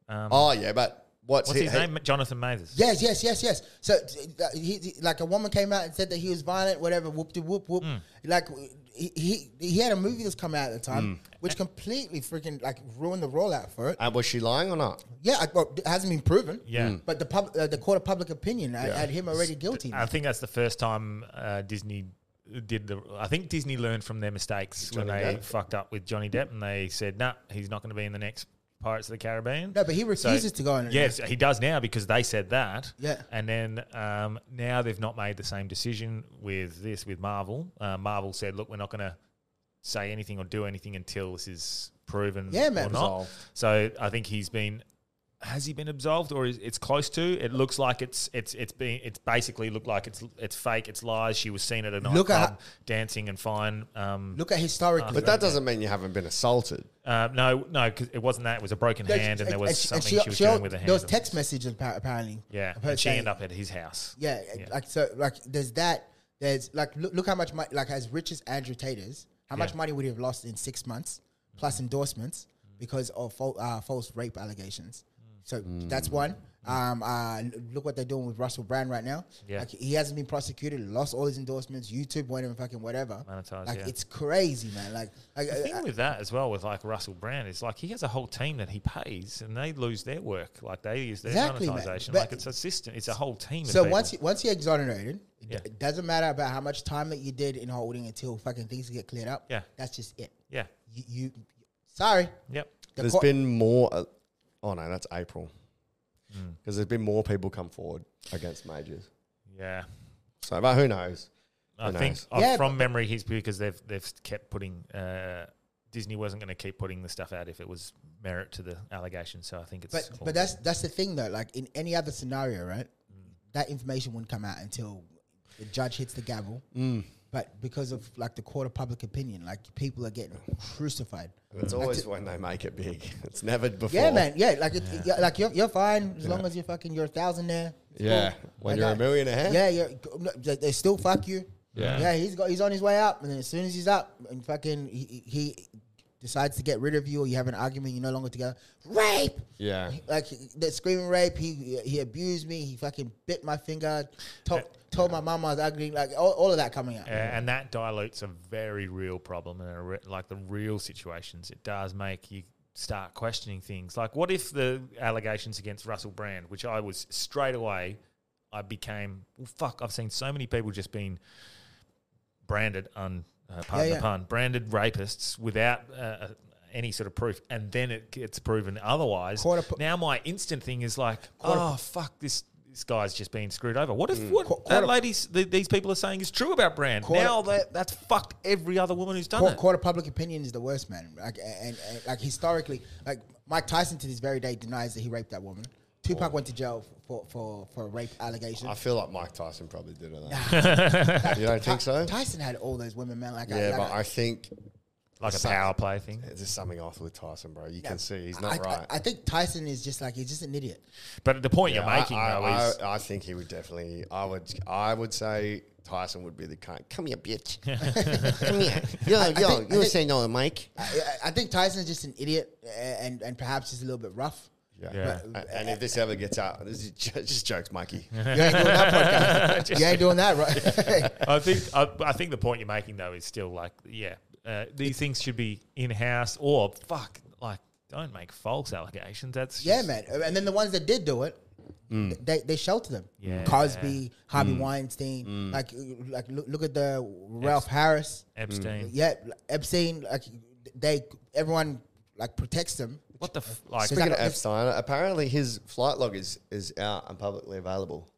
D: Um,
B: Oh yeah, but what's,
D: what's
B: he-
D: his
B: he-
D: name? Jonathan Mathers.
C: Yes, yes, yes, yes. So, uh, he, he- like a woman came out and said that he was violent, whatever. Whoop de whoop whoop.
D: Hmm.
C: Like he, he he had a movie that's come out at the
B: Hmm.
C: time, which completely freaking like ruined the rollout for it.
B: And Uh, was she lying or not?
C: Yeah, I, well, it hasn't been proven.
D: Ah. Yeah. Mm.
C: but the pub, uh, the court of public opinion had-
B: Hmm. Yeah.
C: had him already guilty.
D: I think that's the first time uh, Disney did the. I think Disney learned from their mistakes when
B: Johnny
D: they
B: Depp?
D: fucked up with Johnny Depp, and they said, "Nah, he's not going to be in the next Pirates of the Caribbean."
C: No, but he refuses to go in it.
D: Yes, he does now because they said that.
C: Yeah.
D: and then um, now they've not made the same decision with this with Marvel. Uh, Marvel said, "Look, we're not going to say anything or do anything until this is proven
C: Yeah, man.
D: or not."
C: Absolved.
D: So I think he's been has he been absolved or is it's close to? It looks like it's it's it's been it's basically looked like it's it's fake, it's lies. She was seen at a nightclub
C: Look at
D: dancing and fine. Um,
C: Look at historically.
B: But that doesn't mean you haven't been assaulted.
D: uh, no, no, 'cause it wasn't that. It was a broken
C: No,
D: hand, and there was
C: she-
D: something she, was doing with her hand.
C: There was text messages appa- apparently.
D: yeah,
C: of her
D: and she
C: saying-
D: ended up at his house.
C: Yeah,
D: Yeah.
C: like so, like there's that. There's like look, look how much money, like as rich as Andrew Tate is, how much
D: Yeah. Mm.
C: money would he have lost in six months plus endorsements because of fal- uh, false rape allegations.
D: Mm.
C: So that's one. Um, uh, l- look what they're doing with Russell Brand right now.
D: Yeah.
C: Like he hasn't been prosecuted, lost all his endorsements. YouTube won't even fucking whatever.
D: Monetized,
C: like
D: yeah.
C: it's crazy, man. Like, like
D: The
C: uh,
D: thing with that as well, with like Russell Brand, is like he has a whole team that he pays, and they lose their work. Like they use their
C: Exactly, mate.
D: monetization.
C: But-
D: like it's a system. It's a whole team.
C: So
D: of
C: once
D: people.
C: you, once you're exonerated, it
D: Yeah.
C: it doesn't matter about how much time that you did in holding until fucking things get cleared up.
D: Yeah.
C: that's just it.
D: yeah,
C: You, you sorry.
D: yep,
C: The
B: There's
C: court-
B: been more. uh, oh no, that's April. Because there's been more people come forward against majors.
D: yeah.
B: So, but who knows?
D: I
B: Who
D: think
B: knows?
D: uh,
C: Yeah,
D: from memory, he's because they've they've kept putting uh, Disney wasn't going to keep putting the stuff out if it was merit to the allegation. So I think it's
C: but
D: all
C: but that's that's the thing though. Like in any other scenario, right?
D: Mm.
C: That information wouldn't come out until the judge hits the gavel.
B: Mm.
C: But because of like the court of public opinion, like people are getting crucified.
B: It's always when they make it big. [laughs] It's never before.
C: Yeah, man. Yeah, like it's, yeah, like you're, you're fine as long as you're fucking you're a thousandaire. It's
B: Yeah,
C: cool.
B: when
C: Like
B: you're a
C: that.
B: millionaire.
C: Yeah, you're, they, they still fuck you.
B: Yeah.
C: yeah. He's got he's on his way up, and then as soon as he's up, and fucking he, he he decides to get rid of you, or you have an argument, you're no longer together. Rape.
B: Yeah.
C: Like the screaming rape. He he abused me. He fucking bit my finger. Told told my mom I was ugly. Like all, all of that coming out.
D: Uh, and that dilutes a very real problem and a re- like the real situations. It does make you start questioning things. Like, what if the allegations against Russell Brand, which I was straight away, I became, well, fuck, I've seen so many people just being branded, un, uh, pardon
C: Yeah,
D: the
C: yeah.
D: pun, branded rapists without. Uh, any sort of proof, and then it gets proven otherwise.
C: Court of pu-
D: now my instant thing is like,
C: Court
D: oh
C: of-
D: fuck, this this guy's just being screwed over. What if what
C: Court-
D: that
C: court of-
D: lady's th- these people are saying is true about Brand?
C: Court-
D: now that that's fucked every other woman who's done
C: Court,
D: it.
C: court of public opinion is the worst, man. Like and, and, like historically, like Mike Tyson to this very day denies that he raped that woman. Tupac went to jail for, for, for rape allegations.
B: Oh. I feel like Mike Tyson probably did it. [laughs]
C: Nah.
B: you don't think so?
C: Tyson had all those women, man. Like,
B: yeah,
C: I,
B: but
C: like
B: I think
D: Like a
B: some-
D: power play thing?
B: There's something off with Tyson, bro. You can see he's
C: I-
B: not
C: I,
B: right.
C: I, think Tyson is just like he's just an idiot.
D: But the point
B: Yeah,
D: you're making,
B: I,
D: though,
B: I,
D: is
B: I, I think he would definitely. I would. I would say Tyson would be the kind. Come here,
D: [laughs]
B: bitch. Come here. Yo,
C: I- I
B: yo.
C: think- I
B: you were
C: think-
B: saying no, Mike.
C: I, I- I think Tyson is just an idiot, uh, and and perhaps he's a little bit rough.
B: Yeah. And, and if this ever gets out, this is ju- just jokes,
D: [laughs]
B: Mikey.
C: You ain't doing that podcast. you ain't doing
B: [laughs]
C: that, right?
D: [laughs] I think I, I think the point you're making though is still like, yeah, uh, these things should be in house or fuck, like don't make false allegations. That's
C: [laughs] yeah,
D: just-
C: man. And then the ones that did do it,
B: Hmm.
D: Mm.
C: they they shelter them.
D: Yeah.
C: Cosby, Harvey
D: Mm.
C: Weinstein,
B: Hmm.
D: Mm.
C: like like look, look at the Ralph Harris,
D: Epstein. Mm.
C: Yeah, Epstein. Like they, everyone like protects them.
D: What the f-
B: Speaking of Epstein, apparently his flight log is is out and publicly available.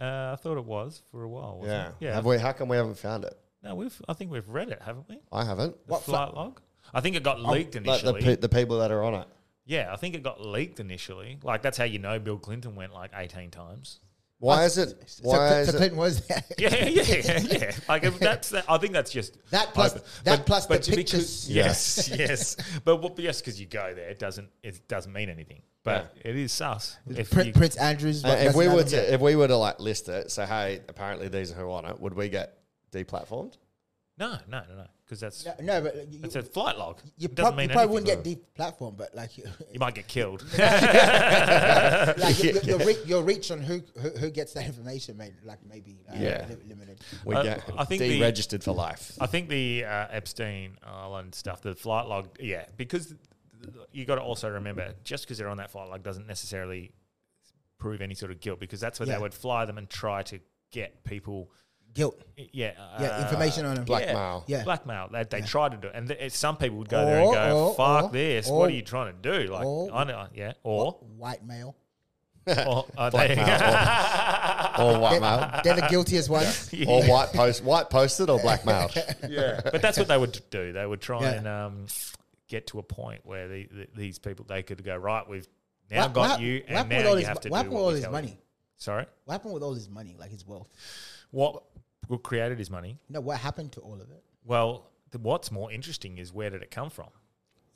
D: Uh, I thought it was for a while. Wasn't
B: Yeah.
D: It? Yeah.
B: Have we? How come we haven't found it?
D: no, we've. I think we've read it, haven't we?
B: I haven't.
D: The flight log? I think it got leaked
B: Oh,
D: initially.
B: Like the, pe- the people that are on it.
D: yeah, I think it got leaked initially. Like that's how you know Bill Clinton went like 18 times.
C: [laughs]
B: Why is it? Why
C: Oh, so, Cl-
B: is
C: so
B: it?
C: Clinton was there.
D: [laughs] Yeah, yeah, yeah. Like if that's. That, I think that's just
C: That plus- that plus the
D: to be cou-
C: pictures.
D: yes, yes. But what, yes, because you go there, it doesn't. It doesn't mean anything. But it is sus. If
C: Prin-
D: you-
C: Prince Andrews.
B: And uh, if
C: that's
B: we
C: another
B: were
C: one.
B: to, if we were to like list it, say, hey, apparently these are who on it, would we get deplatformed?
D: No, no, no, no. Because that's
C: No, no, but you-
D: it's a flight log.
C: you,
D: It
C: prob-
D: doesn't mean
C: you probably
D: anything.
C: wouldn't get deep platform,
B: [laughs]
C: but like, [laughs]
D: You might get killed.
C: like, like your, your,
D: Yeah.
C: re- your reach on who, who who gets that information, may like maybe uh,
B: Yeah.
C: li- limited.
B: We
D: I-
B: get
D: I think the-
B: deregistered for life.
D: I think the uh, Epstein Island stuff, the flight log, yeah, because you got to also remember, just because they're on that flight log doesn't necessarily prove any sort of guilt, because that's where
C: Yeah.
D: they would fly them and try to get people.
C: Guilt.
D: Yeah, uh,
C: Yeah, information on 'em.
B: Blackmail.
C: Yeah.
D: blackmail. They, they try to do, it. and th- and some people would go
C: Or-
D: there and go,
C: or-
D: "Fuck
C: or-
D: this!
C: or-
D: what are you trying to do?" Like,
C: or-
D: I know, yeah, or,
C: [laughs] White male.
D: or, uh, they-
B: Blackmail
C: [laughs]
D: [laughs]
B: or, or white mail.
C: They're the guiltiest ones.
D: Yeah.
B: Or white post white posted or blackmailed.
D: [laughs] yeah, but that's what they would do. They would try
C: Yeah.
D: and um, get to a point where the, the, these people they could go right. We've now
C: What-
D: got
C: what-
D: you,
C: what
D: and
C: happened with
D: now
C: all
D: you
C: his-
D: have to
C: what
D: do
C: happened with
D: what
C: all
D: we
C: his
D: tell
C: money?
D: you." Sorry,
C: What happened with all his money, like his wealth?
D: what what created his money?
C: No, what happened to all of it?
D: Well, the, what's more interesting is where did it come from?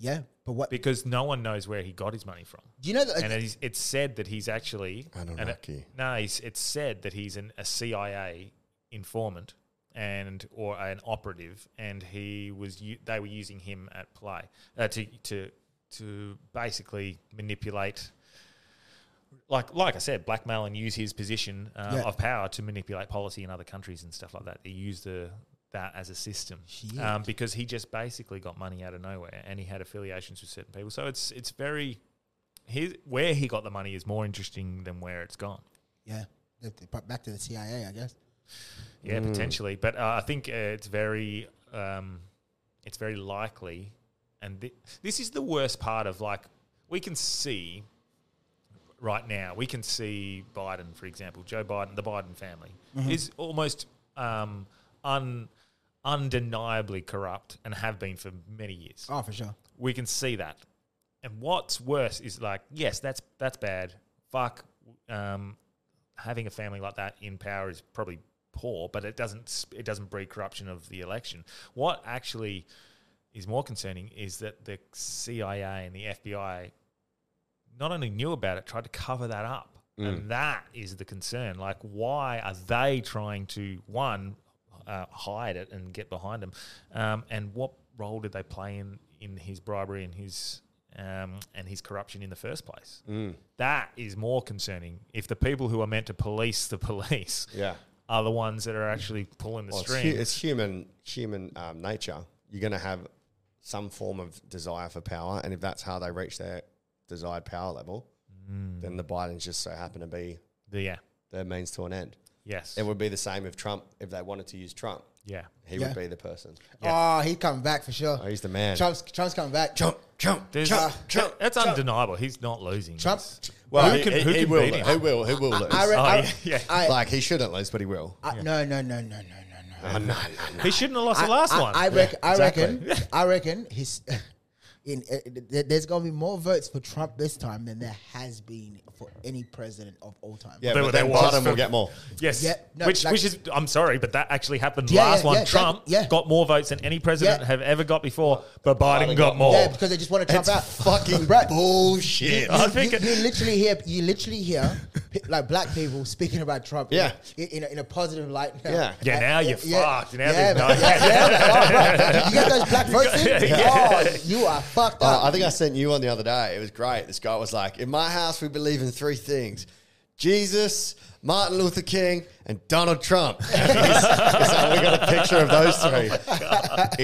C: Yeah, but what?
D: Because no one knows where he got his money from.
C: Do you know that?
D: and it's, it's said that he's actually and
B: Anunnaki.
D: it- no, it's, it's said that he's an, a CIA informant and or an operative, and he was u- they were using him at play uh, to to to basically manipulate. Like, like I said, blackmail and use his position uh,
C: Yeah.
D: of power to manipulate policy in other countries and stuff like that. They use the that as a system
C: Shit.
D: um, because he just basically got money out of nowhere and he had affiliations with certain people. So it's it's very his, where he got the money is more interesting than where it's gone.
C: yeah, they- they put back to the CIA, I guess.
D: Yeah, potentially. But uh, I think uh, it's very um, it's very likely, and thi- this is the worst part of like we can see right now. We can see Biden, for example, Joe Biden, the Biden family is almost um, un, undeniably corrupt and have been for many years.
C: Oh, for sure.
D: We can see that. And what's worse is like, yes, that's that's bad. Fuck, um, having a family like that in power is probably poor, but it doesn't s- it doesn't breed corruption of the election. What actually is more concerning is that the CIA and the FBI not only knew about it, tried to cover that up.
B: Mm.
D: And that is the concern. Like, why are they trying to, one, uh, hide it and get behind him? Um, and what role did they play in, in his bribery and his, um, and his corruption in the first place?
B: Mm.
D: That is more concerning if the people who are meant to police the [laughs] police
B: Yeah.
D: are the ones that are actually pulling the
B: Well, it's, hu-
D: strings.
B: it's human human um, nature. You're going to have some form of desire for power, and if that's how they reach their desired power level,
D: Mm.
B: then the Bidens just so happen to be
D: The- yeah.
B: their means to an end.
D: Yes.
B: It would be the same if Trump, if they wanted to use Trump,
D: yeah.
B: he
C: Yeah.
B: would be the person.
C: Oh, he's coming back for sure.
B: Oh, he's the man.
C: Trump's Trump's coming back. Trump, Trump,
D: There's-
C: Trump,
D: that- that's undeniable. He's not losing.
C: Trump.
D: It's-
B: Well,
D: who
B: he,
D: can,
B: he-
D: who
B: he
D: can
B: will,
D: beat
B: lo-
D: him?
B: he will, he will lose.
C: I, re-
D: Oh,
C: I,
D: yeah, yeah.
C: I,
B: like he shouldn't lose, but he will.
C: I- no, no, no, no, no, no, no.
B: Oh, no, no, no.
D: He shouldn't have lost the last
C: I,
D: one.
C: I, reckon. I
B: exactly.
C: reckon. I reckon. His [laughs] in uh, th- there's going to be more votes for Trump this time than there has been for any president of all time.
B: Yeah, They but were- they then were- Biden will get more.
D: Yes.
C: Yeah, no,
D: which,
C: like-
D: which is, I'm sorry, but that actually happened
C: Yeah,
D: last
C: yeah,
D: one.
C: yeah, that-
D: Trump got more votes than any president
C: Yeah.
D: have ever got before, but Biden, got, more.
C: Yeah, because they just want to Trump
D: It's
B: [laughs]
C: out.
B: Fucking [laughs]
C: Bruh,
B: bullshit.
C: [laughs] You, you- you- you literally hear you literally hear pe- like black people speaking about Trump.
B: Yeah.
C: in, in, a, in a positive light. Now.
B: Yeah.
D: Yeah, now you're fucked. Now there's no-
C: man. yeah,
D: [laughs]
C: yeah, bruh. You get
B: [laughs]
C: those black votes in? Oh, you are fucked
B: Uh,
C: up.
B: I think I sent you one the other day. It was great. This guy was like, "In my house, we believe in three things: Jesus, Martin Luther King, and Donald Trump." [laughs] he's, he's like, we got a picture of those three.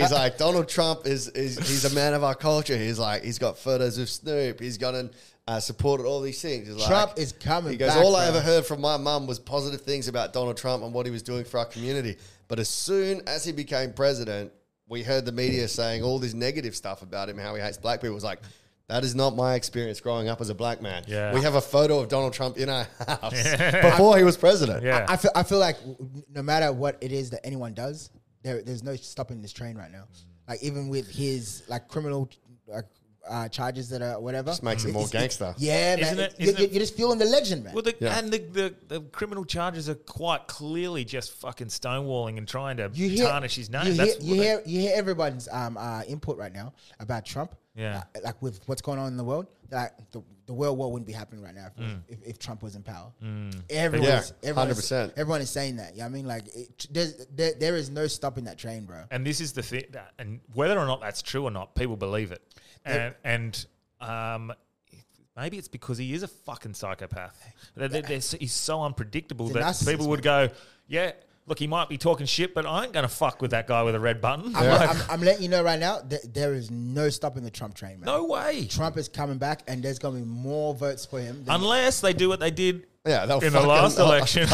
B: he's like, Donald Trump is is he's a man of our culture. He's like, he's got photos of Snoop. He's got an. Uh, supported all these things. He's like-
C: Trump is coming
B: He goes.
C: back,
B: all I
C: bro."
B: ever heard from my mum was positive things about Donald Trump and what he was doing for our community. But as soon as he became president, we heard the media saying all this negative stuff about him, how he hates black people. It was like, that is not my experience growing up as a black man.
D: Yeah.
B: We have a photo of Donald Trump in our [laughs] house before he was president.
C: I, I feel I feel like w- no matter what it is that anyone does, there there's no stopping this train right now. Like even with his like criminal like uh, charges that are whatever,
B: Just makes him more
C: it's- it's-
B: gangster.
C: Yeah, man.
D: Isn't it-
C: You-
D: isn't
C: you-
D: it-
C: you're just feeling the legend, man.
D: Well, the,
C: Yeah.
D: and the, the, the criminal charges are quite clearly just fucking stonewalling and trying to
C: you hear,
D: tarnish his name.
C: You hear,
D: That's
C: you hear, you hear everybody's um, uh, input right now about Trump.
D: Yeah.
C: Uh, like with what's going on in the world, like the, the world war wouldn't be happening right now if,
D: Mm.
C: if, if Trump was in power.
D: Mm.
C: Everyone's,
D: Yeah,
C: everyone is-
D: 100%.
C: Everyone is saying that. Yeah, I mean, like it, there's, there, there is no stopping that train, bro.
D: And this is the thing, that- and whether or not that's true or not, people believe it. And,
C: They-
D: and um, maybe it's because he is a fucking psychopath. They're- they're- they're so- he's so unpredictable
C: He's a
D: that
C: narcissist,
D: people would go, yeah. Look, he might be talking shit, but I ain't gonna fuck with that guy with a red button.
C: I'm,
D: Like,
C: I'm, I'm letting you know right now that there is no stopping the Trump train, man.
D: No way.
C: Trump is coming back, and there's gonna be more votes for him. [laughs] Than
D: unless they do what they did
B: yeah, they'll
C: oh,
D: in the
B: fucking- [laughs]
D: last
B: they'll-
D: election,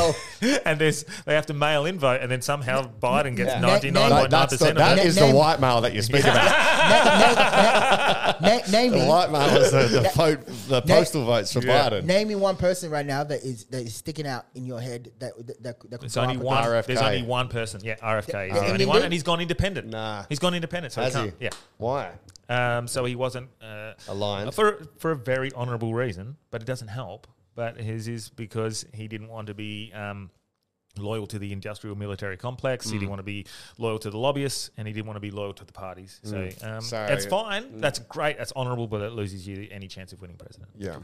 D: [laughs] and there's they have to mail in vote, and then somehow Biden gets
C: Yeah.
D: ninety nine
B: That-
D: point nine
B: that's the,
D: percent.
B: that is the white male that you speak about.
C: Na- name
B: The
C: me.
B: white man was the, the,
C: Na-
B: vote, the
C: na-
B: postal votes for Biden.
C: Name me one person right now that is that is sticking out in your head that that, that, that could
D: It's
C: go
D: only
C: up
D: one.
C: against-
D: There's only one person. Yeah, RFK is
C: Yeah,
D: the
C: I
D: only
C: mean,
D: one,
C: they-
D: and he's gone independent. Nah, he's gone independent. So
B: Has
D: he
B: he?
D: can't. Yeah.
B: Why?
D: Um, so he wasn't uh,
B: aligned
D: for for a very honourable reason, but it doesn't help. But his is because he didn't want to be um, loyal to the industrial military complex. He
B: Mm.
D: didn't want to be loyal to the lobbyists, and he didn't want to be loyal to the parties. So
B: Mm.
D: um,
B: So-
D: that's fine.
B: Mm.
D: That's great. That's honourable, but it loses you any chance of winning president.
B: Yeah.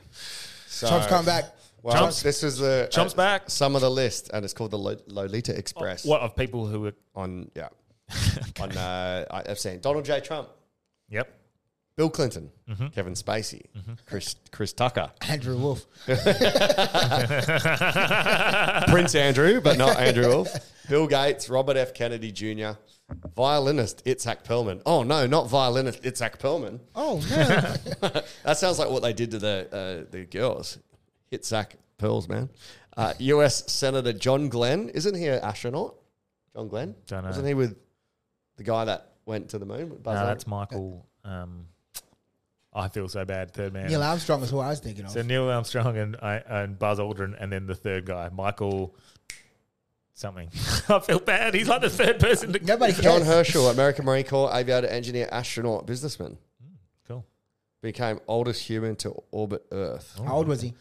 D: Trump's come back.
B: Well,
D: Trump's-
B: this is the
D: Trump's
B: back. Some of the list, and it's called the Lo- Lolita Express.
D: Oh, What of people who are
B: on? Yeah, on. Uh, I- I've seen Donald J. Trump.
D: Yep.
B: Bill Clinton, Kevin Spacey, Chris Chris Tucker,
C: Andrew Wolf,
B: Prince Andrew, but not Andrew Wolf, Bill Gates, Robert F. Kennedy Jr., violinist Itzhak Perlman. Oh no, not violinist Itzhak Perlman.
C: Oh man.
B: [laughs] that sounds like what they did to the uh, the girls. Hit sack pearls, man. Uh, U.S. Senator John Glenn, isn't he an astronaut? John Glenn,
D: Dunno.
B: isn't he with the guy that went to the moon? with Buzz
D: No,
B: Aldrin?
D: that's Michael. Um, I feel so bad. Third man.
C: Neil Armstrong is who I was thinking of.
D: So Neil Armstrong and I and Buzz Aldrin, and then the third guy, Michael. Something. [laughs] I feel bad. He's like the third person to
C: Nobody
B: John Herschel, American Marine Corps, aviator, engineer, astronaut, businessman.
D: cool.
B: Became oldest human to orbit Earth.
C: How old was he?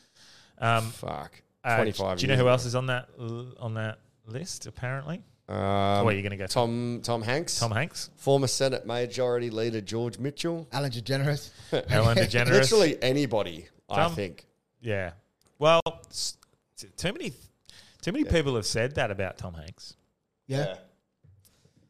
D: Um,
B: Fuck.
D: Oh, uh,
B: 25
D: Do you know
B: years
D: who
B: ago.
D: else is on that l- on that list? Apparently,
B: Um,
D: Where are you gonna go?
B: Tom Tom Hanks. [laughs]
D: Tom Hanks.
B: Former Senate Majority Leader George Mitchell.
C: Alan DeGeneres.
D: Ellen DeGeneres.
B: Literally anybody, I
D: Tom-
B: think.
D: Yeah. Well, s- t- too many, too many people have said that about Tom Hanks.
C: Yeah.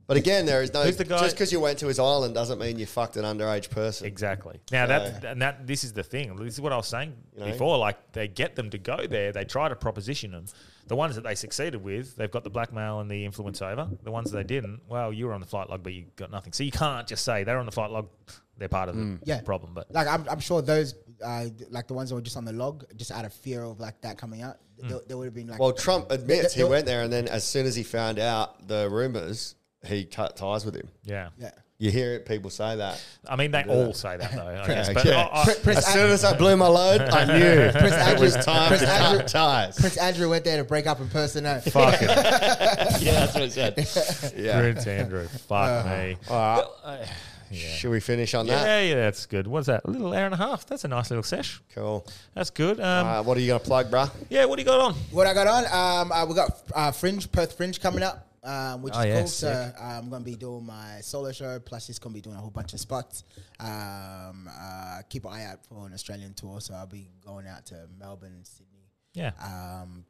B: But again, there is no
D: Who's the guy-
B: just because you went to his island doesn't mean you fucked an underage person.
D: Exactly. Now that and that this is the thing. This is what I was saying
B: You know?
D: before. Like they get them to go there. They try to proposition them. The ones that they succeeded with, they've got the blackmail and the influence over. The ones that they didn't, well, you were on the flight log, but you got nothing. So you can't just say they're on the flight log. They're part of the
C: Yeah.
D: problem. But
C: Like I'm, I'm sure those, uh, like the ones that were just on the log, just out of fear of like that coming out, th- there, would have been like.
B: Well, Trump admits he
C: Th- th-
B: went there, and then as soon as he found out the rumors, he cut ties with him.
D: Yeah.
C: Yeah.
B: You hear it, people say that.
D: I mean, they
B: do
D: all say that though.
B: [laughs]
D: I guess.
B: Yeah,
D: But
B: yeah.
D: I- I-
B: Pr- as soon as I blew my load, [laughs] I knew
C: Prince
B: it
C: Andrew,
B: was time
C: Prince
B: to
C: Andrew,
B: cut ties.
C: Prince Andrew went there to break up in person. No.
B: [laughs]
D: Fuck it.
B: yeah, that's what I said. Yeah.
D: Prince Andrew, fuck me.
B: Uh, All right.
D: Well, I-
B: Should we finish on
D: yeah,
B: that?
D: Yeah, that's good. What's that? A little hour and a half. That's a nice little sesh.
B: Cool.
D: That's good. Um,
B: uh, what are you going to plug, bruh?
D: Yeah, what do you got on?
C: What I got on? Um, uh, we got uh, Fringe, Perth Fringe coming up, um, which
D: Oh,
C: is
D: yeah,
C: cool. So
D: sick.
C: uh, I'm going to be doing my solo show, plus he's going to be doing a whole bunch of spots. Um, uh, keep an eye out for an Australian tour, so I'll be going out to Melbourne, Sydney.
D: Yeah.
C: Um,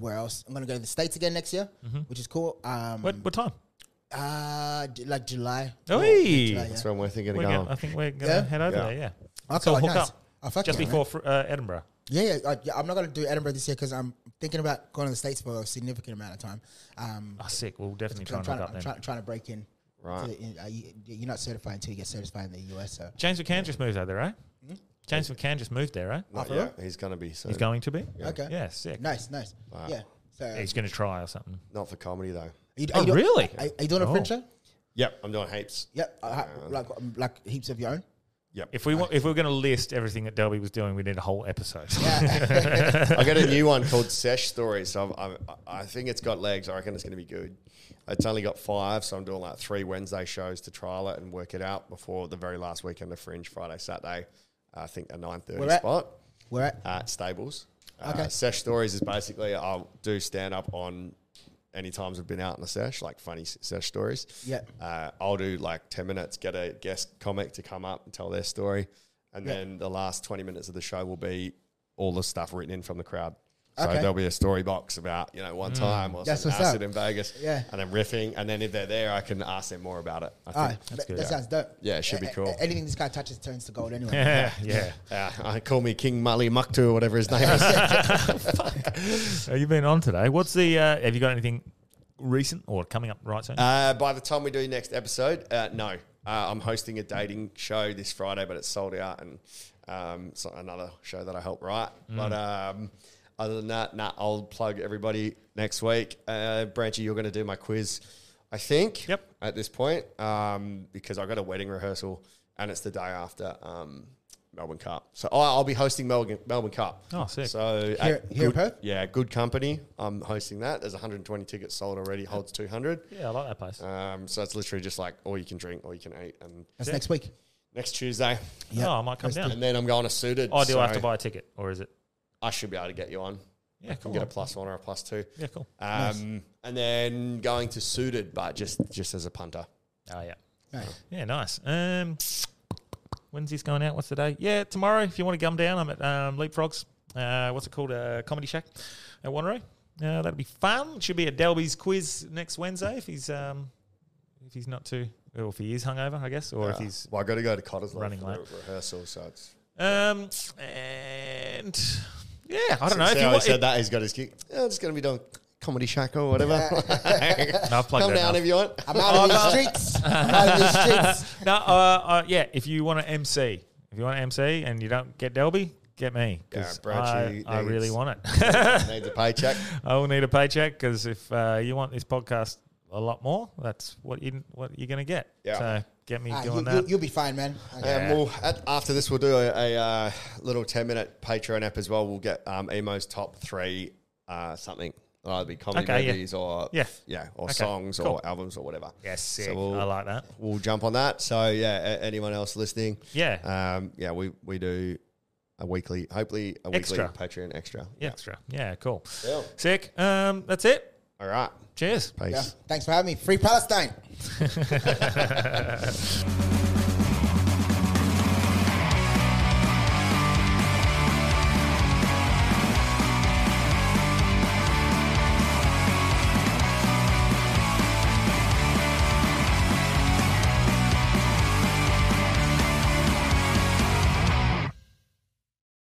C: where else? I'm going to go to the States again next year,
D: Mhm.
C: which is cool. Um,
D: What, what time?
C: Uh, d- like July.
D: Oi!
B: That's when we're thinking of
D: We're
B: going.
D: gonna- I think we're going to
C: Yeah?
D: head over
B: Yeah.
D: there, yeah.
C: Okay,
D: So hook
C: nice.
D: up.
C: Oh, fuck
D: just
C: yeah,
D: before
C: man.
D: fr- uh, Edinburgh.
C: Yeah, yeah, uh, yeah. I'm not gonna do Edinburgh this year because I'm thinking about going to the states for a significant amount of time. Um,
D: oh, sick. We'll definitely try
C: I'm
D: and
C: trying,
D: hook up
C: I'm
D: then.
C: trying, trying to break in.
D: Right.
C: To the, uh, you, you're not certified until you get certified in the US. So
D: James McCann just moved out there, right?
C: Hmm?
D: James McCann just moved there, right?
B: Not
D: After
B: yet.
D: that?
B: He's going to be. Soon.
D: He's going to be?
B: Yeah.
C: okay.
D: Yeah, sick.
C: Nice, nice.
B: Wow.
C: Yeah. So
D: He's going to try or something.
B: Not for comedy though.
C: You-
D: oh,
C: you doing-
D: really?
C: Are, are you doing
D: Oh.
C: a French show?
B: Yep, I'm doing heaps.
C: Yep. Uh, ha-
B: Uh,
C: like um, like heaps of your own.
B: Yep.
D: If we want, if we we're going to list everything that Delby was doing, we need a whole episode. [laughs]
B: I got a new one called Sesh Stories. So I'm, I'm, I think it's got legs. I reckon it's going to be good. It's only got five, so I'm doing like three Wednesday shows to trial it and work it out before the very last weekend of Fringe, Friday, Saturday. I think a nine thirty
C: Where at?
B: spot.
C: Where at?
B: Uh, Stables.
C: Okay.
B: Uh, sesh Stories is basically I'll do stand up on any times I've been out in a sesh, like funny s- sesh stories.
C: Yeah.
B: Uh, I'll do like 10 minutes, get a guest comic to come up and tell their story. And
C: Yeah.
B: then the last 20 minutes of the show will be all the stuff written in from the crowd. So
C: Okay.
B: there'll be a story box about, you know, one
C: Mm.
B: time or
C: That's
B: some
C: what's up.
B: acid in Vegas.
C: Yeah.
B: And then riffing. And then if they're there, I can ask them more about it. I
C: All right.
B: think.
C: That, that sounds dope.
B: Yeah, it should be
C: A- a-
B: cool.
C: anything this guy touches turns to gold anyway.
B: yeah. Uh, I call me King Mali Muktu or whatever his
C: [laughs]
B: name is.
D: Uh, You've been on today. What's the? Uh, have you got anything recent or coming up right soon?
B: Uh, by the time we do next episode, uh, no. Uh, I'm hosting a dating show this Friday, but it's sold out, and um, it's another show that I help write.
D: Mm.
B: But um, other than that, nah, I'll plug everybody next week. Uh, Branchy, you're going to do my quiz, I think. Yep. At this point, um, because I got a wedding rehearsal, and it's the day after um, Melbourne Cup, so I- I'll be hosting Melbourne, Melbourne Cup.
D: Oh, sick.
B: So
D: Here-
B: at
D: here in
B: good-
D: Perth?
B: yeah, good company. I'm hosting that. There's 120 tickets sold already. Holds 200.
D: Yeah, I like that place.
B: Um, so it's literally just like all you can drink, all you can eat, and
C: That's next week.
B: Next
D: [laughs]
B: Tuesday.
D: Yeah. Oh, I might come Let's down. do it.
B: And then I'm going to suited.
D: Oh, do I have to buy a ticket, or is it?
B: I should be able to get you on.
D: Yeah,
B: I can
D: cool.
B: Get a plus one or a plus two.
D: Yeah, cool.
B: Um,
D: Nice.
B: And then going to suited, but just just as a punter.
D: Oh yeah. Yeah, nice. Um, when's this going out? What's the day? Yeah, tomorrow. If you want to come down, I'm at um, Leapfrogs. Uh, what's it called? Uh, Comedy Shack at Wanneroo. Uh, that'll be fun. Should be a Delby's quiz next Wednesday if he's um, if he's not too or if he is hungover, I guess, or if
B: Yeah.
D: he's
B: Uh, well, I got to go to Cotter's
D: running late.
B: rehearsal, so it's.
D: Um, and yeah, I don't
B: Since
D: know. If you
B: Sally
D: want,
B: said that he's got his kick. Yeah, it's going to be doing comedy shack or whatever. [laughs]
D: No, I've plugged
B: Come
D: that
B: down
D: enough.
B: if you want.
C: I'm
B: [laughs]
C: out of these streets. I'm out of these streets.
D: [laughs] no, uh, uh, yeah. If you want to MC, if you want to MC and you don't get Delby, get me. 'cause
B: Yeah,
D: I,
B: Bradshaw
D: I really
B: needs-
D: want it. [laughs]
B: needs a paycheck.
D: I will need a paycheck because if uh, you want this podcast a lot more, that's what you what you're gonna get.
B: Yeah.
D: So get me
C: Ah, you,
D: doing
C: you-
D: that.
C: you'll be fine, man.
B: Um, we'll, at, after this, we'll do a, a uh, little 10 minute Patreon app as well. We'll get um, Emo's top three uh, something. Uh, it'll be comedy
D: Okay, yeah.
B: movies or
D: Yeah.
B: yeah, or
D: Okay,
B: songs
D: cool.
B: or albums or whatever.
D: Yeah, sick. I like that.
B: We'll jump on that. So yeah, a- anyone else listening?
D: Yeah.
B: um, yeah. We we do a weekly, hopefully a
D: Extra.
B: weekly Patreon extra.
D: Yeah, Extra. Yeah, cool.
B: Yeah.
D: Sick. Um, that's it.
B: All right.
D: Cheers.
B: Peace.
C: Thanks for having me. Free Palestine.